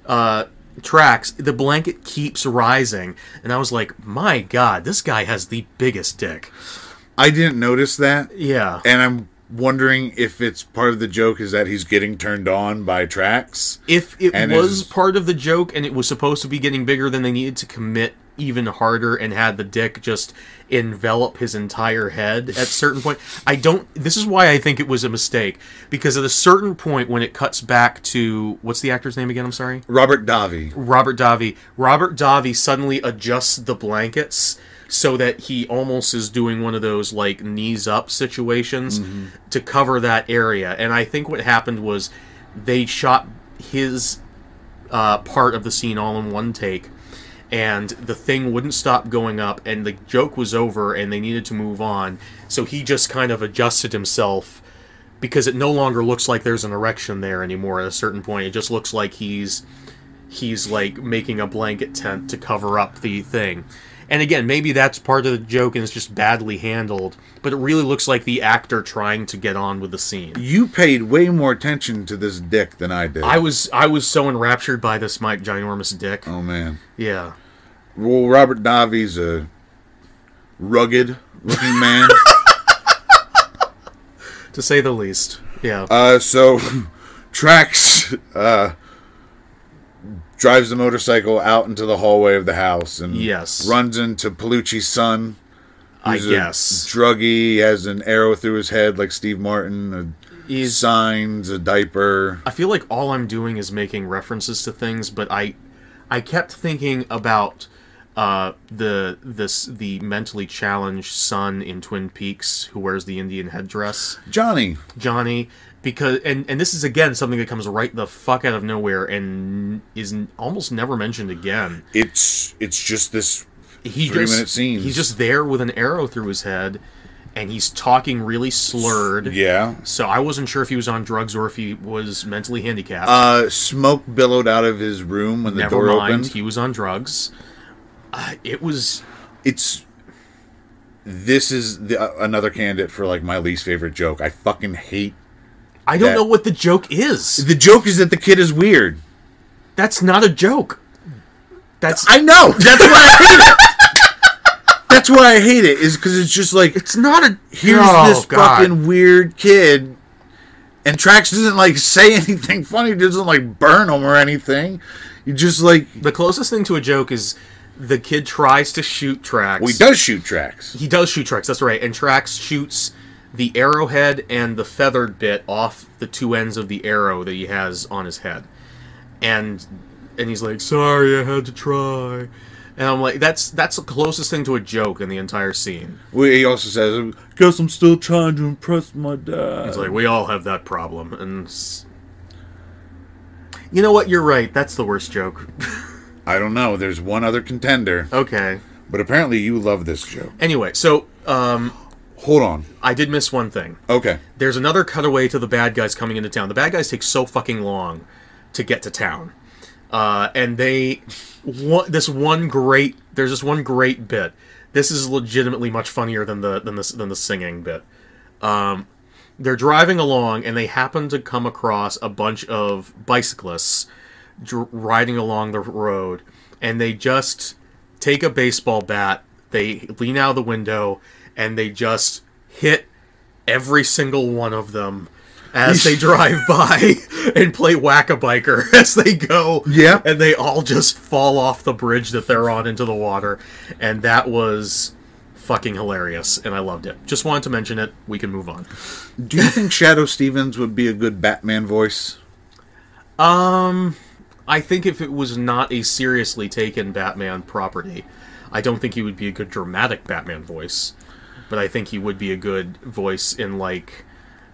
S2: uh, tracks the blanket keeps rising and i was like my god this guy has the biggest dick
S1: I didn't notice that,
S2: yeah
S1: and I'm wondering if it's part of the joke is that he's getting turned on by tracks.
S2: if it
S1: And
S2: was
S1: is-
S2: part of the joke and it was supposed to be getting bigger then they needed to commit even harder and had the dick just envelop his entire head at certain point i don't this is why i think it was a mistake because at a certain point when it cuts back to what's the actor's name again i'm sorry
S1: Robert Davi.
S2: Robert Davi. Robert Davi suddenly adjusts the blankets so that he almost is doing one of those like knees up situations to cover that area. And I think what happened was they shot his uh, part of the scene all in one take. And the thing wouldn't stop going up, and the joke was over, and they needed to move on. So he just kind of adjusted himself because it no longer looks like there's an erection there anymore at a certain point. It just looks like he's he's like making a blanket tent to cover up the thing. And again, maybe that's part of the joke and it's just badly handled, but it really looks like the actor trying to get on with the scene.
S1: You paid way more attention to this dick than I did.
S2: I was I was so enraptured by this my ginormous dick.
S1: oh man.
S2: Yeah.
S1: Well, Robert Davi's a rugged looking man.
S2: To say the least. Yeah.
S1: Uh, so Trax uh, drives the motorcycle out into the hallway of the house and
S2: Yes.
S1: runs into Palucci's son.
S2: I
S1: who's a
S2: guess.
S1: druggie has an arrow through his head like Steve Martin. A
S2: He's
S1: signs a diaper.
S2: I feel like all I'm doing is making references to things, but I, I kept thinking about uh, the this the mentally challenged son in Twin Peaks who wears the Indian headdress,
S1: Johnny.
S2: Johnny, because and and this is again something that comes right the fuck out of nowhere and is n- almost never mentioned again.
S1: It's it's just this.
S2: He
S1: Three
S2: just
S1: minute scenes.
S2: he's just there with an arrow through his head, and he's talking really slurred.
S1: Yeah.
S2: So I wasn't sure if he was on drugs or if he was mentally handicapped.
S1: Uh, smoke billowed out of his room when the
S2: Never
S1: door
S2: mind.
S1: opened.
S2: He was on drugs. Uh, it was
S1: it's this is the, uh, another candidate for like my least favorite joke. I fucking hate
S2: I don't
S1: That-
S2: know what the joke is.
S1: the joke is that the kid is weird.
S2: That's not a joke. That's
S1: I know. [laughs] That's
S2: [laughs]
S1: why I hate it. That's why I hate it is because it's just like
S2: it's not a
S1: here's
S2: Oh,
S1: this
S2: God.
S1: fucking weird kid, and Trax doesn't like [laughs] say anything funny. Doesn't like burn him or anything. You just like
S2: The closest thing to a joke is the kid tries to shoot tracks.
S1: well, he does shoot Trax.
S2: He does shoot tracks. That's right. And tracks shoots the arrowhead and the feathered bit off the two ends of the arrow that he has on his head, and and he's like, "Sorry, I had to try." And I'm like, "That's that's the closest thing to a joke in the entire scene."
S1: Well, he also says, "Guess I'm still trying to impress my dad."
S2: It's like we all have that problem, and s- you know what? You're right. That's the worst joke.
S1: I don't know. There's one other contender,
S2: okay.
S1: but apparently you love this joke.
S2: Anyway, so um,
S1: Hold on.
S2: I did miss one thing.
S1: Okay.
S2: There's another cutaway to the bad guys coming into town. The bad guys take so fucking long to get to town, uh, and they one, this one great. There's this one great bit. This is legitimately much funnier than the than the than the singing bit. they're driving along and they happen to come across a bunch of bicyclists dr- riding along the road and they just take a baseball bat they lean out of the window and they just hit every single one of them as they drive by and play whack-a-biker [laughs] as they go
S1: Yeah.
S2: and they all just fall off the bridge that they're on into the water and that was fucking hilarious and i loved it just wanted to mention it we can move on
S1: Do you think Shadow Stevens would be a good Batman voice?
S2: I think if it was not a seriously taken Batman property, I don't think he would be a good dramatic Batman voice, but I think he would be a good voice in like,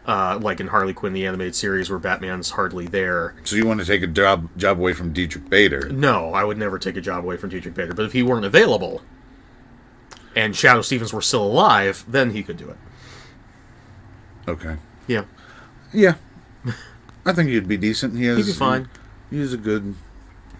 S2: uh, like in Harley Quinn the animated series where Batman's hardly there.
S1: So you want to take a job job away from Dietrich Bader?
S2: No, I would never take a job away from Dietrich Bader, but if he weren't available, and Shadow Stevens were still alive, then he could do it.
S1: Okay.
S2: Yeah,
S1: Yeah. I think he'd be decent. He has,
S2: he'd be fine.
S1: He's a good.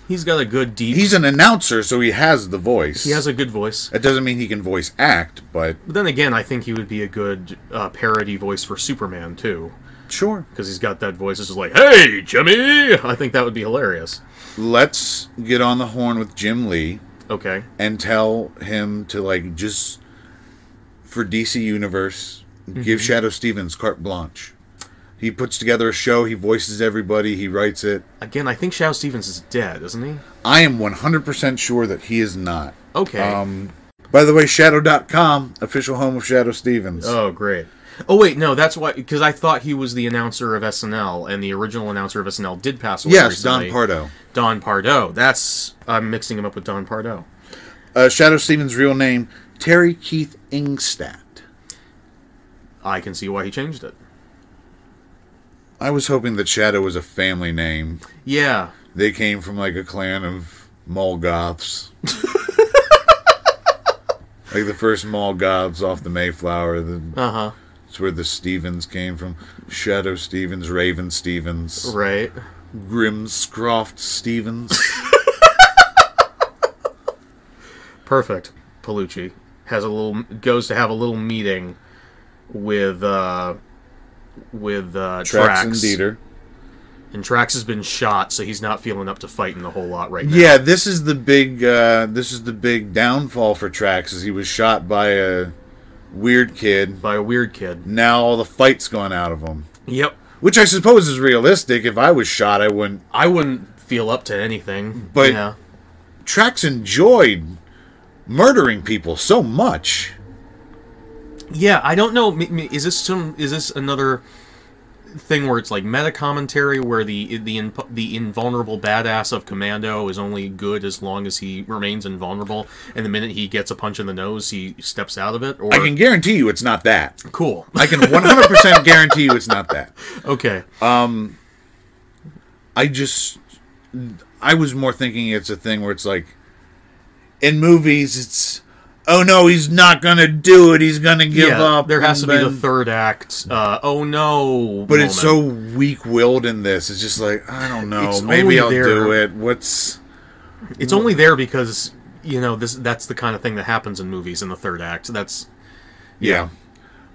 S2: He's got a good deep.
S1: He's an announcer, so he has the voice.
S2: he has a good voice.
S1: That doesn't mean he can voice act, but
S2: But then again, I think he would be a good uh, parody voice for Superman too,
S1: sure.
S2: because he's got that voice. It's just like, "Hey, Jimmy!" I think that would be hilarious.
S1: Let's get on the horn with Jim Lee
S2: Okay.
S1: and tell him to like just for DC Universe
S2: Mm-hmm.
S1: give Shadow Stevens carte blanche. He puts together a show. He voices everybody. He writes it.
S2: Again, I think Shadow Stevens is dead, isn't he?
S1: I am 100% sure that he is not.
S2: Okay.
S1: Um, by the way, Shadow.com, official home of Shadow Stevens.
S2: oh, great. Oh wait, no, that's why because I thought he was the announcer of SNL, and the original announcer of SNL did pass away.
S1: yes, Don
S2: recently.
S1: Pardo.
S2: Don Pardo. That's I'm mixing him up with Don Pardo.
S1: Uh, Shadow Stevens' real name, Terry Keith Ingstadt.
S2: I can see why he changed it.
S1: I was hoping that Shadow was a family name.
S2: Yeah,
S1: They came from like a clan of mall goths. like the first mall goths off the Mayflower. The,
S2: uh huh.
S1: that's where the Stevens came from. Shadow Stevens, Raven Stevens.
S2: Right.
S1: Grimscroft Stevens.
S2: Perfect. Palucci has a little goes to have a little meeting with uh with uh
S1: Trax
S2: Trax
S1: and Dieter.
S2: And Trax has been shot, so he's not feeling up to fighting the whole lot right now.
S1: Yeah, this is the big uh, this is the big downfall for Trax is he was shot by a weird kid.
S2: By a weird kid.
S1: Now all the fight's gone out of him.
S2: Yep.
S1: Which I suppose is realistic. If I was shot I wouldn't
S2: I wouldn't feel up to anything.
S1: But-
S2: yeah.
S1: Trax enjoyed murdering people so much.
S2: Yeah, I don't know. m- m- Is this some? Is this another thing where it's like meta commentary, where the the in, the invulnerable badass of Commando is only good as long as he remains invulnerable, and the minute he gets a punch in the nose, he steps out of it? Or
S1: I can guarantee you it's not that.
S2: cool.
S1: I can 100% guarantee you it's not that.
S2: [laughs] okay.
S1: I just I was more thinking it's a thing where it's like in movies it's oh no he's not gonna do it he's gonna give
S2: yeah,
S1: up
S2: there has to
S1: and
S2: be the
S1: then-
S2: third act. Uh, oh no!
S1: but it's so weak willed in this it's just like I don't know
S2: It's only
S1: maybe I'll
S2: there-
S1: do it what's
S2: it's only there because you know this. That's the kind of thing that happens in movies in the third act. That's
S1: yeah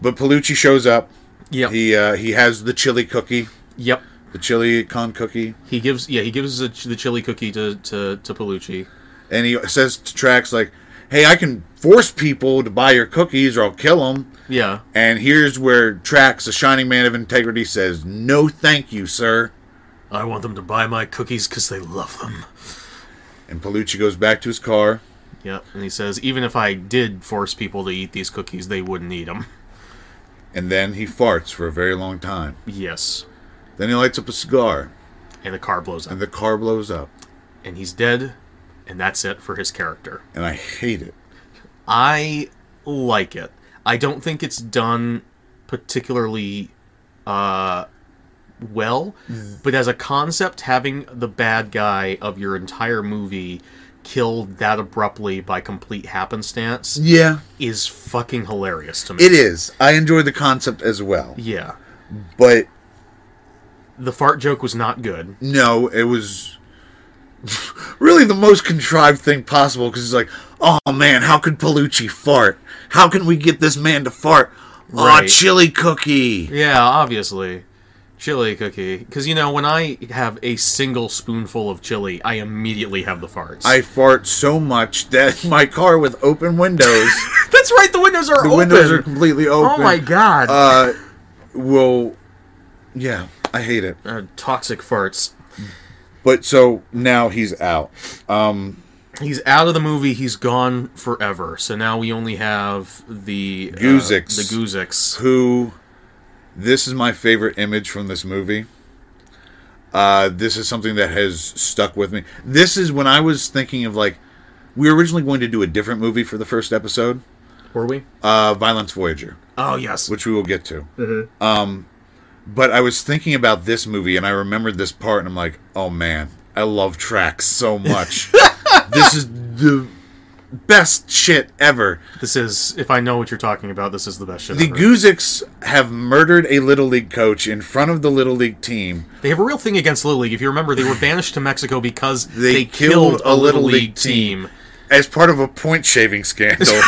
S1: but Palucci shows up
S2: yep,
S1: he uh, he has the chili cookie
S2: yep.
S1: the chili con cookie
S2: He gives yeah he gives the, ch- the chili cookie to to, to Palucci.
S1: and he says to Trax like hey I can force people to buy your cookies or I'll kill them
S2: Yeah,
S1: And here's where Trax, the shining man of integrity, says, No thank you, sir.
S2: I want them to buy my cookies because they love them.
S1: And Palucci goes back to his car.
S2: Yeah, and he says even if I did force people to eat these cookies, they wouldn't eat them.
S1: And then he farts for a very long time.
S2: Yes,
S1: Then he lights up a cigar.
S2: and the car blows up,
S1: And the car blows up.
S2: and he's dead, and that's it for his character.
S1: And I hate it.
S2: I like it. I don't think it's done particularly uh, well,
S1: Mm.
S2: but as a concept, having the bad guy of your entire movie killed that abruptly by complete happenstance
S1: Yeah.
S2: is fucking hilarious to me.
S1: It is. I enjoy the concept as well.
S2: yeah.
S1: But
S2: The fart joke was not good.
S1: no, it was [laughs] really the most contrived thing possible because it's like, oh man, how could Palucci fart? How can we get this man to fart? Aw,
S2: Right.
S1: chili cookie.
S2: Yeah, obviously. Chili cookie. Because, you know, when I have a single spoonful of chili, I immediately have the farts.
S1: I fart so much that [laughs] my car with open
S2: [laughs]
S1: windows,
S2: That's right, the windows are
S1: the
S2: open.
S1: windows are completely open.
S2: Oh my god.
S1: Uh, well, yeah, I hate it.
S2: Uh, toxic farts.
S1: But so now he's out.
S2: He's out of the movie. He's gone forever. So now we only have the uh,
S1: Guzix.
S2: the Guzix.
S1: Who? This is my favorite image from this movie. Uh, this is something that has stuck with me. This is when I was thinking of like, we were originally going to do a different movie for the first episode,
S2: Were we?
S1: uh, Violence Voyager.
S2: Oh yes.
S1: which we will get to. Um, but I was thinking about this movie, and I remembered this part, and I'm like, oh man, I love tracks so much. this is the best shit ever.
S2: This is, if I know what you're talking about, this is the best shit
S1: The
S2: ever.
S1: Guziks have murdered a little league coach in front of the little league team.
S2: they have a real thing against Little League. If you remember, they were banished to Mexico because
S1: They,
S2: they, killed, a Little League, team.
S1: as part of a point shaving scandal.
S2: [laughs]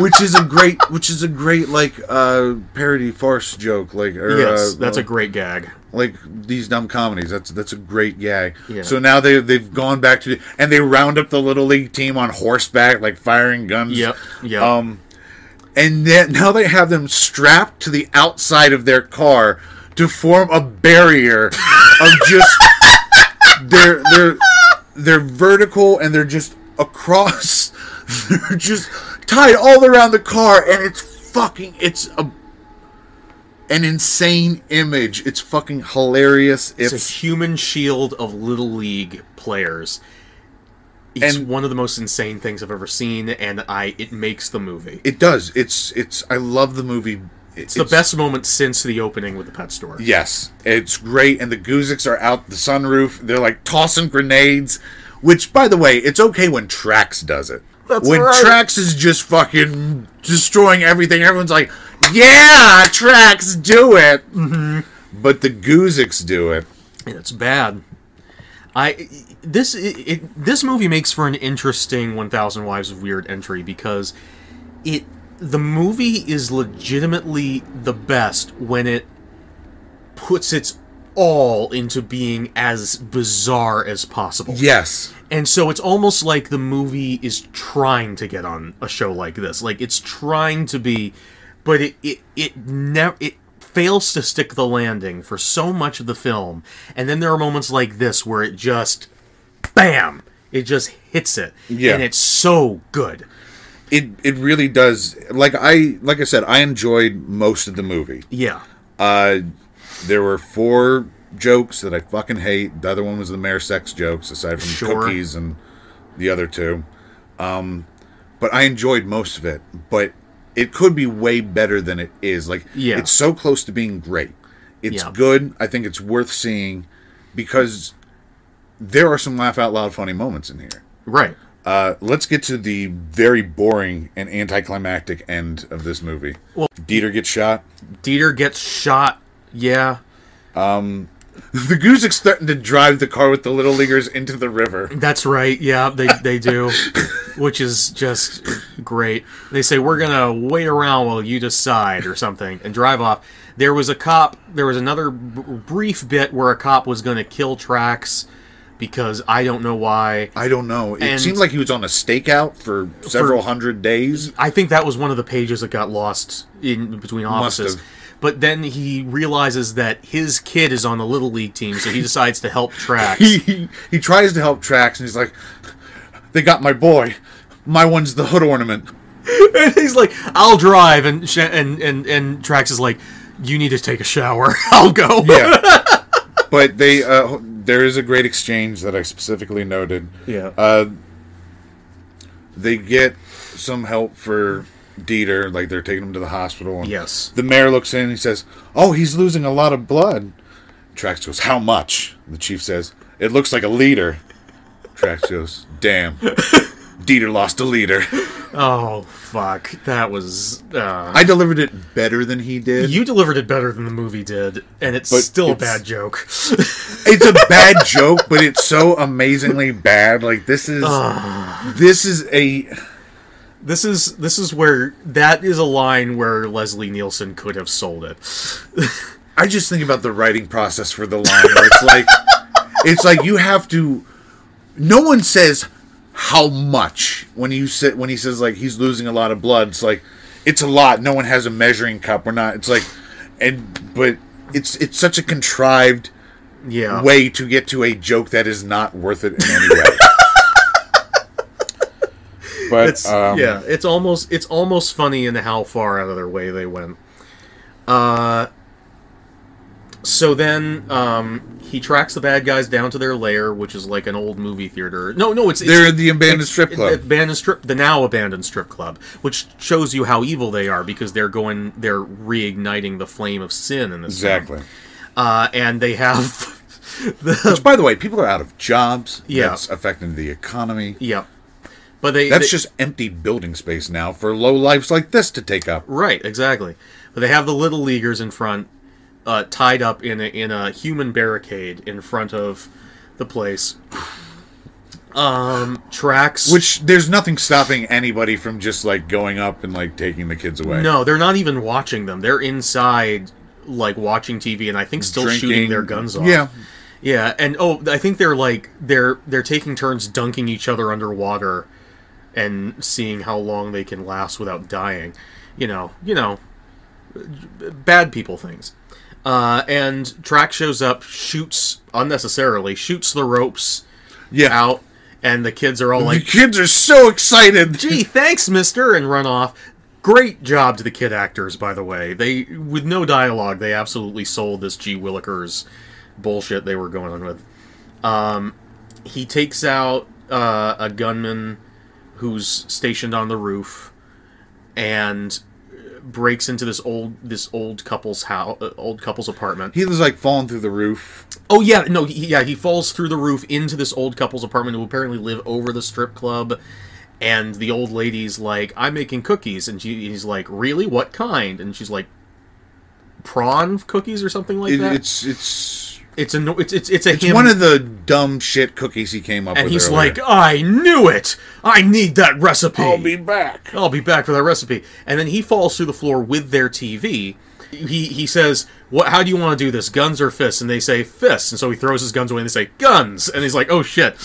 S1: which is a great which is a great like uh parody farce joke like or,
S2: Yes,
S1: uh,
S2: that's a great gag.
S1: like these dumb comedies. That's that's a great gag.
S2: Yeah.
S1: So now they they've gone back to and they round up the little league team on horseback, like firing guns.
S2: Yep, yep.
S1: Um, and then now they have them strapped to the outside of their car to form a barrier of just
S2: [laughs]
S1: they're they're they're vertical and they're just across. [laughs] They're just tied all around the car, and it's fucking it's a an insane image. It's fucking hilarious. It's,
S2: It's, a human shield of Little League players. It's
S1: And-
S2: one of the most insane things I've ever seen, and I it makes the movie.
S1: it does. It's it's. I love the movie.
S2: It's the best moment since the opening with the pet store.
S1: Yes, it's great. And the Guziks are out the sunroof. They're like tossing grenades. Which, by the way, it's okay when Trax does it.
S2: That's
S1: when
S2: right.
S1: Trax is just fucking destroying everything, everyone's like, "Yeah, Trax, do it."
S2: Mm-hmm.
S1: But the Guziks do it.
S2: and it's bad. I this it, it, this movie makes for an interesting 1000 Wives of Weird entry because it the movie is legitimately the best when it puts its all into being as bizarre as possible.
S1: Yes,
S2: And so it's almost like the movie is trying to get on a show like this. Like it's trying to be, but it it it never it fails to stick the landing for so much of the film. And then there are moments like this where it just bam, it just hits it.
S1: Yeah.
S2: And it's so good.
S1: it it really does. Like I like I said, I enjoyed most of the movie.
S2: Yeah.
S1: Uh, there were four jokes that I fucking hate. The other one was the mayor sex jokes, aside from
S2: Sure.
S1: cookies and the other two. Um, but I enjoyed most of it. But it could be way better than it is. Like,
S2: Yeah.
S1: it's so close to being great. It's
S2: Yeah.
S1: good. I think it's worth seeing because there are some laugh out loud funny moments in here.
S2: Right.
S1: Uh, let's get to the very boring and anticlimactic end of this movie.
S2: Well-
S1: Dieter gets shot.
S2: Dieter gets shot. Yeah.
S1: The Guzik's threatened to drive the car with the Little Leaguers into the river.
S2: That's right. Yeah, they they do, which is just great. They say we're gonna wait around while you decide or something and drive off. There was a cop. There was another b- brief bit where a cop was gonna kill Trax because I don't know why.
S1: I don't know. It
S2: And-
S1: seemed like he was on a stakeout for several hundred days.
S2: I think that was one of the pages that got lost in between offices.
S1: have.
S2: But then he realizes that his kid is on the little league team, so he decides to help
S1: [laughs]
S2: Trax.
S1: He, he he tries to help Trax, and he's like, "They got my boy. My one's the hood ornament."
S2: And [laughs] he's like, "I'll drive," and Sha- and and and Trax is like, "You need to take a shower. [laughs] I'll go."
S1: Yeah. [laughs] but they uh, there is a great exchange that I specifically noted.
S2: Yeah.
S1: Uh, they get some help for Dieter, like they're taking him to the hospital. And
S2: Yes.
S1: The mayor looks in and he says, "Oh, he's losing a lot of blood." Trax goes, "How much?" The chief says, "It looks like a liter." Trax goes, "Damn." Dieter lost a liter.
S2: Oh fuck, that was. Uh,
S1: I delivered it better than he did.
S2: you delivered it better than the movie did, and it's
S1: But
S2: still
S1: it's-
S2: a bad joke. [laughs]
S1: it's a bad joke, but it's so amazingly bad. Like this [sighs] is this is a
S2: this is this is where that is a line where Leslie Nielsen could have sold it.
S1: I just think about the writing process for the line where it's [laughs] like it's like you have to no one says how much when you sit when he says like he's losing a lot of blood it's like it's a lot no one has a measuring cup we're not it's like and but it's it's such a contrived
S2: Yeah.
S1: way to get to a joke that is not worth it in any way [laughs] but
S2: It's,
S1: um,
S2: yeah, it's almost it's almost funny in how far out of their way they went. Uh, so then um, he tracks the bad guys down to their lair, which is like an old movie theater. No, no, it's, it's
S1: they're in the abandoned strip
S2: it's
S1: club
S2: the abandoned strip, the now abandoned strip club, which shows you how evil they are because they're going, they're reigniting the flame of sin in this. town.
S1: exactly
S2: Uh, and they have [laughs] the
S1: Which, by the way, people are out of jobs.
S2: Yeah.
S1: That's affecting the economy.
S2: Yep. But they
S1: That's
S2: they-
S1: just empty building space now for low lives like this to take up.
S2: Right, exactly. But they have the little leaguers in front, uh, tied up in a, in a human barricade in front of the place. Um, tracks.
S1: Which there's nothing stopping anybody from just like going up and like taking the kids away.
S2: no, they're not even watching them. They're inside, like watching TV, and I think still shooting their guns off.
S1: Yeah,
S2: yeah, and oh, I think they're like they're they're taking turns dunking each other underwater, and seeing how long they can last without dying. You know, you know, bad people things. Uh, and Track shows up, shoots unnecessarily, shoots the ropes
S1: yeah.
S2: out, and the kids are all
S1: The
S2: like,
S1: kids are so excited.
S2: "Gee, thanks, Mister," and run off. Great job to the kid actors, by the way. They with no dialogue, they absolutely sold this G Willikers bullshit they were going on with. Um, he takes out uh, a gunman who's stationed on the roof, and breaks into this old this old couple's house, old couple's apartment.
S1: He was like falling through the roof.
S2: Oh yeah, no, he, yeah, he falls through the roof into this old couple's apartment who apparently live over the strip club, and the old lady's like, "I'm making cookies," and she, he's like, "Really? What kind?" And she's like, "Prawn cookies or something like
S1: It,
S2: that." It's
S1: it's it's
S2: it's a no- it's it's it's a
S1: it's
S2: him,
S1: one of the dumb shit cookies he came up
S2: and
S1: with.
S2: he's
S1: earlier.
S2: like, "I knew it. I need that recipe.
S1: "I'll be back."
S2: I'll be back for that recipe. And then he falls through the floor with their TV. He he says, "What? How do you want to do this? Guns or fists?" And they say fists. And so he throws his guns away, and they say guns. And he's like, "Oh shit!"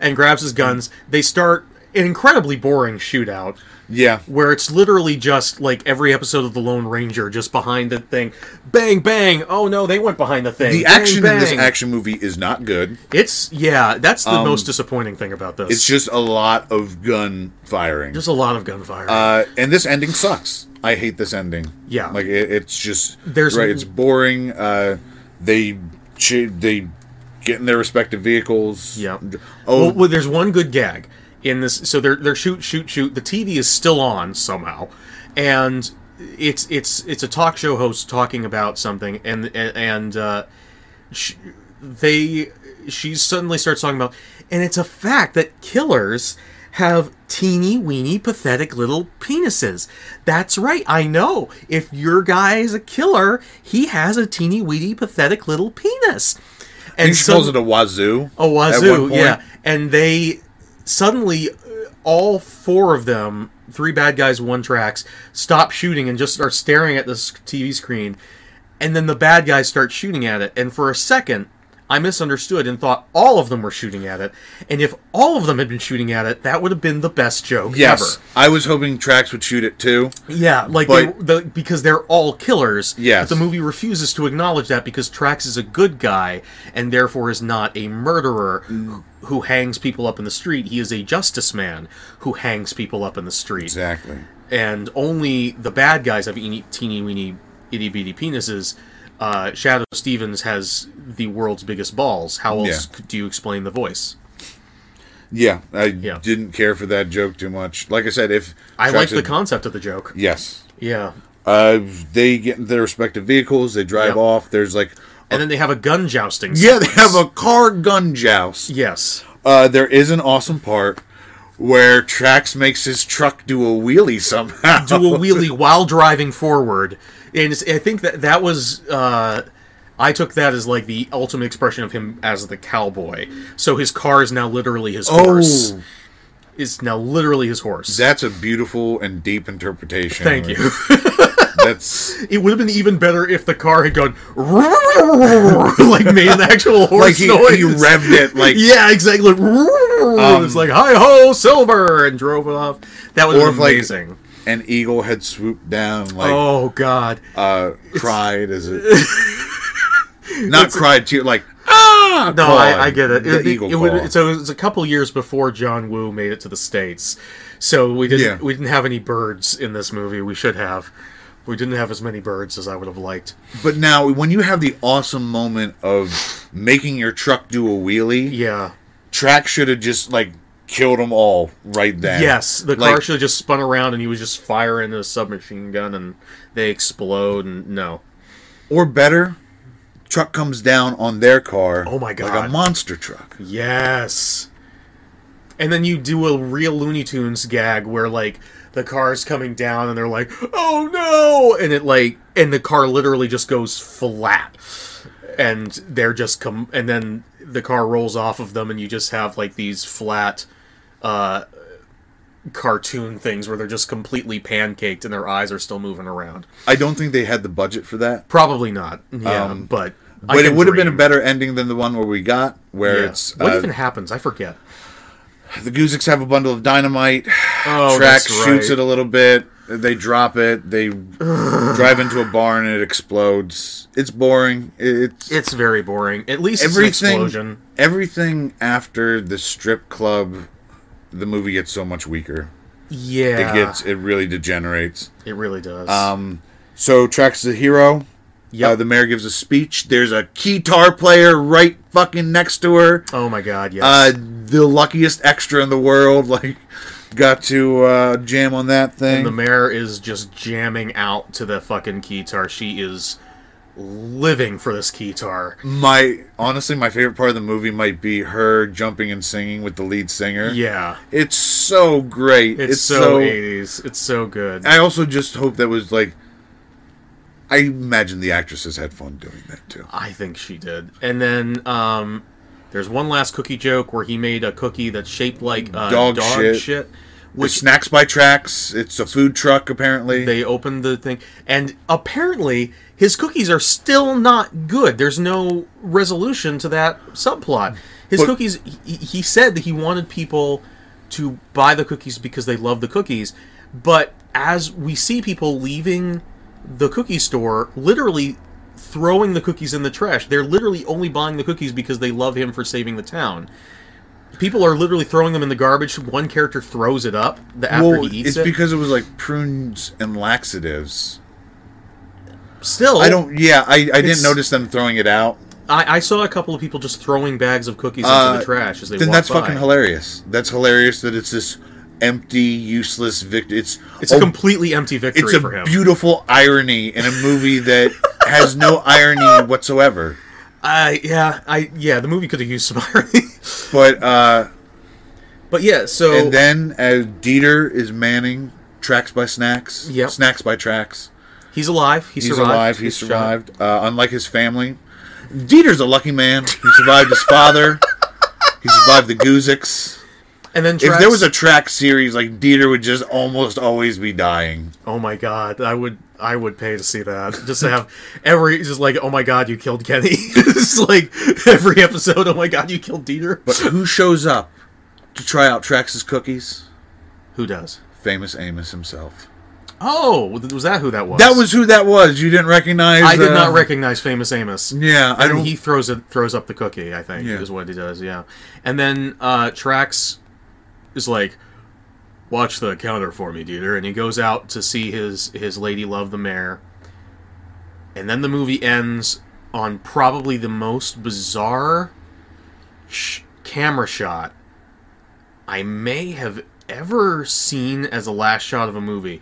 S2: and grabs his guns. They start an incredibly boring shootout
S1: Yeah,
S2: where it's literally just like every episode of The Lone Ranger, just behind the thing, bang bang. Oh no, they went behind the thing.
S1: the
S2: Bang,
S1: action in this
S2: bang.
S1: action movie is not good.
S2: It's yeah, that's the most disappointing thing about this.
S1: It's just a lot of gun firing.
S2: There's a lot of gunfire.
S1: Uh, and this ending sucks. I hate this ending.
S2: Yeah.
S1: like it, it's just
S2: There's-
S1: right. It's boring. Uh, they ch- they get in their respective vehicles.
S2: Yep.
S1: Oh,
S2: Well, well, there's one good gag in this. So they're they're shoot shoot shoot. The TV is still on somehow, and it's it's it's a talk show host talking about something, and and, and uh, sh they she suddenly starts talking about, and it's a fact that killers have teeny weeny pathetic little penises. That's right, I know. If your guy is a killer, he has a teeny weeny pathetic little penis. And
S1: he calls it a wazoo.
S2: Oh,
S1: at
S2: Wazoo,
S1: one point.
S2: yeah. And they suddenly, uh, all four of them, three bad guys, one tracks, stop shooting and just start staring at this TV screen. And then the bad guys start shooting at it. And for a second, I misunderstood and thought all of them were shooting at it. And if all of them had been shooting at it, that would have been the best joke
S1: Yes, I was hoping Trax would shoot it too.
S2: ever. Yeah, like
S1: But-
S2: they, the, because they're all killers.
S1: Yes.
S2: But the movie refuses to acknowledge that because Trax is a good guy and therefore is not a murderer
S1: Mm.
S2: who- who hangs people up in the street. He is a justice man who hangs people up in the street.
S1: Exactly.
S2: And only the bad guys have eeny, teeny weeny itty bitty penises. Uh, Shadow Stevens has the world's biggest balls. How else
S1: Yeah.
S2: c- do you explain the voice?
S1: Yeah, I
S2: Yeah.
S1: didn't care for that joke too much. Like I said, if
S2: I
S1: Trax
S2: like the
S1: had-
S2: concept of the joke.
S1: yes,
S2: Yeah.
S1: uh, they get into their respective vehicles. They drive
S2: Yep.
S1: off. There's like.
S2: And then they have a gun jousting.
S1: Yeah, they
S2: sequence.
S1: have a car gun joust.
S2: Yes.
S1: uh, there is an awesome part where Trax makes his truck do a wheelie
S2: [laughs]
S1: somehow.
S2: do
S1: [laughs]
S2: a wheelie while driving forward. And it's, I think that that was uh, I took that as like the ultimate expression of him as the cowboy. So his car is now literally his horse.
S1: oh,
S2: Is now literally his horse.
S1: that's a beautiful and deep interpretation.
S2: Thank you.
S1: [laughs] That's
S2: [laughs] It would have been even better if the car had gone [laughs] like made an actual horse
S1: like he, he
S2: noise.
S1: revved it like,
S2: [laughs]
S1: um,
S2: yeah, exactly. Like, it was like hi ho silver and drove off. That would
S1: Or
S2: have
S1: if,
S2: been
S1: like,
S2: amazing.
S1: an eagle had swooped down, like
S2: oh god.
S1: uh, cried as
S2: [laughs]
S1: it. Not cried too, like ah.
S2: No,
S1: cawed.
S2: I, I get it.
S1: The
S2: It,
S1: eagle
S2: it, would,
S1: call.
S2: so it was a couple years before John Woo made it to the states, so we didn't
S1: Yeah.
S2: we didn't have any birds in this movie. We should have. We didn't have as many birds as I would have liked.
S1: But now, when you have the awesome moment of making your truck do a wheelie,
S2: Yeah.
S1: Track should have just like killed them all right then.
S2: Yes, the
S1: Like-
S2: car should have just spun around and he was just firing a submachine gun and they explode and no.
S1: Or better, truck comes down on their car.
S2: Oh my
S1: Like
S2: God.
S1: a monster truck.
S2: Yes. And then you do a real Looney Tunes gag where like the car's coming down and they're like, "Oh no!" and it like and the car literally just goes flat. And they're just come and then the car rolls off of them and you just have like these flat uh cartoon things where they're just completely pancaked and their eyes are still moving around.
S1: I don't think they had the budget for that.
S2: Probably not. Yeah,
S1: Um,
S2: but I
S1: But it
S2: can
S1: would have been a
S2: dream.
S1: better ending than the one where we got, where
S2: Yeah.
S1: it's
S2: what
S1: uh,
S2: even happens? I forget.
S1: the Guziks have a bundle of dynamite.
S2: Oh,
S1: Trax
S2: that's
S1: shoots it
S2: right.
S1: a little bit. They drop it.
S2: [sighs]
S1: They drive into a barn and it explodes. It's boring. It- It's
S2: It's very boring. At least it's an
S1: everything.
S2: explosion.
S1: Everything after the strip club, the movie gets so much weaker.
S2: Yeah,
S1: It gets. It really degenerates.
S2: it really does.
S1: Um, so Trax is a hero.
S2: Yep.
S1: Uh, the mayor gives a speech. There's a guitar player right fucking next to her.
S2: oh my god, yes.
S1: Uh, the luckiest extra in the world, [laughs] like, got to uh, jam on that thing.
S2: the mayor is just jamming out to the fucking keytar. She is living for this keytar.
S1: my honestly, my favorite part of the movie might be her jumping and singing with the lead singer.
S2: Yeah,
S1: it's so great.
S2: it's, so eighties. It's so good.
S1: I also just hope that was like. I imagine the actresses had fun doing that too.
S2: I think she did. And then um, there's one last cookie joke where he made a cookie that's shaped like uh,
S1: Dog
S2: dog,
S1: shit.
S2: shit.
S1: With
S2: which
S1: snacks by tracks. It's a food truck apparently.
S2: they opened the thing, and apparently his cookies are still not good. There's no resolution to that subplot. His
S1: But-
S2: cookies. He, he said that he wanted people to buy the cookies because they love the cookies, but as we see people leaving the cookie store, literally throwing the cookies in the trash, they're literally only buying the cookies because they love him for saving the town. People are literally throwing them in the garbage. One character throws it up the after
S1: well,
S2: he eats
S1: it's
S2: it.
S1: because it was like prunes and laxatives.
S2: Still,
S1: I don't. Yeah, I, I didn't
S2: Oh. It's-
S1: notice them throwing it out.
S2: I, I saw a couple of people just throwing bags of cookies into
S1: Uh,
S2: the trash as they
S1: Then
S2: walked
S1: that's
S2: by.
S1: fucking hilarious. That's hilarious that it's this empty, useless victory. It's
S2: It's a completely empty victory
S1: it's a
S2: for him.
S1: beautiful irony in a movie that has no irony whatsoever.
S2: I yeah, I yeah, the movie could have used some [laughs] irony.
S1: But uh,
S2: but yeah, so
S1: and then uh, Dieter is manning tracks by snacks.
S2: Yep.
S1: snacks by tracks.
S2: he's alive. He
S1: He's
S2: survived.
S1: alive. He
S2: He's shot.
S1: survived. Uh, unlike his family, Dieter's a lucky man. He survived his father. He survived the Guziks.
S2: And then
S1: If
S2: Trax-
S1: there was a track series, like Dieter would just almost always be dying.
S2: oh my god, I would I would pay to see that just to have every just like oh my god you killed Kenny. [laughs] it's like every episode. Oh my god you killed Dieter.
S1: But who shows up to try out Trax's cookies?
S2: who does?
S1: Famous Amos himself.
S2: Oh, was that who that was?
S1: That was who that was. You didn't recognize.
S2: I did
S1: uh,
S2: not recognize Famous Amos.
S1: Yeah, I
S2: and
S1: don't.
S2: he throws it throws up the cookie. I think
S1: Yeah.
S2: is what he does. Yeah, and then uh, Trax is like, "Watch the counter for me, Dieter," and he goes out to see his his lady love the mayor. And then the movie ends on probably the most bizarre sh- camera shot I may have ever seen as a last shot of a movie.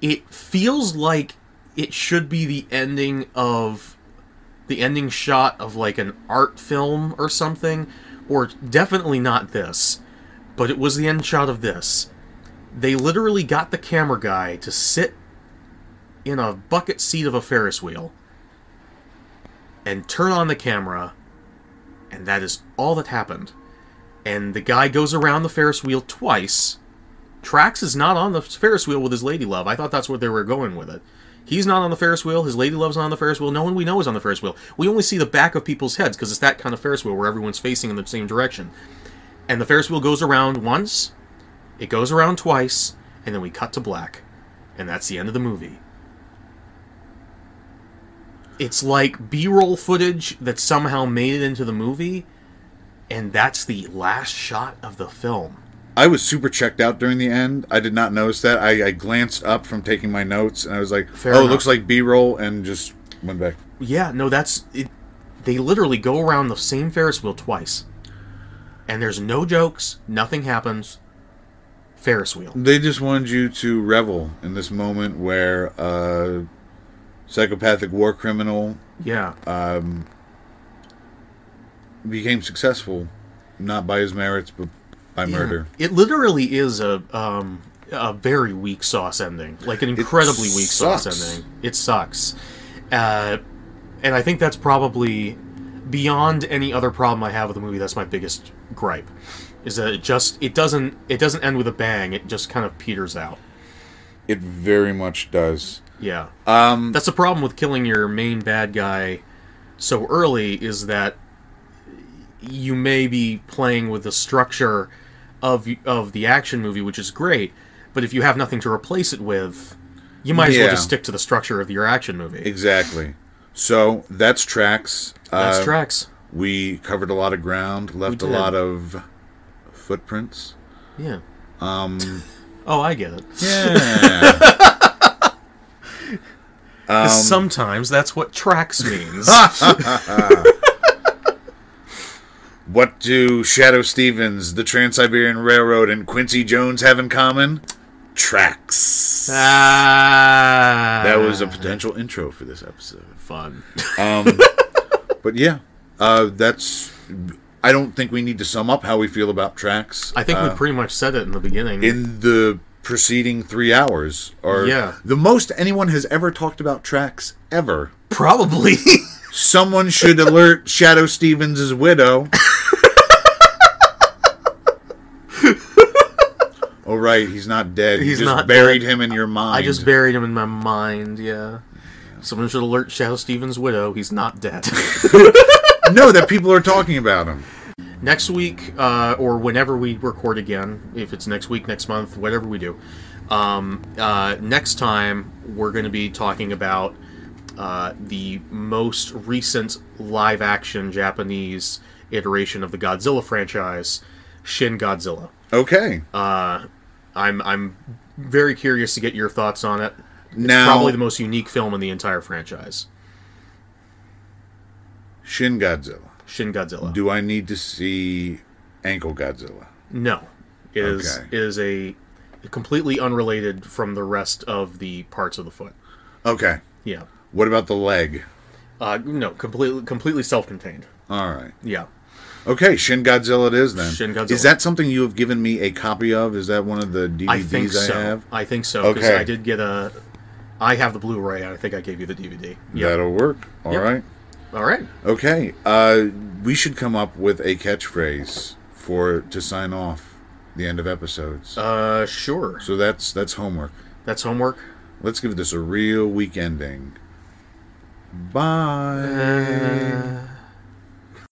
S2: It feels like it should be the ending of the ending shot of like an art film or something, or definitely not this, but it was the end shot of this. They literally got the camera guy to sit in a bucket seat of a Ferris wheel and turn on the camera, and that is all that happened. And the guy goes around the Ferris wheel twice. Trax is not on the Ferris wheel with his lady love. I thought that's where they were going with it. He's not on the Ferris wheel. His lady love's not on the Ferris wheel. No one we know is on the Ferris wheel. We only see the back of people's heads because it's that kind of Ferris wheel where everyone's facing in the same direction. And the Ferris wheel goes around once, it goes around twice, and then we cut to black. And that's the end of the movie. It's like B roll footage that somehow made it into the movie, and that's the last shot of the film.
S1: I was super checked out during the end. I did not notice that. I, I glanced up from taking my notes, and I was like,
S2: Fair
S1: "Oh, it
S2: enough.
S1: looks like B-roll," and just went back.
S2: Yeah, no, that's it. They literally go around the same Ferris wheel twice, and there's no jokes. Nothing happens. Ferris wheel.
S1: They just wanted you to revel in this moment where a psychopathic war criminal
S2: Yeah,
S1: became successful, not by his merits, but by murder.
S2: It literally is a um, a very weak sauce ending, like an incredibly weak
S1: sucks.
S2: sauce ending. It sucks, uh, and I think that's probably beyond any other problem I have with the movie. That's my biggest gripe, is that it just it doesn't it doesn't end with a bang. It just kind of peters out.
S1: It very much does.
S2: Yeah,
S1: Um,
S2: that's the problem with killing your main bad guy so early is that you may be playing with the structure of of the action movie, which is great, but if you have nothing to replace it with, you might as
S1: Yeah.
S2: well just stick to the structure of your action movie.
S1: exactly. So that's tracks.
S2: That's
S1: Uh,
S2: tracks.
S1: We covered a lot of ground, left a
S2: did.
S1: lot of footprints.
S2: Yeah. Um. [laughs] Oh, I get it.
S1: Yeah.
S2: 'Cause
S1: um,
S2: sometimes that's what [laughs] tracks means.
S1: [laughs] what do Shadow Stevens, the Trans Siberian Railroad, and Quincy Jones have in common? Tracks.
S2: ah.
S1: That was a potential intro for this episode.
S2: fun.
S1: Um, [laughs] but yeah, uh, that's. I don't think we need to sum up how we feel about tracks.
S2: I think
S1: uh,
S2: we pretty much said it in the beginning.
S1: in the preceding three hours or
S2: Yeah.
S1: the most anyone has ever talked about tracks ever.
S2: Probably. [laughs]
S1: Someone should alert [laughs] Shadow Stevens'
S2: [laughs]
S1: widow. oh right, he's not dead.
S2: He's
S1: you just
S2: not
S1: buried him in your mind.
S2: I just buried him in my mind, yeah. Someone should alert Shadow Stevens' widow. He's not dead.
S1: know that people are talking about him.
S2: next week, uh, or whenever we record again, if it's next week, next month, whatever we do, um, uh, next time we're going to be talking about uh, the most recent live action Japanese iteration of the Godzilla franchise, Shin Godzilla.
S1: Okay.
S2: Uh, I'm, I'm very curious to get your thoughts on it.
S1: now
S2: Probably the most unique film in the entire franchise,
S1: Shin Godzilla.
S2: Shin Godzilla.
S1: Do I need to see Ankle Godzilla?
S2: No, it is
S1: Okay.
S2: it is a completely unrelated from the rest of the parts of the foot.
S1: Okay.
S2: Yeah,
S1: What about the leg?
S2: uh, no, completely completely self-contained.
S1: All right.
S2: Yeah,
S1: Okay, Shin Godzilla it is then.
S2: Shin Godzilla.
S1: Is that something you have given me a copy of? Is that one of the DVDs
S2: I think so. I,
S1: have?
S2: think so because
S1: Okay.
S2: I did get a. I have the Blu-ray. and I think I gave you the DVD. Yeah.
S1: That'll work. All
S2: Yep.
S1: right.
S2: All right.
S1: Okay. Uh, we should come up with a catchphrase for to sign off the end of episodes.
S2: Uh, sure.
S1: so that's that's homework.
S2: That's homework.
S1: Let's give this a real week ending. Bye.
S2: Uh,